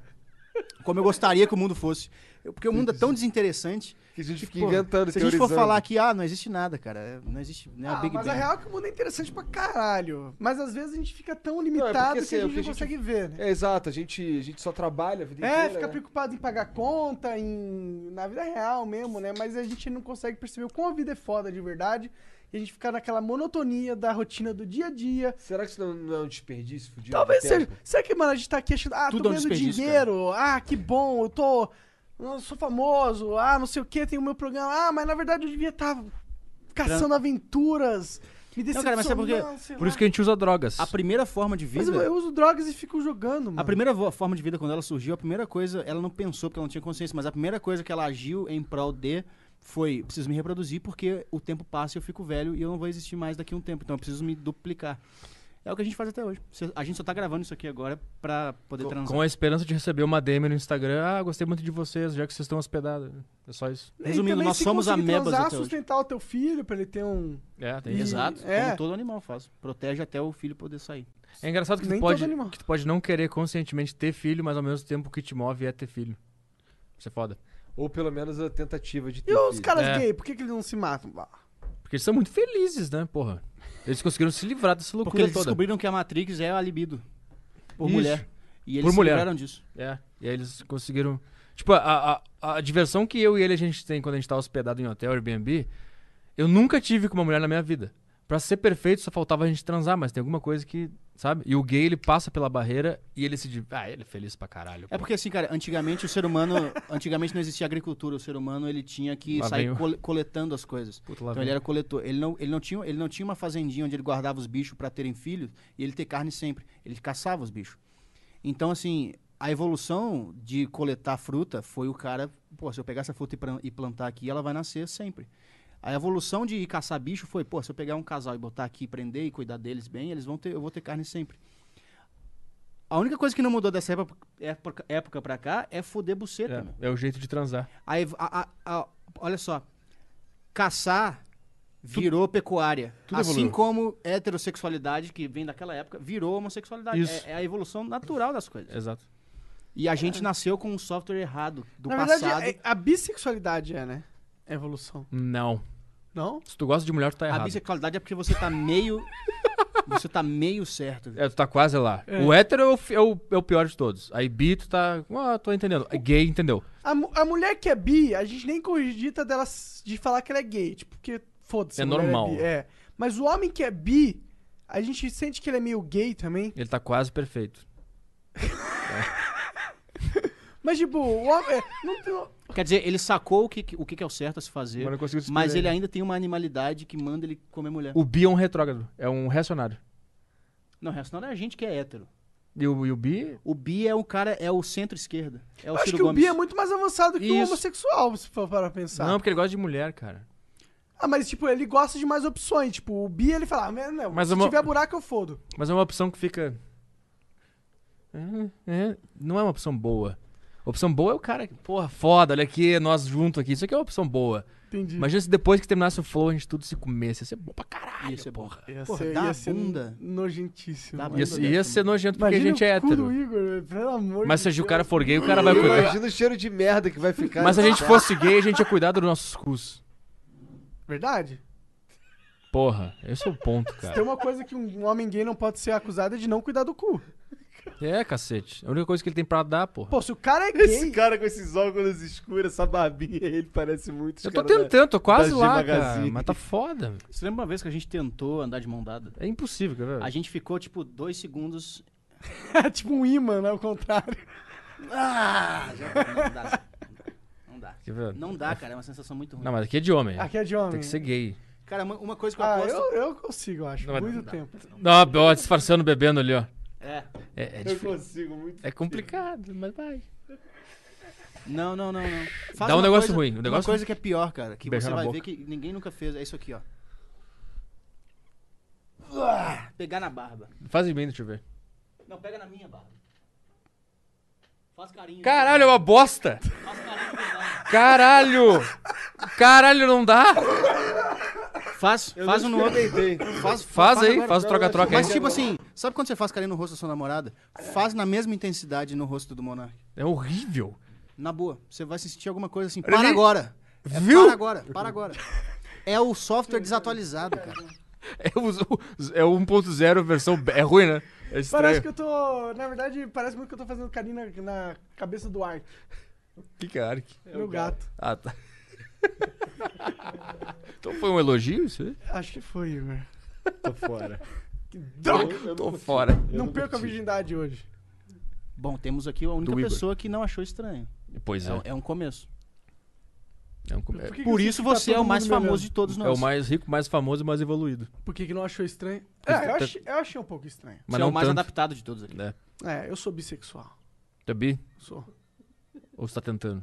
Como eu gostaria que o mundo fosse. Eu- porque o mundo é tão desinteressante. Que a gente fica pô, inventando, Tipo, Se a gente for teorizando. falar aqui, ah, não existe nada, cara. é- Não existe. Não é a Ah, Big mas a Bang. real é que o mundo é interessante pra caralho. Mas às vezes a gente fica tão limitado assim, que a é o gente que não a gente- consegue ver, né? É, exato, a gente, a gente só trabalha a vida É, inteira, fica né? preocupado em pagar conta, em na vida real mesmo, né? Mas a gente não consegue perceber o quão a vida é foda de verdade. E a gente fica naquela monotonia da rotina do dia a dia. Será que isso não, não é um desperdício fudido de Talvez seja. tempo? Será que, mano, a gente tá aqui achando. Ah, Tudo tô é um ganhando desperdício, dinheiro. Ah, que bom, eu tô. Eu sou famoso. Ah, não sei o que, tem o meu programa. Ah, mas na verdade eu devia estar caçando aventuras. Me Não, cara, mas sabe por quê? decepcionando, sei Por lá. isso que a gente usa drogas. A primeira forma de vida. Mas eu, eu uso drogas e fico jogando, mano. A primeira vo- forma de vida, quando ela surgiu, a primeira coisa, ela não pensou porque ela não tinha consciência, mas a primeira coisa que ela agiu em prol de foi: preciso me reproduzir porque o tempo passa e eu fico velho e eu não vou existir mais daqui a um tempo, então eu preciso me duplicar. É o que a gente faz até hoje. Cê- A gente só tá gravando isso aqui agora pra poder transar. Com a esperança de receber uma DM no Instagram. Ah, gostei muito de vocês, já que vocês estão hospedados. É só isso. E Resumindo, também nós se somos conseguir amebas transar, até hoje. sustentar o teu filho pra ele ter um. É, tem isso. Exato, É. como todo animal faz. Protege até o filho poder sair. É engraçado que Nem tu, todo pode, animal. que tu pode não querer conscientemente ter filho, mas ao mesmo tempo o que te move é ter filho. Isso é foda. Ou pelo menos a tentativa de ter E os filho. caras É. gay, por que, que eles não se matam? Bah. Porque eles são muito felizes, né, porra? Eles conseguiram se livrar dessa Porque loucura eles toda. descobriram que a Matrix é a libido por Isso. mulher. E eles Por se mulher. livraram disso. É, e aí eles conseguiram. Tipo, a, a, a diversão que eu e ele a gente tem quando a gente tá hospedado em hotel, Airbnb, Eu nunca tive com uma mulher na minha vida. Pra ser perfeito, só faltava a gente transar, mas tem alguma coisa que, sabe? E o gay, ele passa pela barreira e ele se. div- Ah, ele é feliz pra caralho. É pô. porque assim, cara, antigamente o (laughs) ser humano, antigamente não existia agricultura, o ser humano ele tinha que Lá vem sair o- cole- coletando as coisas. Puta, lá vem. então ele era coletor. Ele não, ele não tinha, ele não tinha uma fazendinha onde ele guardava os bichos pra terem filhos e ele ter carne sempre. Ele caçava os bichos. Então assim, a evolução de coletar fruta foi o cara, pô, se eu pegar essa fruta e pran- e plantar aqui, ela vai nascer sempre. A evolução de ir caçar bicho foi, pô, se eu pegar um casal e botar aqui, prender e cuidar deles bem, eles vão ter, eu vou ter carne sempre. A única coisa que não mudou dessa época, época, época pra cá é foder buceta, meu. É, é o jeito de transar. A ev- a- a- a- olha só. Caçar virou pecuária. tudo assim evoluiu. como heterossexualidade, que vem daquela época, virou homossexualidade. Isso. É, é a evolução natural das coisas. Exato. E a gente nasceu com um software errado do Na passado. verdade, é- a bissexualidade é, né? É evolução. Não. Não? Se tu gosta de mulher, tu tá a errado. bissexualidade é porque você (laughs) tá meio. você tá meio certo. É, tu tá quase lá. O hétero é o, fi- é o- é o pior de todos. Aí bi, tu tá. Ah, tô entendendo. Gay, entendeu? A, mu- a mulher que é bi, a gente nem cogita dela s- de falar que ela é gay, tipo, porque foda-se. É a mulher normal. bi, é. Mas o homem que é bi, a gente sente que ele é meio gay também. Ele tá quase perfeito. Mas, tipo, o homem. é, não tem- Quer dizer, ele sacou o que, que- o que que é o certo a se fazer, Mas não conseguiu se mas esconder, ele né? ainda tem uma animalidade que manda ele comer mulher. O bi é um retrógrado. É um reacionário. Não, o resto não é a gente que é hétero. E o, e o bi. O bi é o cara, é o centro-esquerda. É o eu acho Ciro que o Gomes. bi é muito mais avançado que o Isso. homossexual, se for para pensar. Não, porque ele gosta de mulher, cara. Ah, mas, tipo, ele gosta de mais opções. Tipo, o bi, ele fala, ah, não, Mas se uma- tiver buraco, eu fodo. Mas é uma opção que fica. É, é, Não é uma opção boa. A opção boa é o cara que, porra, foda, olha aqui, nós juntos aqui. Isso aqui é uma opção boa. Entendi. Imagina se depois que terminasse o flow, a gente tudo se comesse. Ia ser bom pra caralho. Isso é bom. Ia Porra, ser- dá ia a ser bunda. Nojentíssimo. Dá a Ia, bunda. ser- ia ser nojento porque né? Imagina a gente é o cu hétero. do Igor, pelo amor Mas de se o Deus. cara for gay, o cara vai cuidar. Imagina o cheiro de merda que vai ficar. Mas se a nessa gente fosse gay, a gente ia cuidar dos nossos cus. Verdade? Porra, esse é o ponto, Tem cara. uma coisa que um homem gay não pode ser acusado é de não cuidar do cu. É, cacete. A única coisa que ele tem pra dar, porra. Pô, se o cara é Esse gay, cara com esses óculos escuros, essa barbinha, ele parece muito. os eu tô cara da- tentando, tô quase da G lá, cara. Magazine. Mas tá foda. meu. Você lembra uma vez que a gente tentou andar de mão dada? É impossível, cara. A gente ficou, tipo, dois segundos. (laughs) é tipo um imã, né? Ao contrário. Ah, já não dá. Não dá. Quer ver? Não dá, cara. É uma sensação muito ruim. Não, mas aqui é de homem. Aqui é de homem. Tem que ser gay. Cara, uma- uma coisa que eu Ah, aposto. eu, eu consigo, eu acho. Não, mas Muito não tempo. Ó, ó, disfarçando, bebendo ali, ó. É. É, é Eu difícil. consigo muito. É complicado, mas vai. Não, não, não, não. Faz Dá um uma negócio coisa- ruim, um Uma negócio coisa que é pior, cara. Que Beijar você na vai boca. ver que ninguém nunca fez. É isso aqui, ó. Pegar na barba. Faz em mim, deixa eu ver. Não, pega na minha barba. Faz carinho. Caralho, é uma bosta! Faz carinho. verdade. Caralho! Caralho, não dá! Faz, faz um no outro. Faz, Faz aí, agora. faz o troca-troca aí. Mas tipo assim, sabe quando você faz carinho no rosto da sua namorada? Faz na mesma intensidade no rosto do monarca. É horrível. Na boa. Você vai sentir alguma coisa assim. Olha Para ali. agora. É, Viu? Para agora, para agora. É o software desatualizado, cara. É, o- é o 1.0 versão. be- É ruim, né? É Parece estranho. que eu tô. Na verdade, parece muito que eu tô fazendo carinho na, na cabeça do Ark, Que que é Ark? meu gato. Ah, tá. (laughs) então foi um elogio isso aí? Acho que foi, Igor. Tô fora. Tô fora. Não perca a virgindade hoje. Bom, temos aqui a única Do Igor. pessoa que não achou estranho. Pois é. É, é um começo. É, um com- é- que que Por eu isso sinto que tá você é todo o mais mundo me famoso olhando? de todos nós. é o mais rico, mais famoso e mais evoluído. Por que, que não achou estranho? É, eu achei, eu achei um pouco estranho. Mas você é não o mais tanto. adaptado de todos aqui. É. É, eu sou bissexual. Tu é bi? Sou. Ou você tá tentando?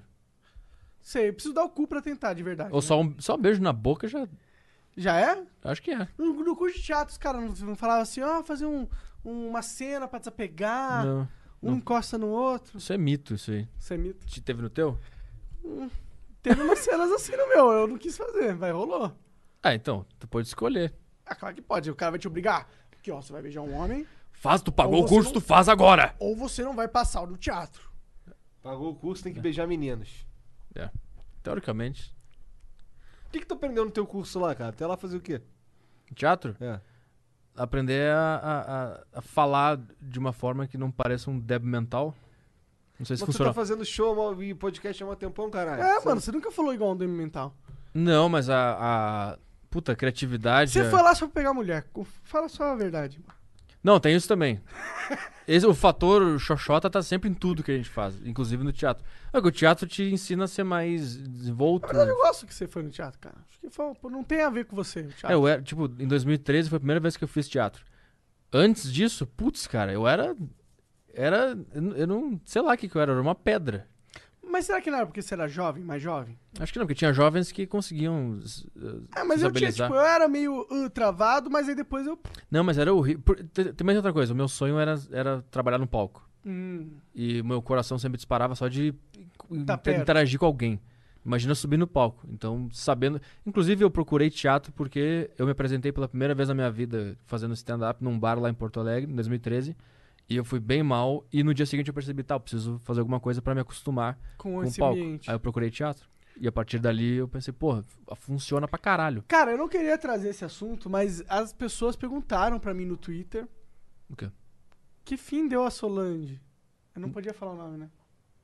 Sei, eu preciso dar o cu pra tentar, de verdade. Ou né? só um, só um beijo na boca já. Já é? Acho que é. No, no curso de teatro, os caras não, não falavam assim, ó, fazer um, uma cena pra desapegar, Não. um encosta no outro. Isso é mito, isso aí. Isso é mito. Te teve no teu? Teve umas cenas assim no meu, eu não quis fazer, mas rolou. Ah, então. Tu pode escolher. Ah, claro que pode, o cara vai te obrigar. Aqui, ó, você vai beijar um homem, Faz, tu pagou Ou o você curso, não- tu faz agora. ou você não vai passar o do teatro. Pagou o curso, tem que beijar meninos. É. Teoricamente. O que, que tu aprendeu no teu curso lá, cara? Até lá fazer o quê? Teatro? É. Aprender a, a, a- a falar de uma forma que não pareça um deb mental. Não sei se Mas tu funciona. tá fazendo show mó- e podcast há um tempão, caralho. É, Você- mano, você nunca falou igual um demi mental. Não, mas a, a- puta, criatividade. é- Você a- foi lá só pra pegar mulher. Co- Fala só a verdade. Não, tem isso também. Esse, o fator xoxota tá sempre em tudo que a gente faz, inclusive no teatro. É que o teatro te ensina a ser mais desenvolto. Mas eu gosto que você foi no teatro, cara. Acho que foi- pô, não tem a ver com você, o É, teatro. eu era, tipo, em 2013 foi a primeira vez que eu fiz teatro. Antes disso, putz, cara, eu era. Era. Eu não- eu não. Sei lá o que, que eu era, eu era uma pedra. Mas será que não era porque você era jovem, mais jovem? Acho que não, porque tinha jovens que conseguiam. s- eh, Ah, mas eu tinha, Desabilizar. tipo, eu era meio uh, travado, mas aí depois eu. Não, mas era horrível. Por- te- Tem mais outra coisa. O meu sonho era, era trabalhar no palco. Hum, E o meu coração sempre disparava só de Tá inter- perto. interagir com alguém. Imagina subir no palco. Então, sabendo. Inclusive, eu procurei teatro porque eu me apresentei pela primeira vez na minha vida fazendo stand-up num bar lá em Porto Alegre, em 2013. E eu fui bem mal. E no dia seguinte eu percebi, tá, eu preciso fazer alguma coisa pra me acostumar com, com o esse palco. ambiente. Aí eu procurei teatro. E a partir dali eu pensei, porra, f- funciona pra caralho. Cara, eu não queria trazer esse assunto, mas as pessoas perguntaram pra mim no Twitter O quê? que fim deu a Solange. Eu não podia falar o nome, né?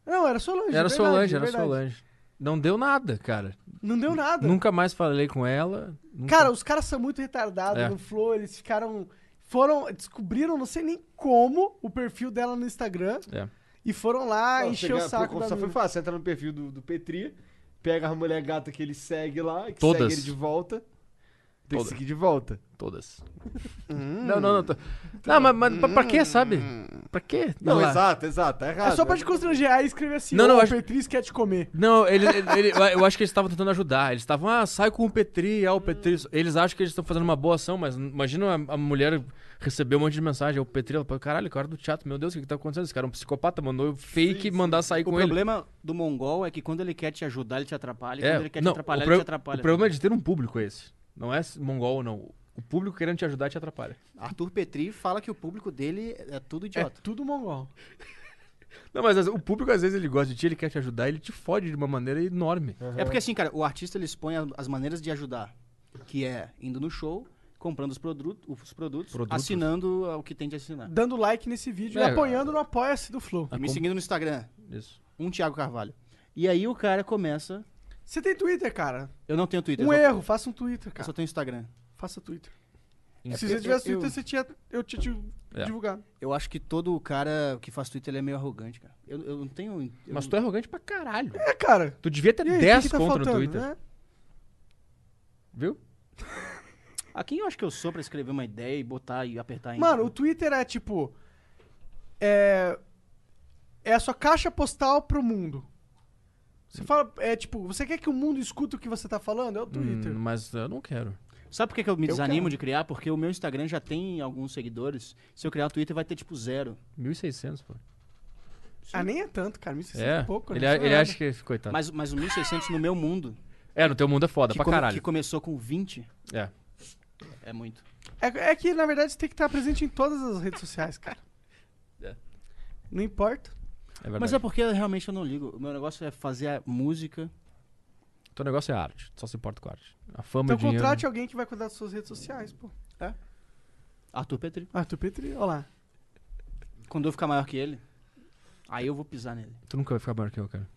Não, era Solange. Era verdade, Solange, era verdade. Solange. Não deu nada, cara. Não deu nada. Nunca mais falei com ela. nunca- Cara, os caras são muito retardados É. no Flow, eles ficaram. Foram. Descobriram, não sei nem como, o perfil dela no Instagram. É. E foram lá, Não, encher ah, o chega- saco pô, da Só foi mina. fácil, entra no perfil do, do Petri, pega a mulher gata que ele segue lá, que Todas. segue ele de volta. Tem Todas. que seguir de volta. Todas. Hum. Não, não, não. tô- Não, mas, mas pra, pra quê, sabe? Pra quê? Não, Sei lá. exato, exato, tá errado. É só pra te constranger, aí escrever assim, Não, não, não, não, o eu acho- Petriz quer te comer. Não, ele, ele- ele- eu acho que eles estavam tentando ajudar. Eles estavam, ah, sai com o Petri, ah, o Petri. Hum. Eles acham que eles estão fazendo uma boa ação, mas imagina a, a mulher receber um monte de mensagem. O Petri, ela fala, caralho, cara do teatro, meu Deus, o que, que tá acontecendo? Esse cara é um psicopata, mandou eu fake mandar sair O com ele. problema do mongol é que quando ele quer te ajudar, ele te atrapalha. E quando ele quer É. não, te atrapalhar, o pro- ele te atrapalha. O problema é de ter um público esse. Não é mongol ou não. O público querendo te ajudar te atrapalha. Arthur Petri fala que o público dele é É tudo idiota. tudo mongol. (laughs) Não, mas às- o público às vezes ele gosta de ti, ele quer te ajudar, ele te fode de uma maneira enorme. É porque assim, cara, o artista ele expõe a- as maneiras de ajudar, que é indo no show, comprando os, produto, os produtos, Produtos. assinando ah, o que tem de assinar. Dando like nesse vídeo É, Ah. e apoiando no Apoia-se do Flow. E me seguindo no Instagram, Isso. um Thiago Carvalho. E aí o cara começa. Você tem Twitter, cara. Eu não tenho Twitter. Um eu só- erro, faça um Twitter, Eu só cara. tenho Instagram. Faça Twitter. É Se você eu- tivesse eu- Twitter, você tinha, eu tinha te É. divulgado. Eu acho que todo cara que faz Twitter ele é meio arrogante, cara. Eu, eu não tenho. eu Mas não- tu é arrogante pra caralho. É, cara. Tu devia ter E aí, o que 10 que tá conto faltando, no Twitter, né? viu? A quem eu acho que eu sou pra escrever uma ideia e botar e apertar em. Mano, o Twitter é tipo. É. É a sua caixa postal pro mundo. Você fala. É tipo, você quer que o mundo escute o que você tá falando? É o Twitter. Hum, mas eu não quero. Sabe por que, que eu me Eu desanimo quero. de criar? Porque o meu Instagram já tem alguns seguidores. Se eu criar o Twitter, vai ter tipo zero. 1.600, pô. ah, nem é tanto, cara. 1.600 É. é pouco, né? ele Isso não é ele nada. acha que. Coitado. Mas, mas o 1.600 no meu mundo, É, no teu mundo é foda, que, pra come- caralho. que começou com 20, É. é muito. É, é que, na verdade, você tem que estar presente em todas as redes sociais, cara. (laughs) É. Não importa. É verdade. Mas é porque realmente eu não ligo. O meu negócio é fazer a música. Teu negócio é arte. Tu só se importa com arte. A fama e Então o dinheiro. né? contrate alguém que vai cuidar das suas redes sociais, pô. Arthur Petri. Arthur Petri, olha lá. Quando eu ficar maior que ele, aí eu vou pisar nele. Tu nunca vai ficar maior que eu, cara.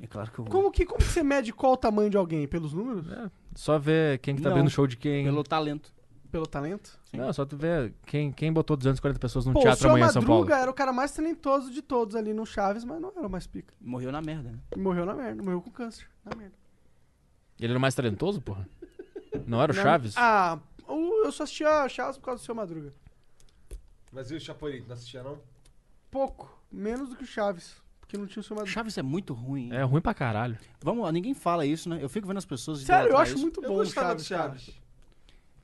É claro que eu vou. Como que, como que você mede qual o tamanho de alguém? Pelos números? Só ver quem que tá Não. abrindo show de quem. Pelo talento. Pelo talento? Não, só tu ver quem, quem botou 240 pessoas num Pô, o teatro seu amanhã em São Paulo. Madruga era o cara mais talentoso de todos ali no Chaves, mas não era o mais pica. Morreu na merda, né? E morreu na merda, morreu com câncer. Na merda. Ele era o mais talentoso, (laughs) porra? Não era o Chaves? Ah, o- eu só assistia Chaves por causa do seu Madruga. Mas e o Chapolin, não assistia não? Pouco. Menos do que o Chaves. Porque não tinha o seu Madruga. Chaves é muito ruim. hein? É ruim pra caralho. Vamos, ninguém fala isso, né? Eu fico vendo as pessoas. Sério, eu idolatrar acho isso. muito Eu bom o gostava Chaves. do Chaves. cara.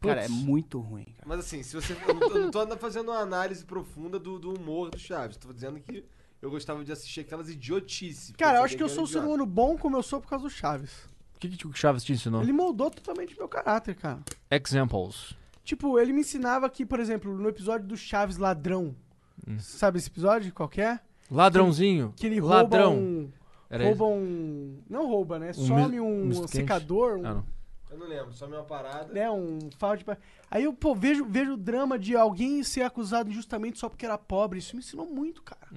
Cara, é Putz. muito ruim. Cara. Mas assim, se você. Eu não tô- eu não tô andando fazendo uma análise profunda do, do humor do Chaves. Tô dizendo que eu gostava de assistir aquelas idiotices. porque Cara, eu sabia acho que eu era sou um ser idiota. humano bom como eu sou por causa do Chaves. O que, que o Chaves te ensinou? Ele moldou totalmente meu caráter, cara. Examples. Tipo, ele me ensinava que, por exemplo, no episódio do Chaves Ladrão. Hum. Sabe esse episódio? Qual que é? Ladrãozinho. Que ele rouba Ladrão. um... Era rouba um... Não rouba, né? Some mis- um, misto quente. secador, um, Ah, não. Eu não lembro, só minha parada. né? Um fardo de... pa- Aí eu, pô, vejo, vejo o drama de alguém ser acusado injustamente só porque era pobre. Isso me ensinou muito, cara.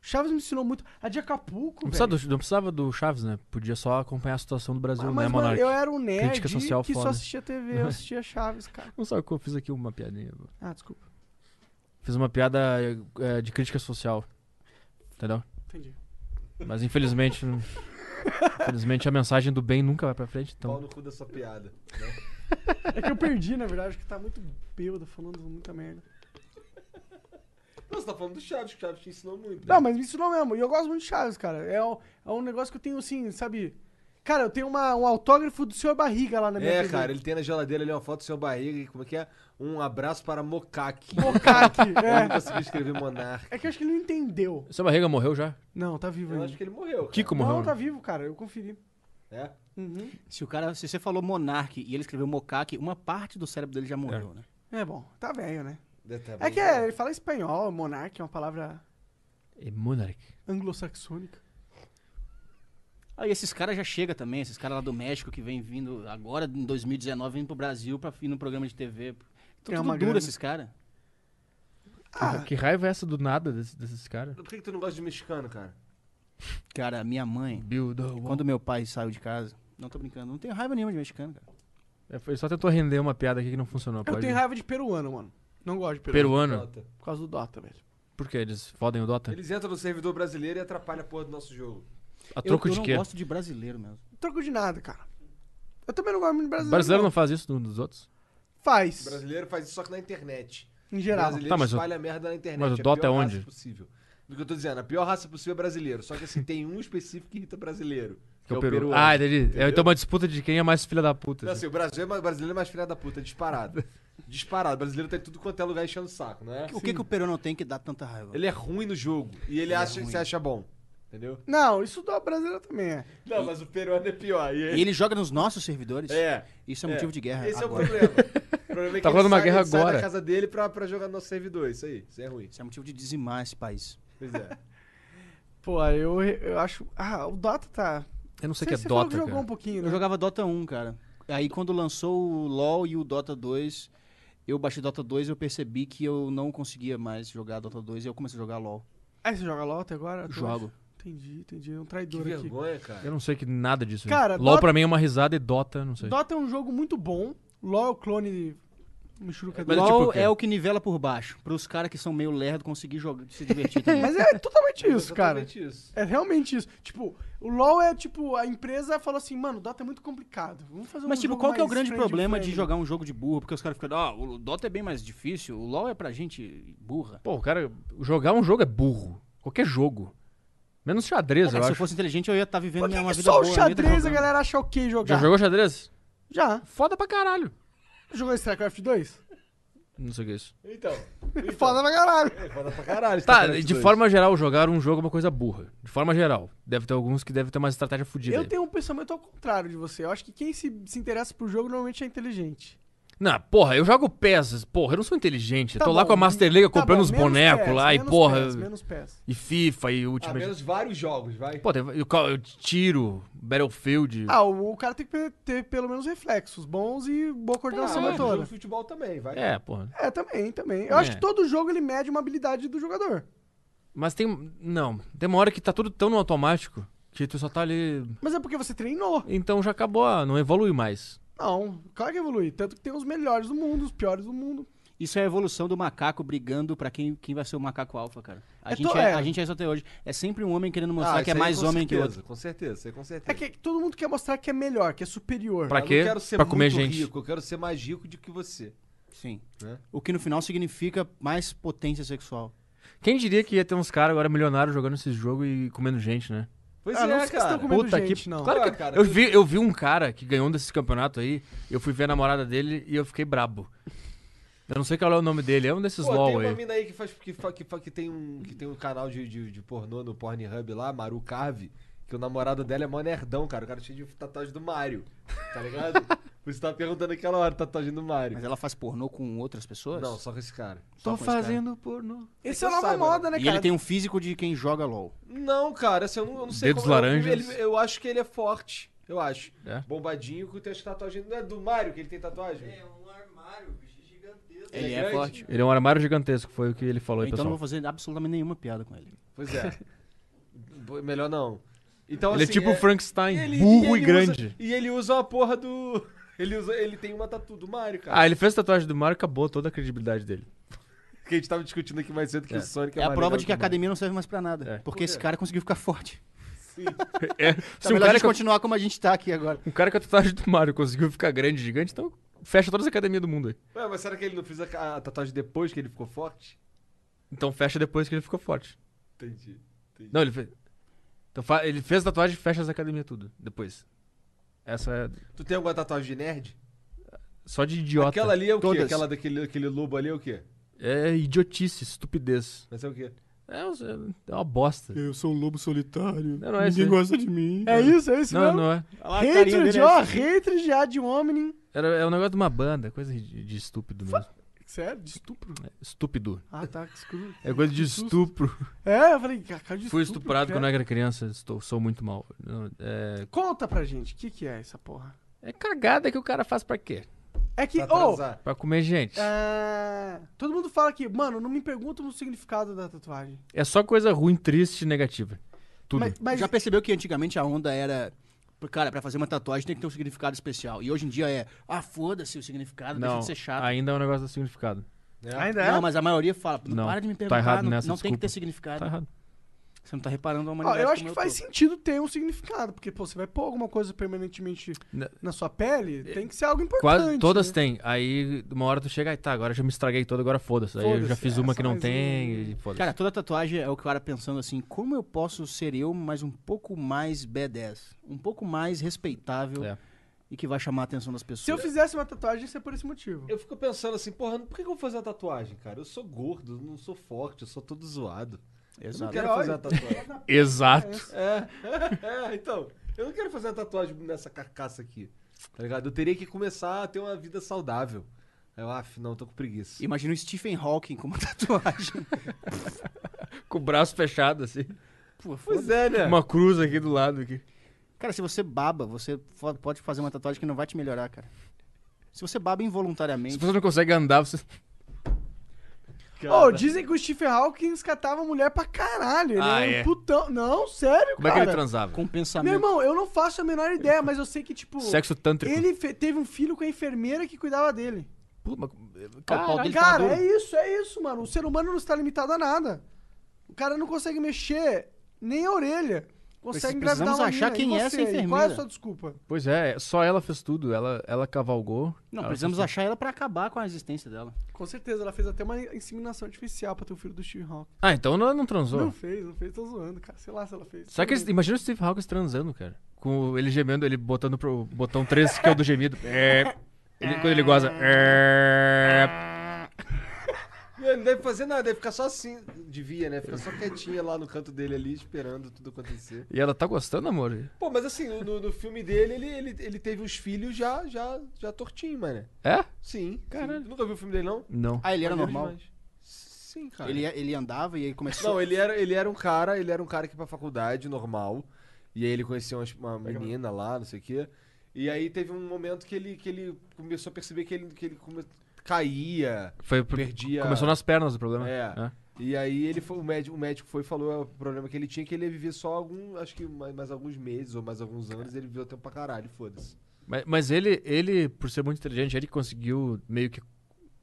Chaves me ensinou muito. A de Acapulco, Hum. Não velho. precisava, do, não precisava do Chaves, né? Podia só acompanhar a situação do Brasil, Ah, né, mas, mano, Monark? eu era um nerd Crítica social que só foda. Uhum. assistia TV, eu assistia Chaves, cara. Não sabe o que eu fiz aqui uma piadinha. Ah, desculpa. Fiz uma piada eh, de crítica social. Entendeu? Entendi. Mas (laughs) infelizmente. não- infelizmente a mensagem do bem nunca vai pra frente. Pau Então, no cu da sua piada. É que eu perdi, na verdade, acho que tá muito bêbado, falando muita merda. É. Não, você tá falando do Chaves, que o Chaves te ensinou muito. né? Não, mas me ensinou mesmo. E eu gosto muito de Chaves, cara. É um, é um negócio que eu tenho, assim, sabe... Cara, eu tenho uma, um autógrafo do Senhor Barriga lá na minha É, TV. cara, ele tem na geladeira ali uma foto do seu barriga e como é que é? Um abraço (laughs) para Mocaque. (laughs) Mocaque, Eu não é. consegui escrever Monarca. É que eu acho que ele não entendeu. seu barriga morreu já? Não, tá vivo Eu ainda. acho que ele morreu. cara. Kiko morreu. Não, tá né? vivo, cara. Eu conferi. É? Se o cara, se você falou monarque e ele escreveu mocaque, uma parte do cérebro dele já morreu, né? É bom. Tá velho, né? Deve tá ter É que morrido. é, ele fala espanhol, monarca é uma palavra E Monark. anglo-saxônica. Aí esses caras já chega também, esses caras lá do México que vem vindo agora em 2019 vindo pro Brasil para ir no programa de TV. Então Ganhar tudo uma duro grana. esses caras. Ah. Que raiva é essa do nada desse- desses caras? Por que, que tu não gosta de mexicano, cara? Cara, minha mãe, Bill the Wall. quando meu pai saiu de casa, não tô brincando, não tenho raiva nenhuma de mexicano, cara. É, foi- Ele só tentou render uma piada aqui que não funcionou. Eu pode tenho ir. raiva de peruano, mano. Não gosto de peruano. Peruano? Jota. Por causa do Dota, velho. Por quê? Eles fodem o Dota? Eles entram no servidor brasileiro e atrapalham a porra do nosso jogo. A Eu, troco eu de não quê? gosto de brasileiro mesmo. Troco de nada, cara. Eu também não gosto muito de brasileiro. Brasileiro não faz isso um dos outros? O faz. brasileiro faz isso só que na internet. Em O geral. brasileiro Tá, mas o- espalha merda na internet. mas o é a Dota pior é raça onde? possível. Do que eu tô dizendo, a pior raça possível é brasileiro. Só que assim, tem um específico que irrita brasileiro. Que, é o peruano. Ah, entendi. É, Entendeu? então uma disputa de quem é mais filha da puta. Não, assim. assim, o Brasil é mais, brasileiro é mais filha da puta, disparado. disparado. O brasileiro tá em tudo quanto é lugar enchendo o saco, não é? O que, que o Peru não tem que dá tanta raiva? Ele é ruim no jogo e ele, é acha que se acha bom. Entendeu? Não, isso do brasileiro também é. Não, mas o peruano é pior. E E ele joga nos nossos servidores? É. Isso é motivo de guerra Esse agora. é o problema. O (laughs) problema é que Tá rolando ele uma sai- guerra ele sai agora. da casa dele pra, pra jogar no nosso servidor. Isso aí. Isso é ruim. Isso é motivo de dizimar esse país. Pois é. Pô, eu, eu acho. Ah, o Dota tá. Eu não Você- sei o que é você falou Dota, jogou cara. um pouquinho, né? Eu jogava Dota 1, cara. Aí quando lançou o LoL e o Dota 2, eu baixei Dota 2 e eu percebi que eu não conseguia mais jogar Dota 2 e eu comecei a jogar LoL. Aí Ah, você joga LOL até agora? até Jogo. hoje? Entendi, entendi. É um Que traidor aqui. vergonha, cara. Eu não sei que nada disso. Cara, LOL Dota- pra mim é uma risada e Dota, não sei. Dota é um jogo muito bom. LOL é o clone de Michuruca Mas do- tipo LoL o quê? é o que nivela por baixo, Pros caras que são meio lerdo conseguir jogar, se divertir (laughs) também. Mas é totalmente isso, cara. Exatamente isso. É realmente isso. Tipo, o LoL é tipo, a empresa falou assim, mano, o Dota é muito complicado. Vamos fazer um Mas, tipo, jogo qual que é o mais grande friend problema de friendly." jogar um jogo de burro? Porque os caras ficam, ó, o Dota é bem mais difícil, o LoL é pra gente burra. Pô, o cara, jogar um jogo é burro. Qualquer jogo. Menos xadrez, Cara, eu se acho. eu fosse inteligente, eu ia estar vivendo Por que, minha uma que vida só boa. o eu não ia tá xadrez a jogando. galera acha ok jogar? Já jogou xadrez? Já. Foda pra caralho. Jogou StarCraft 2? Não sei o que é isso. Então, Foda pra caralho. foda pra caralho. Tá, Starcraft de 2. forma geral, jogar um jogo é uma coisa burra. De forma geral. Deve ter alguns que devem ter uma estratégia fodida. Eu tenho um pensamento ao contrário de você. Eu acho que quem se, se interessa por jogo normalmente é inteligente. Não, porra, eu jogo peças. Porra, eu não sou inteligente. Tá tô lá bom, com a Master League tá comprando bom, os menos bonecos PES, lá e menos porra. PES, menos PES. E FIFA e Ah, Ultimate. menos vários jogos, vai. Pô, teve- eu, eu tiro, Battlefield. Ah, o, o cara tem que pe- ter pelo menos reflexos bons e boa coordenação Ah, jogo motora. de futebol também, vai. É, porra. É, também, também. Eu acho É. que todo jogo ele mede uma habilidade do jogador. Mas tem. Não, tem uma hora que tá tudo tão no automático que tu só tá ali. Mas é porque você treinou. Então já acabou, ah, não evolui mais. Não, claro que evolui. Tanto que tem os melhores do mundo, os piores do mundo. Isso é a evolução do macaco brigando pra quem, quem vai ser o macaco alfa, cara. A, É gente to- é, é. a gente é isso até hoje. É sempre um homem querendo Ah, mostrar que é isso aí mais com homem que o certeza, outro. Com certeza, isso aí com certeza. É que todo mundo quer mostrar que é melhor, que é superior. Pra Eu quê? não quero ser Pra comer muito gente. rico, eu quero ser mais rico do que você. Sim. Né? O que no final significa mais potência sexual. Quem diria que ia ter uns caras agora milionários jogando esse jogo e comendo gente, né? Pois Ah, não é, sei se estão cara. comendo Puta gente, que. não. Claro Ah, que. cara, eu, tu- vi, eu vi um cara que ganhou um desses campeonatos aí, eu fui ver a namorada dele e eu fiquei brabo. Eu não sei qual é o nome dele, é um desses Pô, tem LOL uma aí. mina aí que faz que, fa- que, fa- que tem um que tem um canal de, de, de pornô no Pornhub lá, Maru Cave, que o namorado dela é mó nerdão, cara. O cara é cheio de tatuagem do Mario. Tá (laughs) ligado? Você tava perguntando aquela hora, tatuagem do Mario. Mas ela faz pornô com outras é pessoas? Não, só com esse cara. Tô fazendo. pornô. Esse é a É que eu nova saiba, moda, né, E cara? ele tem um físico de quem joga LOL. Não, cara, assim, eu não, eu não sei Dedos como- eu- laranjas. ele- Eu, acho que ele é forte. Eu acho. É? Bombadinho que tem as tatuagens. Não é do Mario que ele tem tatuagem? um armário, bicho, gigantesco. Ele é forte. Ele é um armário gigantesco, foi o que ele falou aí, Então não vou pessoal. fazer absolutamente nenhuma piada com ele. Pois é. (laughs) Pô, Melhor não. Então, Ele é assim, tipo o Frankenstein, ele- burro e, ele usa- grande. e ele usa uma porra do. (laughs) Ele, usa, ele tem uma tatu do Mario, cara. Ah, ele fez a tatuagem do Mario e acabou toda a credibilidade (laughs) dele. Ah, Que a gente tava discutindo aqui mais cedo que o Sonic É é a mais prova legal de que a o Mario. academia não serve mais pra nada. É. Porque esse cara conseguiu ficar forte. É, Tá se um melhor a cara, gente que, continuar como a gente tá aqui agora. um cara com a tatuagem do Mario conseguiu ficar grande e gigante, então fecha todas as academias do mundo aí. Ué, mas será que ele não fez a, ca- a tatuagem depois que ele ficou forte? Então fecha depois que ele ficou forte. Entendi. entendi. Não, ele fez. Então fa- ele fez a tatuagem e fecha as academias tudo depois. Essa é Tu tem alguma tatuagem de nerd? só de idiota. Aquela ali é o quê? Todas. Aquela daquele aquele lobo ali é o quê? É idiotice, estupidez. Mas é o quê? É, um- é uma bosta. Eu sou um lobo solitário. Não, não é ninguém isso aí. gosta de mim. É isso, é isso Não, mesmo? não é. Olha lá a carinha Hatred, dele, ó, assim. hatred de ad hominem. Era, é um negócio de uma banda, coisa de, de estúpido mesmo. Sério, de estupro. É, Estúpido. Ah, tá, que escuro. É coisa de estupro. É, eu falei, cara, de estupro, Fui estuprado cara. quando eu era criança, estou, sou muito mal. Não, É, Conta pra gente, o que que é essa porra? é cagada que o cara faz pra quê? É que, Pra ô, transar. Pra comer gente. é, todo mundo fala que, mano, não me pergunta o significado da tatuagem. É só coisa ruim, triste, negativa. Tudo. Mas, mas Já percebeu que antigamente a onda era. pô, Cara, pra fazer uma tatuagem tem que ter um significado especial. E hoje em dia é. Ah, foda-se o significado, não, deixa de ser chato. ainda é um negócio do significado. ainda é? Não, mas a maioria fala. Não, Não, para de me tá perguntar. errado não nessa, não tem que ter desculpa. significado. Tá errado. Você não tá reparando a Ó, humanidade. eu é acho que como faz tô. sentido ter um significado, porque, pô, você vai pôr alguma coisa permanentemente Na- na sua pele, tem que ser algo importante. Né. É. Quase todas né? têm. Aí, uma hora tu chega e tá, agora já me estraguei toda, agora foda-se. Aí eu já Foda-se, fiz é, uma só que não mais um. tem e foda-se. Cara, toda tatuagem é o cara pensando assim: como eu posso ser eu, mas um pouco mais B10? Um pouco mais respeitável É. e que vai chamar a atenção das Se eu pessoas. fizesse uma tatuagem, seria por esse motivo. Eu fico pensando assim, porra, por que que eu vou fazer a tatuagem, cara? Eu sou gordo, eu não sou forte, eu sou todo zoado. Eu não Exato. quero fazer a tatuagem. Exato. (laughs) é, é, então. Eu não quero fazer a tatuagem nessa carcaça aqui. Tá ligado? Eu teria que começar a ter uma vida saudável. Aí Eu, af, não, tô com preguiça. Imagina o Stephen Hawking com uma (laughs) tatuagem. é. Com o braço fechado, assim. Pô, Pois é, né? Uma cruz aqui do lado. Aqui. Cara, se você baba, você fo- pode fazer uma tatuagem que não vai te melhorar, cara. Se você baba Se involuntariamente. você não consegue andar, você. Ô, dizem que o Stephen Hawking catava mulher pra caralho. Ele Ah, era um é? putão. Não, sério, Como é que cara. ele transava? Com Meu pensamento. irmão, eu não faço a menor ideia, mas eu sei que, tipo. Sexo tântrico. Ele fe- teve um filho com a enfermeira que cuidava dele. Pô, mas- o pau dele tá cara, duro. é isso, é isso, mano. O ser humano não está limitado a nada. O cara não consegue mexer nem a orelha. Consegue engravidar precisamos uma achar mina. quem E é essa você? E Qual é enfermeira? a sua desculpa? Pois é, só ela fez tudo. Ela, ela cavalgou. Não, ela precisamos fez achar ela pra acabar com a existência dela. Com certeza, ela fez até uma inseminação artificial pra ter o filho do Stephen Hawking. tudo. Ah, então ela não transou. Não fez, não fez, tô zoando, cara. Sei lá se ela fez. Será que eles, imagina o Steve Hawkins transando, cara. Com o- ele gemendo, ele botando pro botão 3, que é o do gemido. É. Ele, quando ele goza. É. Ele não deve fazer nada, deve ficar só assim. Devia, né? Ficar só quietinha lá no canto dele ali, esperando tudo acontecer. E ela tá gostando, amor? Pô, mas assim, no- no, no filme dele, ele, ele, ele teve os filhos já, já, já tortinho, mano. É? Sim. Caralho. Nunca viu o filme dele, não? Não. Ah, ele era Maneiro normal. demais. Sim, cara. Ele, ele andava e aí começou. Não, ele era, ele era um cara, ele era um cara que ia pra faculdade normal. E aí ele conheceu umas- uma, menina lá, não sei o quê. E aí teve um momento que ele, que ele começou a perceber que ele, que ele come- caía. Foi por- Perdi a- Começou nas pernas o problema. né? É. E aí ele foi, o médico, o médico foi e falou o problema que ele tinha, que ele ia viver só algum, acho que mais, mais alguns meses ou mais alguns anos, ele viveu tempo pra caralho, foda-se. Mas, mas ele, ele, por ser muito inteligente, ele conseguiu meio que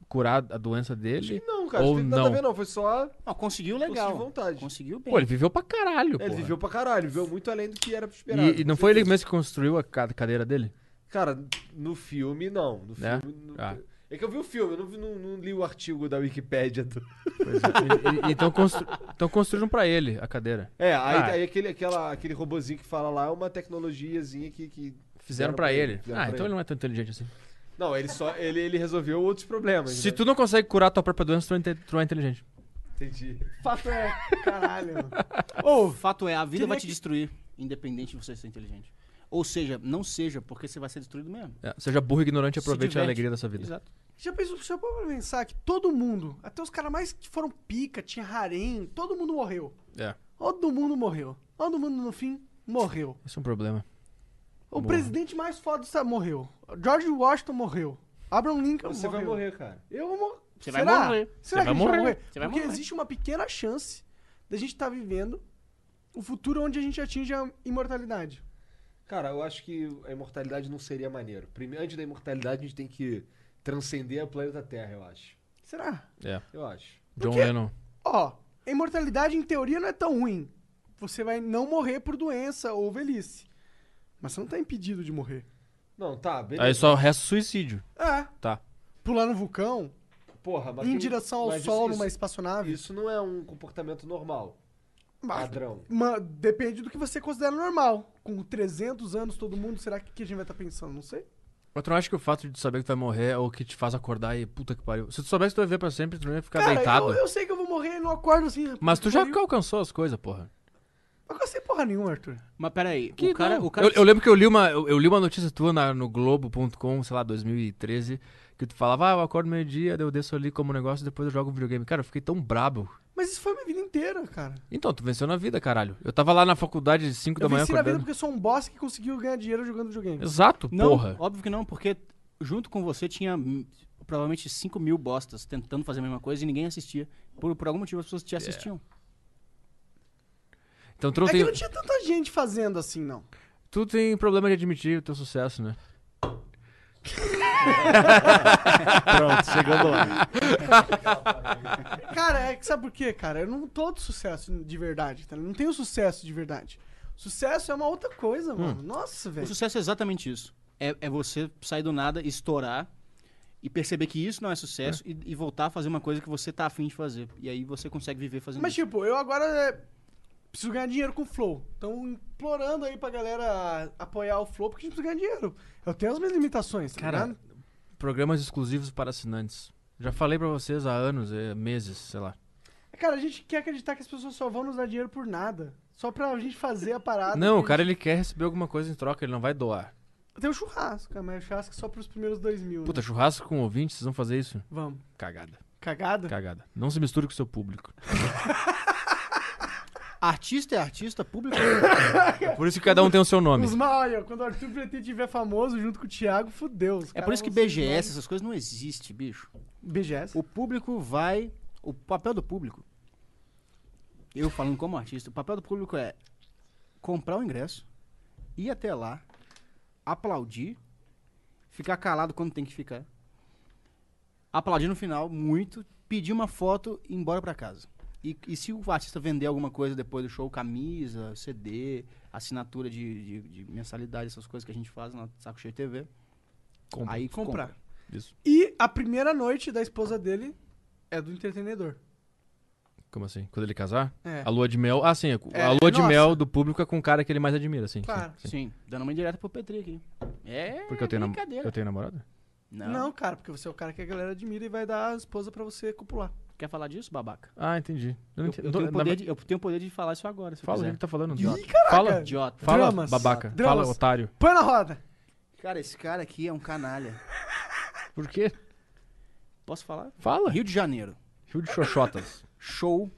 curar a doença dele. Não, cara, Ou não tem nada a não. ver não, foi só Não, conseguiu legal. legal. de vontade. É, Conseguiu bem. Pô, ele viveu pra caralho, Ele porra. viveu pra caralho, viveu muito além do que era esperado. E, e não com foi ele certeza. mesmo que construiu a ca- cadeira dele? Cara, no filme, não. No Né? filme, no- Ah. É que eu vi o filme, eu não, vi- não- não li o artigo da Wikipédia. do- E- e- então, constru... então construíram pra ele a cadeira. (laughs) É, aí, Ah. aí aquele, aquela, aquele robozinho que fala lá é uma tecnologiazinha que. que Fizeram pra ele. fizeram Ah, pra então ele não é tão inteligente assim. Não, ele só. Ele, ele resolveu outros problemas. Se né? tu não consegue curar tua própria doença, tu não é inte- tu não é inteligente. Entendi. Fato é, caralho. mano. O fato é, a vida Queria vai te que- destruir, independente de você ser inteligente. Ou seja, não seja, porque você vai ser destruído mesmo. É, seja burro e ignorante e Se aproveite a diverte. alegria dessa vida. Exato. Já pensou, já parou pra pensar que todo mundo, até os caras mais que foram pica, tinha harém, todo mundo morreu. É. Todo mundo morreu. Todo mundo, no fim, morreu. Isso é um problema. O presidente mais foda do Estado morreu. George Washington morreu. Abraham Lincoln Você morreu. vai morrer, cara. Eu vou morrer. Você vai Será? morrer. Será Você que vai a gente morrer. Você vai Porque morrer. existe uma pequena chance da gente estar vivendo o futuro onde a gente atinge a imortalidade. Cara, eu acho que a imortalidade não seria maneiro. Primeiro, antes da imortalidade, a gente tem que transcender a planeta Terra, eu acho. Será? É. Eu acho. John quê? Lennon. Ó, a imortalidade em teoria não é tão ruim. Você vai não morrer por doença ou velhice. Mas você não tá impedido de morrer. Não, tá, beleza. Aí só resta o suicídio. É. Tá. Pular no vulcão, Porra, mas em tem- direção ao mas isso- sol isso- numa espaçonave. Isso não é um comportamento normal. Mas- Padrão. ma- depende do que você considera normal. Com 300 anos todo mundo, será que, que a gente vai estar pensando? Não sei. Mas tu não acha que o fato de saber que tu vai morrer é o que te faz acordar e puta que pariu? Se tu soubesse que tu ia viver pra sempre, tu não ia ficar Cara, deitado. eu, eu sei que eu vou morrer e não acordo assim. Mas tu já Eu alcançou as coisas, porra. não sei porra nenhuma, Arthur. Mas peraí, Que o cara. não. O cara eu, eu lembro que eu li uma, eu, eu li uma notícia tua na- no Globo.com, sei lá, 2013, que tu falava, ah, eu acordo meio-dia, daí eu desço ali como negócio e depois eu jogo videogame. Cara, eu fiquei tão brabo. Mas isso foi minha vida inteira, cara. Então, tu venceu na vida, caralho. Eu tava lá na faculdade de 5 da Eu manhã venci na vida acordando. porque eu sou um boss que conseguiu ganhar dinheiro jogando videogame. Exato, Não, porra. óbvio que não, porque junto com você tinha hum, provavelmente 5 mil bostas tentando fazer a mesma coisa e ninguém assistia. Por, por algum motivo as pessoas É. te assistiam. Então tu não é tem, que não tinha tanta gente fazendo assim, não. tu tem problema de admitir o teu sucesso, né? Pronto, chegamos lá. Cara, é que sabe por quê, cara? Eu não tô de sucesso de verdade, tá? Eu não tenho sucesso de verdade. Sucesso é uma outra coisa, mano. Hum. Nossa, O velho. sucesso é exatamente isso. É, é você sair do nada, estourar e perceber que isso não é sucesso E, e voltar a fazer uma coisa que você tá afim de fazer. E aí você consegue viver fazendo Mas isso. tipo, eu agora é, preciso ganhar dinheiro com o Flow. Então, implorando aí pra galera apoiar o Flow, porque a gente precisa ganhar dinheiro. Eu tenho as minhas limitações, tá Cara, ligado? Programas exclusivos para assinantes. Já falei pra vocês há anos, é, meses, sei lá. É, Cara, a gente quer acreditar que as pessoas só vão nos dar dinheiro por nada. Só pra gente fazer a parada. Não, que o a cara ele quer receber alguma coisa em troca, ele não vai doar. Tem o churrasco, cara, mas o churrasco é só pros primeiros dois mil. Puta, né? churrasco com ouvinte, vocês vão fazer isso? Vamos. Cagada, Cagada? cagada. Não se misture com o (laughs) seu público. Artista é (coughs) artista, público. É por isso que cada um tem o seu nome. Os mal, olha, quando o Arthur Pretty tiver famoso junto com o Thiago, fudeu. os é caras por isso que vão ser BGS, essas coisas não existe, bicho. nome- BGS? O público vai. O papel do público. Eu falando como artista, o papel do público é comprar o ingresso, ir até lá, aplaudir, ficar calado quando tem que ficar, aplaudir no final muito, pedir uma foto e ir embora pra casa. E, e se o artista vender alguma coisa depois do show, camisa, CD, assinatura de, de- de mensalidade, essas coisas que a gente faz na Saco Cheio TV, Compra. aí comprar. Comprar. Isso. E a primeira noite da esposa dele é do entretenedor. Como assim? Quando ele casar? É. A lua de mel. Ah, sim. É, a lua de nossa. mel do público é com o cara que ele mais admira, sim. Claro. sim, sim. Sim, dando uma indireta pro Petri aqui. É, Porque eu tenho, nam- brincadeira. eu tenho namorada? Não. Não. cara, porque você é o cara que a galera admira e vai dar a esposa pra você copular. Quer falar disso, babaca? Ah, entendi. Eu, não enti- Eu tô- tenho, o na- poder de, eu tenho o poder de falar isso agora, se eu Fala o que quiser. ele tá falando. Ih, Fala, caraca. Idiota. fala Dramas. babaca. Dramas. Fala, otário. Põe na roda! Cara, esse cara aqui é um canalha. Por quê? Posso falar? Fala. Rio de Janeiro. Rio de Xoxotas. Show.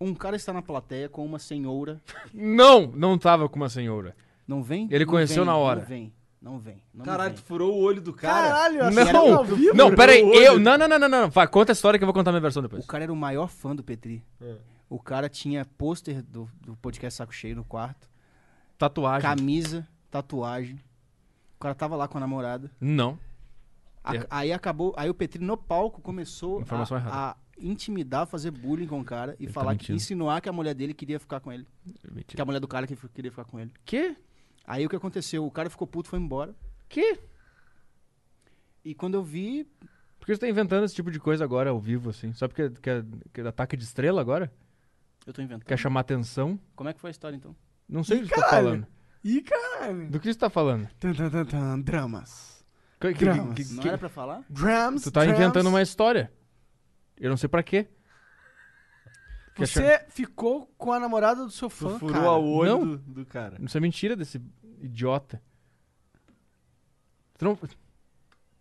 Um cara está na plateia com uma senhora. não, não tava com uma senhora. Não vem? Ele não conheceu vem, na hora. Não vem. Não vem. Não Caralho, tu vem. furou o olho do cara. Caralho, a cena Assim, ao Não, vivo? não, peraí. Eu, não, não, não, não, não. Vai, conta a história que eu vou contar a minha versão depois. O cara era o maior fã do Petri. O cara tinha pôster do, do podcast Saco Cheio no quarto, Tatuagem. camisa, tatuagem. O cara tava lá com a namorada. Não. A- É. Aí acabou, aí o Petri no palco começou Informação a, errada. a intimidar, fazer bullying com o cara e Ele tá falar que mentindo. insinuar que a mulher dele queria ficar com ele, que Mentira. a mulher do cara que f- queria ficar com ele. Que? Aí o que aconteceu? O cara ficou puto, foi embora. Que? E quando eu vi, Por que você tá inventando esse tipo de coisa agora ao vivo, assim? Só porque quer, quer ataque de estrela agora? eu tô inventando. Quer chamar atenção? Como é que foi a história então? Não sei Ih, do que você tá caralho. falando. Ih, caralho. Do que você tá falando? Tan, tan, tan, tan, Dramas. Que- que- Não, que- Não que- era pra falar? Drums, tu tá drums. inventando uma história. Eu não sei pra quê. Quer Você ficou com a namorada do seu Tu fã, furou cara. o olho Não. do, do cara. Isso é mentira desse idiota. Tu não. Você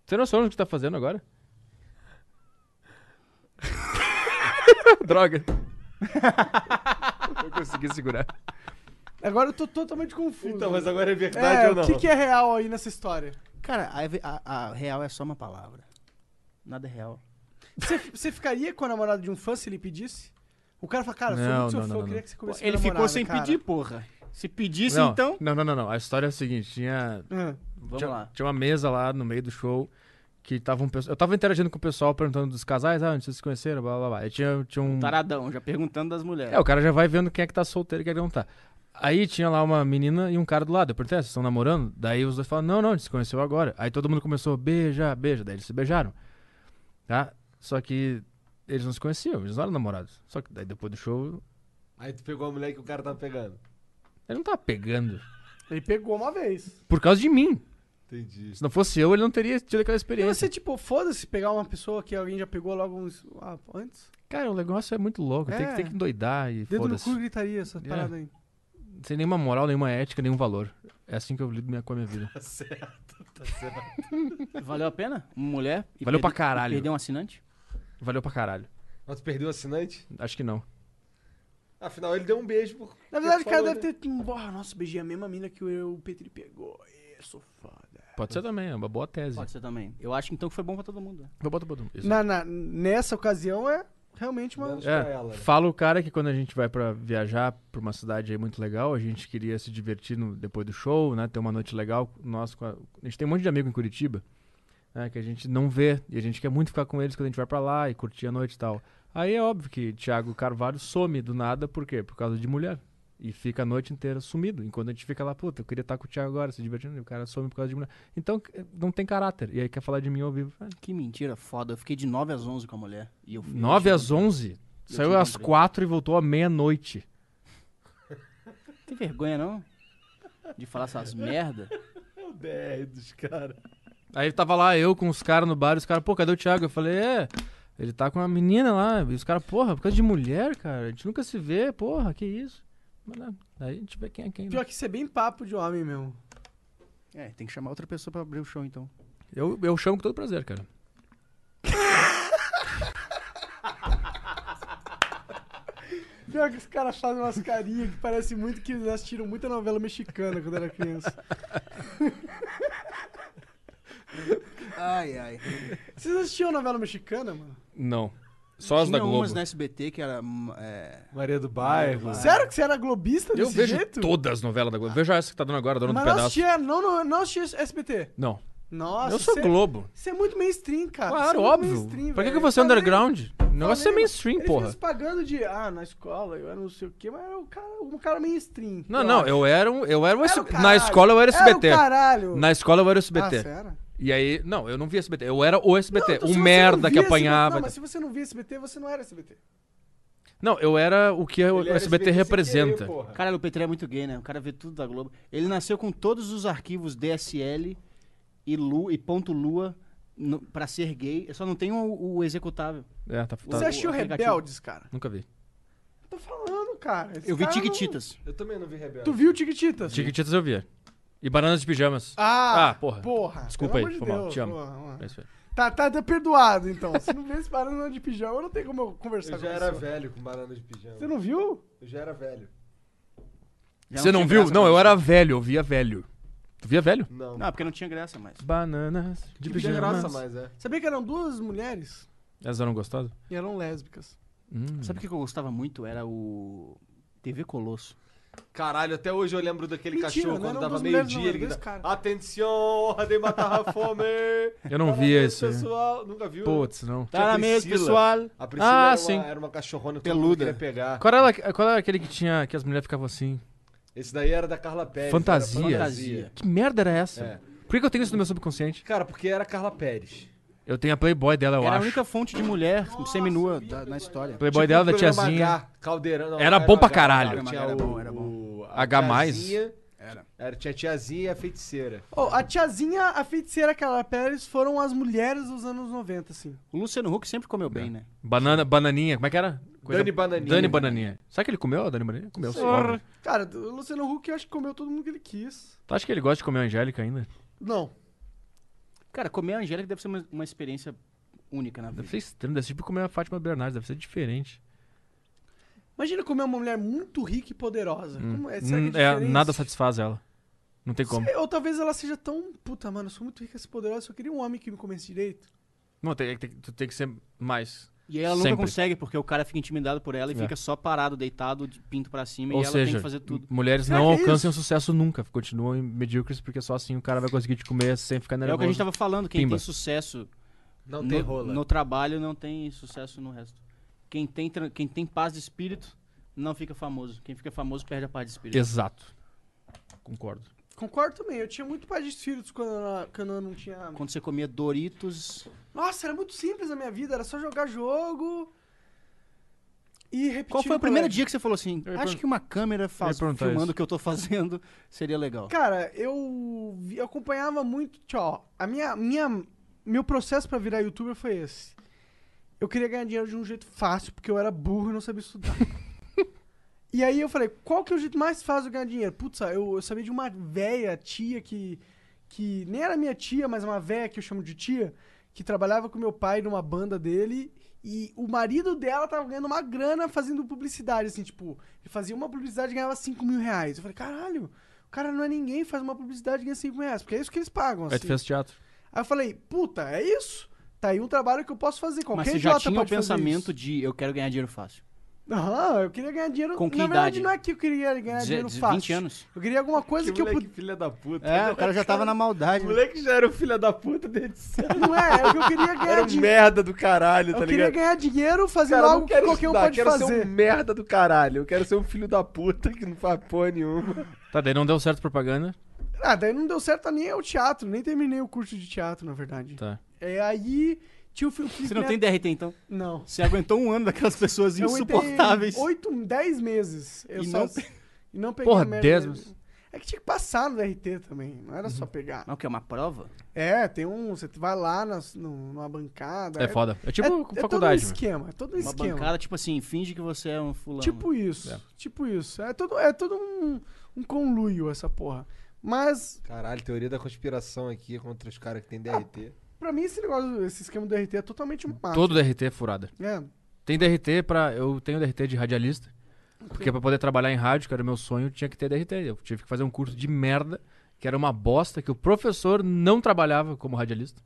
tem noção do que tu tá fazendo agora? (laughs) Droga. Eu consegui segurar. Agora eu tô totalmente confuso. Então, mas agora é verdade é, ou não? o que, que é real aí nessa história? Cara, a, a- a real é só uma palavra. Nada é real. Você, você ficaria com a namorada de um fã se ele pedisse? O cara fala, cara, eu sou Não, muito seu não, fã, não, eu queria não. que você comesse Ele minha ficou namorada, sem cara. pedir, porra. Se pedisse, não, então. Não, não, não, não. A história é a seguinte: tinha, Ah, Vamos tinha, lá. tinha uma mesa lá no meio do show que tava um pessoal. Eu tava interagindo com o pessoal, perguntando dos casais, ah, onde vocês se conheceram, blá blá blá. E tinha, tinha Tá, um. Taradão, já perguntando das mulheres. É, o cara já vai vendo quem é que tá solteiro e quem é que não tá. Aí tinha lá uma menina e um cara do lado. Eu perguntei, "Ah, vocês estão namorando? Daí os dois falaram, não, não, a gente se conheceu agora. Aí todo mundo começou, beija, beija. Daí eles se beijaram. Tá? Só que eles não se conheciam, eles não eram namorados. Só que daí depois do show, Aí tu pegou a mulher que o cara tava pegando. ele não tava pegando. Ele pegou uma vez. Por causa de mim. Entendi. Se não fosse eu, ele não teria tido aquela E experiência. você, tipo, foda-se pegar uma pessoa que alguém já pegou logo uns, ah, antes? Cara, o negócio é muito louco. Tem, É. que, tem que endoidar e Dedo no foda-se. cu e gritaria essa É. parada aí. Sem nenhuma moral, nenhuma ética, nenhum valor. É assim que eu lido minha- com a minha vida. Tá certo, tá certo. Valeu a pena? Uma mulher? e Valeu pra perde- caralho. e Perder um assinante? Valeu pra caralho. Mas tu perdeu o assinante? Acho que não. Afinal, ele deu um beijo. Por... Na verdade, o porque cara falou, né? deve ter. tipo, Porra, nossa, beijei a mesma mina que o, o Petri pegou. Eu sou foda. Pode ser também, é uma boa tese. Pode ser também. Eu acho então que foi bom pra todo mundo. né? Eu boto, boto. Isso. Na, na- nessa ocasião é realmente uma. Menos pra ela. É, fala o cara que quando a gente vai pra viajar pra uma cidade aí muito legal, a gente queria se divertir no- depois do show, né? Ter uma noite legal. Nós, com a, a gente tem um monte de amigo em Curitiba, né? Que a gente não vê. E a gente quer muito ficar com eles quando a gente vai pra lá e curtir a noite e tal. Aí é óbvio que Thiago Carvalho some do nada, por quê? Por causa de mulher. E fica a noite inteira sumido. Enquanto a gente fica lá, puta, eu queria estar com o Thiago agora, se divertindo, e o cara some por causa de mulher. Então eh, não tem caráter. E aí quer falar de mim ao vivo. Ah, Que mentira foda. Eu fiquei de 9 às 11 com a mulher. E eu fui, 9 às 11? Eu Saiu te às encontrei. 4 e voltou à meia-noite. Tem vergonha, não? De falar essas merda? O DR dos caras. Aí tava lá eu com os caras no bar, e os caras, pô, cadê o Thiago? Eu falei, é, ele tá com uma menina lá. E os caras, porra, por causa de mulher, cara, a gente nunca se vê, porra, que isso. Mas, né, aí a gente vê quem é quem. né? Pior que isso é bem papo de homem mesmo. É, tem que chamar outra pessoa pra abrir o show então. Eu, eu chamo com todo prazer, cara. Pior que os caras fazem umas carinhas que parece muito que eles assistiram muita novela mexicana quando era criança. Ai, ai. Vocês assistiam novela mexicana, mano? Não. Só as da Tinha Globo. né, umas na SBT que era. hum, é, Maria do Bairro. Sério que você era globista Eu desse vejo jeito? todas as novelas da Globo. Veja essa que tá dando agora, Dona Mas do não Pedaço. assistia, não, não, não assistia SBT. Não. Nossa, eu sou você- Globo. Você é muito mainstream, cara. Você Claro, é muito óbvio. mainstream, Pra que, velho. que você é Ele tá underground? O nem- negócio é falei, mano. mainstream, Ele porra. fica se pagando de, ah, na escola, eu era não sei o quê, mas era um cara, um cara mainstream. Não, não, eu era um. Eu era Era um o S- na caralho. escola eu era SBT. Era o caralho. na escola eu era o SBT. Ah, você era? E aí, não, eu não via SBT. Eu era o SBT, Não, então, o se você não merda via que SBT apanhava. Não, mas se você não via SBT, você não era SBT. Não, eu era o que o Ele era SBT, sem representa. querer, porra. Cara, o Petri é muito gay, né? O cara vê tudo da Globo. Ele nasceu com todos os arquivos DSL e, Lu, e ponto Lua no, pra ser gay. Eu só não tenho o, o executável. é, tá, tá- Você assistiu o aplicativo. Rebeldes, cara? Nunca vi. Tô falando, cara. Esse Eu vi cara não- Tiquititas. Eu também não vi Rebelde. Tu viu Tiquititas? Chiquititas eu via. E bananas de pijamas. Ah, Ah, porra. Porra. Desculpa pelo aí, amor foi de mal, Deus, te amo. porra, mano. É isso aí. Tá, tá, tá perdoado, então. Se não vê esse barulho de pijama, não tem como eu conversar Eu com já a era pessoa. velho com banana de pijama. Você não viu? Eu já era velho. Já Você não tinha viu? graça Não, mais. eu era velho, eu via velho. Tu via velho? Não. Não, porque não tinha graça mais. Bananas de não tinha graça pijamas. mais, é. Sabia que eram duas mulheres Elas eram gostosas? e eram lésbicas. Hum. Sabe o que eu gostava muito? Era o TV Colosso. Caralho, até hoje eu lembro daquele Mentira, né? um cachorro não quando eram dava duas meio mulheres, não, eram dia. Ele dois gritava, caras. Atenção, de matar a (laughs) fome. Eu não Parabéns, via esse. pessoal. Nunca viu? Putz, não. Tinha a Priscila. A Priscila Ah, era, sim. Uma, era uma cachorrona que Peluda. Peluda. queria pegar. Qual era, qual era aquele que tinha que as mulheres ficavam assim? Esse daí era da Carla Pérez. Fantasia. era Fantasia. Que merda era essa? É. Por que que eu tenho isso no meu subconsciente? Cara, porque era Carla Pérez. Eu tenho a Playboy dela, eu era a acho. única fonte de mulher seminua da- na história. Playboy Tipo dela, o da programa tiazinha. H, Caldeirão. não, Era não bom pra H, caralho. Tinha Era bom, o- era bom. a H mais? tiazinha, Era. Era, tinha a tiazinha e a feiticeira. Ó, a tiazinha, a feiticeira Carla Pérez foram as mulheres dos anos 90, assim. O Luciano Huck sempre comeu É. bem, né? Banana, bananinha, como é que era? Dani Bananinha. Dani Bananinha. Será que ele comeu a Dani Bananinha? Comeu, sim. Porra. óbvio. Cara, o Luciano Huck eu acho que comeu todo mundo que ele quis. Tu acha Tá, que ele gosta de comer a Angélica ainda? Não. Cara, comer a Angélica deve ser uma, uma experiência única na vida. Deve ser estranho, deve ser tipo comer a Fátima Bernardes, deve ser diferente. Imagina comer uma mulher muito rica e poderosa. Como é? Será que Hum, é, é, diferente? nada satisfaz ela. Não tem como. Sei, Ou talvez ela seja tão. Puta, mano, eu sou muito rica e poderosa, eu só queria um homem que me comesse direito. Não, tem, tem, tu tem que ser mais. E aí ela Sempre. nunca consegue, porque o cara fica intimidado por ela e É. fica só parado, deitado, de pinto pra cima, Ou e ela seja, tem que fazer tudo. m- mulheres Será não que é alcançam sucesso nunca. Continuam em medíocres porque só assim o cara vai conseguir te comer sem ficar nervoso. É o que a gente tava falando, quem Pimba. tem sucesso Não no, tem rola. no trabalho não tem sucesso no resto. Quem tem, tra- quem tem paz de espírito não fica famoso. Quem fica famoso perde a paz de espírito. Exato. Concordo. Concordo também. Eu tinha muito paz de espíritos quando eu, era- quando eu não tinha. Quando você comia Doritos, Nossa, era muito simples a minha vida. Era só jogar jogo. E repetir. Qual foi no o primeiro colégio. dia que você falou assim? Eu ia Acho pergun- que uma câmera faz, ia perguntar filmando isso. o que eu tô fazendo (laughs) seria legal. Cara, eu, vi- eu acompanhava muito. Tchau. A minha, minha, meu processo pra virar youtuber foi esse. Eu queria ganhar dinheiro de um jeito fácil, porque eu era burro e não sabia estudar. e aí eu falei, qual que é o jeito mais fácil de eu ganhar dinheiro? Putz, eu, eu sabia de uma véia tia que. que nem era minha tia, mas uma véia que eu chamo de tia, que trabalhava com meu pai numa banda dele. E o marido dela tava ganhando uma grana fazendo publicidade, assim, tipo, ele fazia uma publicidade e ganhava 5 mil reais. Eu falei, caralho, o cara não é ninguém, faz uma publicidade e ganha 5 mil reais, porque é isso que eles pagam, assim. Aí tu fez teatro. Aí eu falei, puta, é isso? Tá aí um trabalho que eu posso fazer. Qualquer Mas é você já idiota tinha o pode fazer pensamento isso. de eu quero ganhar dinheiro fácil. Aham, eu queria ganhar dinheiro. Com que Na verdade, idade? não é que eu queria ganhar Deze- dinheiro de- fácil. 20 anos. Eu queria alguma coisa Que, que, eu moleque pudesse. filha da puta. É, o cara já tava na maldade. O moleque já era o filho da puta desde (laughs) cedo. Não é, é o que eu (laughs) queria Era ganhar um dinheiro. merda do caralho, tá Eu queria ligado? ganhar dinheiro fazendo Cara, eu algo não que quero qualquer um estudar, pode quero ser fazer. um merda do caralho. Eu quero ser um filho da puta que não faz porra nenhuma. Tá, daí não deu certo propaganda. Ah, daí não deu certo nem o teatro, nem terminei o curso de teatro, na verdade. Tá. É aí tinha o Felipe Você não Né? tem Neto- DRT então? Não. Você aguentou um ano daquelas pessoas Eu entrei insuportáveis. Oito, dez meses. Eu E só... não e não peguei Porra, a merda dez deles. meses. É que tinha que passar no DRT também, não era só pegar. Mas o que? É uma prova? É, tem um. Você vai lá nas- no- numa bancada. É foda. É tipo é faculdade. todo um meu. esquema, é todo um Uma esquema. bancada, tipo assim, finge que você é um fulano. Tipo isso. É. Tipo isso. É todo, é todo um, um conluio essa porra. Mas, Caralho, teoria da conspiração aqui contra os caras que tem DRT. pra mim, esse negócio, esse esquema do RT é totalmente uma máfia. Todo DRT é furada. É. Tem DRT pra. Eu tenho DRT de radialista. Porque pra poder trabalhar em rádio, que era o meu sonho, tinha que ter DRT. Eu tive que fazer um curso de merda, que era uma bosta, que o professor não trabalhava (laughs) como radialista.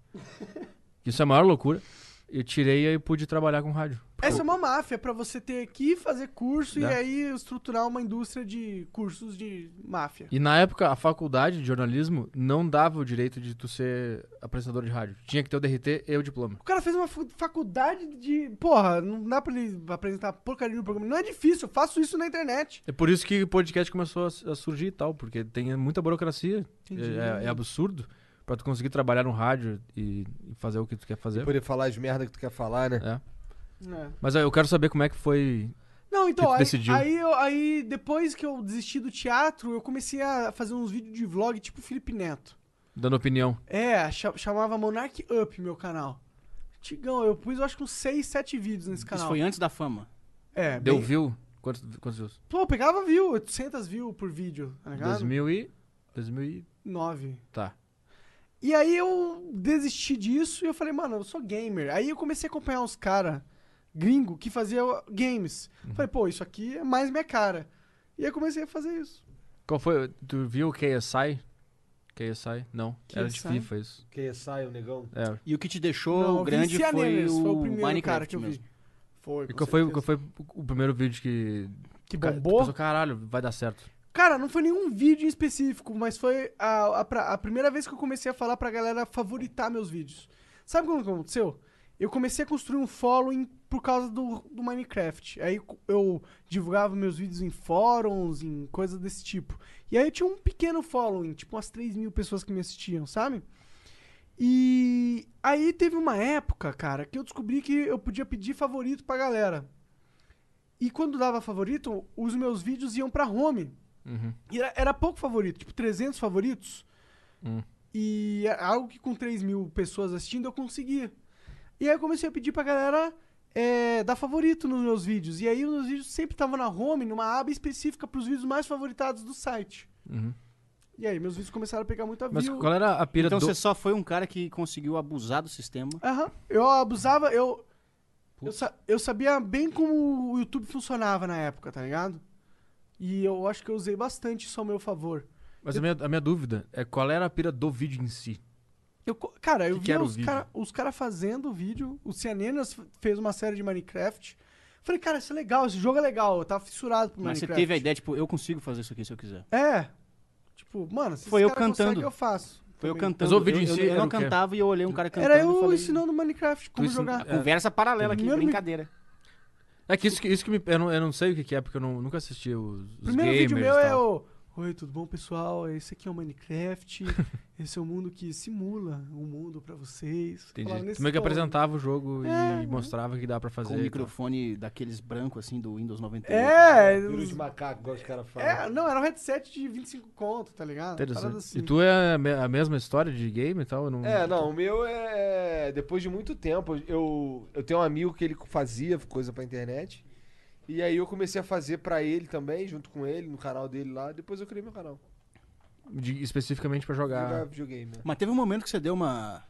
Isso é a maior loucura. Eu tirei e aí pude trabalhar com rádio. Essa é uma máfia pra você ter que fazer curso e Dá. aí estruturar uma indústria de cursos de máfia. E na época, a faculdade de jornalismo não dava o direito de tu ser apresentador de rádio. Tinha que ter o DRT e o diploma. O cara fez uma fu- faculdade de. Porra, não dá pra ele apresentar porcaria no programa. Não é difícil, eu faço isso na internet. É por isso que o podcast começou a s- a surgir e tal, porque tem muita burocracia. É, é absurdo pra tu conseguir trabalhar no rádio e e fazer o que tu quer fazer. Poder falar as merdas que tu quer falar, né? É. É. Mas aí eu quero saber como é que foi. Não, então, Que tu aí, decidiu. aí, eu- aí depois que eu desisti do teatro, eu comecei a fazer uns vídeos de vlog tipo Felipe Neto. Dando opinião. É, cha- chamava Monarch Up meu canal. Tigão, eu pus eu acho que uns 6, 7 vídeos nesse Isso canal. foi antes da fama. É, Deu bem- view? Quantos, quantos views? Pô, eu pegava view, 800 view por vídeo, tá ligado? 2000 e. 2000 e. 2009. Tá. E aí eu desisti disso e eu falei, mano, eu sou gamer. Aí eu comecei a acompanhar uns caras gringo que faziam games. Falei, pô, isso aqui é mais minha cara. E aí eu comecei a fazer isso. Qual foi? Tu viu o KSI? KSI? Não. Era de KSI? FIFA isso. Que sai o negão. É. E o que te deixou Não, eu vi grande Cia foi, Nemes, o foi o primeiro Minecraft cara que eu vi. mesmo. Foi, E com qual foi, certeza. qual foi o primeiro vídeo que. Que Ca- tu bombou? pensou, caralho, vai dar certo. Cara, não foi nenhum vídeo em específico, mas foi a, a pra- a primeira vez que eu comecei a falar pra galera favoritar meus vídeos. Sabe como que aconteceu? Eu comecei a construir um following por causa do, do Minecraft. Aí co- eu divulgava meus vídeos em fóruns, em coisas desse tipo. E aí eu tinha um pequeno following, tipo umas 3 mil pessoas que me assistiam, sabe? E aí teve uma época, cara, que eu descobri que eu podia pedir favorito pra galera. E quando dava favorito, os meus vídeos iam pra home. E Era, era pouco favorito, tipo 300 favoritos. E é algo que com 3 mil pessoas assistindo eu conseguia. E aí eu comecei a pedir pra galera é, dar favorito nos meus vídeos. E aí os meus vídeos sempre estavam na home, numa aba específica pros vídeos mais favoritados do site. E aí meus vídeos começaram a pegar muita Mas view. qual era a pira Então do. você só foi um cara que conseguiu abusar do sistema. Aham. Eu abusava, eu. Eu, sa- eu sabia bem como o YouTube funcionava na época, tá ligado? E eu acho que eu usei bastante isso ao meu favor. Mas a minha, a minha dúvida é qual era a pira do vídeo em si. Eu, co- cara, eu Que que vi era o os vídeo? caras cara fazendo o vídeo. O Cianenas fez uma série de Minecraft. Falei, cara, isso é legal, esse jogo é legal. Eu tava fissurado pro Mas você Minecraft. teve a ideia, tipo, eu consigo fazer isso aqui se eu quiser. É. Tipo, mano, se Foi esse eu cara cantando. consegue, eu faço. Foi eu também. cantando. Mas o vídeo eu, em si eu, eu era não o quê? cantava e eu olhei um cara cantando. Era e eu falei, É. ensinando Minecraft, como ensin- jogar. Conversa paralela aqui, Primeiro me- brincadeira. É que isso, que isso que me. Eu não, eu não sei o que, que é, porque eu não- nunca assisti os, os Primeiro gamers vídeo e meu é tal. o. Oi, tudo bom, pessoal? Esse aqui é o (laughs) Minecraft. esse é o mundo que simula um mundo pra vocês. Falava Entendi. nesse Tu meio que tom. né? apresentava o jogo É, e mostrava que dá pra fazer. Com o e tal. microfone daqueles brancos, assim, do Windows 98. É, Peru de macaco, igual os caras falam. é, não, era um headset de 25 conto, tá ligado? Interessante. Parada assim. E tu é a me- a mesma história de game e tal? Eu não... É, não, o meu é. Depois de muito tempo, eu, eu tenho um amigo que ele fazia coisa pra internet. E aí eu comecei a fazer pra ele também, junto com ele, no canal dele lá. Depois eu criei meu canal. de- especificamente pra jogar. Jogar videogame. né? Mas teve um momento que você deu uma.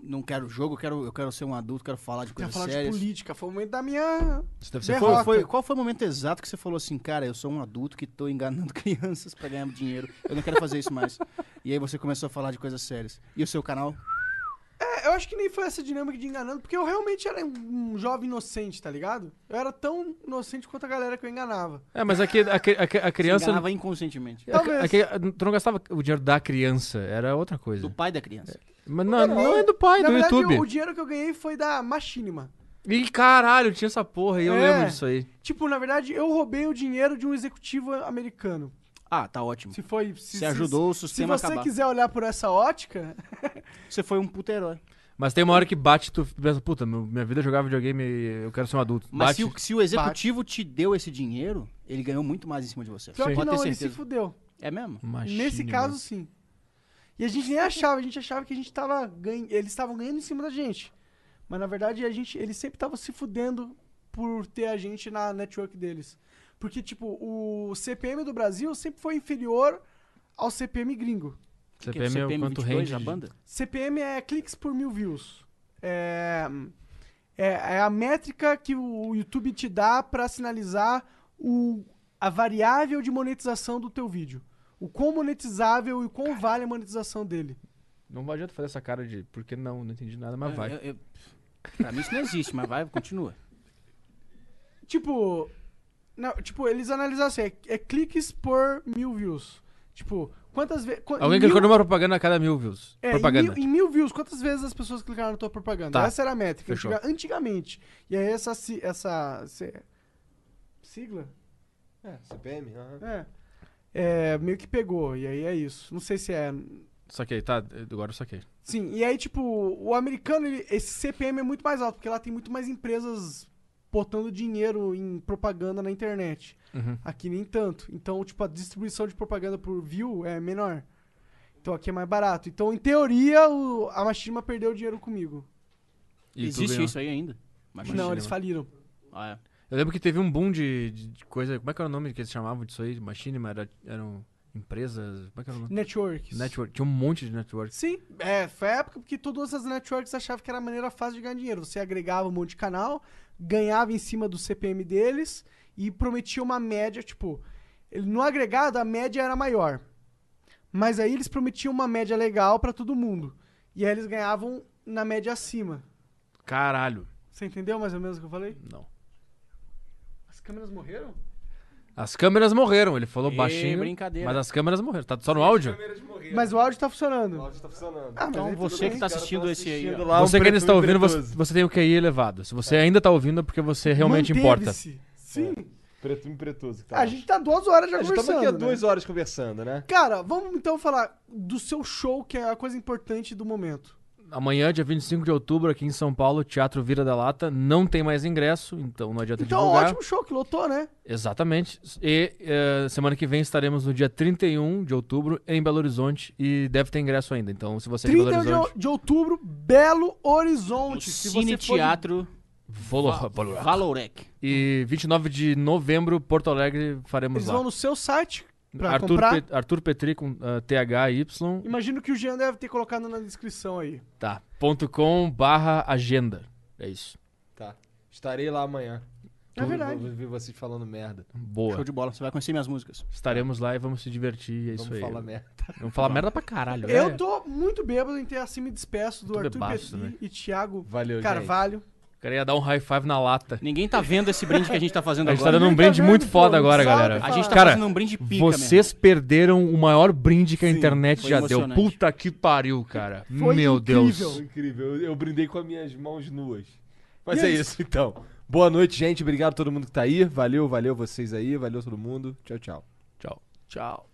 Não quero jogo, eu quero, eu quero ser um adulto, quero falar Eu de ia coisas falar sérias. de política, foi o momento da minha. Isso deve ser Derrota. Qual foi, qual foi o momento exato que você falou assim, cara, eu sou um adulto que tô enganando (laughs) crianças pra ganhar dinheiro, eu não quero fazer isso mais. e aí você começou a falar de coisas sérias. E o seu canal? É, eu acho que nem foi essa dinâmica de enganando, porque eu realmente era um jovem inocente, tá ligado? Eu era tão inocente quanto a galera que eu enganava. É, mas aqui, aqui- aqui- a criança. Você enganava inconscientemente. a- Talvez. aqui- tu não gastava o dinheiro da criança, era outra coisa. Do pai da criança. Mas não, não é do pai, Na do verdade, YouTube. o- o dinheiro que eu ganhei foi da Machinima. Ih, caralho, tinha essa porra aí, eu É. lembro disso aí. Tipo, na verdade, eu roubei o dinheiro de um executivo americano. Ah, tá ótimo. Se foi. Se, Você ajudou o sistema a Se você acabar. quiser olhar por essa ótica, Você foi um puta herói. Mas tem uma hora que bate, tu pensa, puta, meu- minha vida é jogar videogame, eu quero ser um adulto. Mas bate. se o, se o executivo te deu esse dinheiro, ele ganhou muito mais em cima de você. pior que Pode não, ter ele se certeza. fudeu. É mesmo? Machine, Nesse caso, sim. E a gente nem achava, a gente achava que a gente tava ganha... eles estavam ganhando em cima da gente. Mas na verdade, a gente, eles sempre estavam se fudendo por ter a gente na network deles. Porque, tipo, o CPM do Brasil sempre foi inferior ao CPM gringo. Que que CPM, é o quanto 22 rende. a de- banda? CPM é cliques por mil views. É, é, é a métrica que o YouTube te dá para sinalizar o, a variável de monetização do teu vídeo. O quão monetizável e o quão vale a monetização dele. Não adianta fazer essa cara de porque não, não entendi nada, mas Eu- vai. eu- eu- pra mim isso não existe, mas vai, continua. Tipo. Não, tipo, eles analisaram assim, é, é cliques por mil views. Tipo, quantas vezes. Alguém clicou numa propaganda a cada mil views. É, propaganda. Em mil, em mil views, quantas vezes as pessoas clicaram na tua propaganda? Tá. Essa era a métrica, Fechou. antiga- antigamente. E aí essa, si- essa se- sigla? É, CPM? aham. É. É, meio que pegou, e aí é isso. Não sei se é... Saquei, tá, agora eu saquei. Sim, e aí, tipo, o americano, ele- esse CPM é muito mais alto, porque lá tem muito mais empresas botando dinheiro em propaganda na internet. Aqui nem tanto. Então, tipo, a distribuição de propaganda por view é menor. Então aqui é mais barato. Então, em teoria, o- a Machinima perdeu dinheiro comigo. E tu existe ganhou. isso aí ainda? Mas Não, eles faliram. Ah, é. Eu lembro que teve um boom de, de- de coisa. Como é que era o nome que eles chamavam disso aí? Machinima? Era, eram empresas. Como é que era o nome? Networks. Network. Tinha um monte de network. Sim, é, foi a época porque todas essas networks achavam que era a maneira fácil de ganhar dinheiro. Você agregava um monte de canal, ganhava em cima do CPM deles e prometia uma média, tipo, ele- no agregado a média era maior. Mas aí eles prometiam uma média legal pra todo mundo. E aí eles ganhavam na média acima. Caralho. Você entendeu mais ou menos o que eu falei? Não. As câmeras morreram? As câmeras morreram, ele falou Ê, baixinho. brincadeira. Mas as câmeras morreram. Tá só no áudio? Mas o áudio tá funcionando. O áudio tá funcionando. Ah, mas aí Então tudo você que bem. tá assistindo esse aí, ó. lá, você um que ainda está preto e ouvindo, um você, preto- você tem o QI elevado. Se você ainda tá ouvindo, é porque você realmente importa. Manteve-se. Sim. Preto e pretoso. que tá A lá. gente tá duas horas já A gente conversando. tamo aqui há né? duas horas conversando, né? Cara, vamos então falar do seu show, que é a coisa importante do momento. Amanhã, dia 25 de outubro, aqui em São Paulo, Teatro Vira da Lata. Não tem mais ingresso, então não adianta Então, divulgar. ótimo show que lotou, né? Exatamente. E eh, semana que vem estaremos no dia 31 de outubro em Belo Horizonte e deve ter ingresso ainda. Então, se você é de Belo 31 de, Horizonte, de outubro, Belo Horizonte. Se você Cine for de- Teatro volo, volo- Valorec. E 29 de novembro, Porto Alegre, faremos Eles lá. vão no seu site pra Arthur, comprar. Pe- Arthur Petri com ah, THY. Imagino que o Jean deve ter colocado na descrição aí. Tá. Ponto com barra agenda. É isso. Tá. Estarei lá amanhã. tudo. verdade. Vou ver vocês falando merda. Boa. Show de bola. Você vai conhecer minhas músicas. Estaremos lá e vamos se divertir. É isso Vamos aí. falar merda. Vamos falar merda pra caralho. né? Eu tô muito bêbado, então assim me despeço do Tô Arthur bebaço Petri também. e Thiago Valeu, Carvalho. O cara ia dar um high five na lata. Ninguém tá vendo esse brinde que a gente tá fazendo A gente tá agora. dando tá um brinde vendo, muito pô, foda não agora, sabe galera. falar. A gente tá cara, fazendo um brinde pica, vocês perderam o maior brinde que a internet foi já deu. emocionante. Puta que pariu, cara. Foi Meu incrível. Deus. Incrível. Eu, eu brindei com as minhas mãos nuas. Mas E é é isso, então. Boa noite, gente. Obrigado a todo mundo que tá aí. Valeu, valeu vocês aí. Valeu todo mundo. Tchau, tchau. Tchau. Tchau.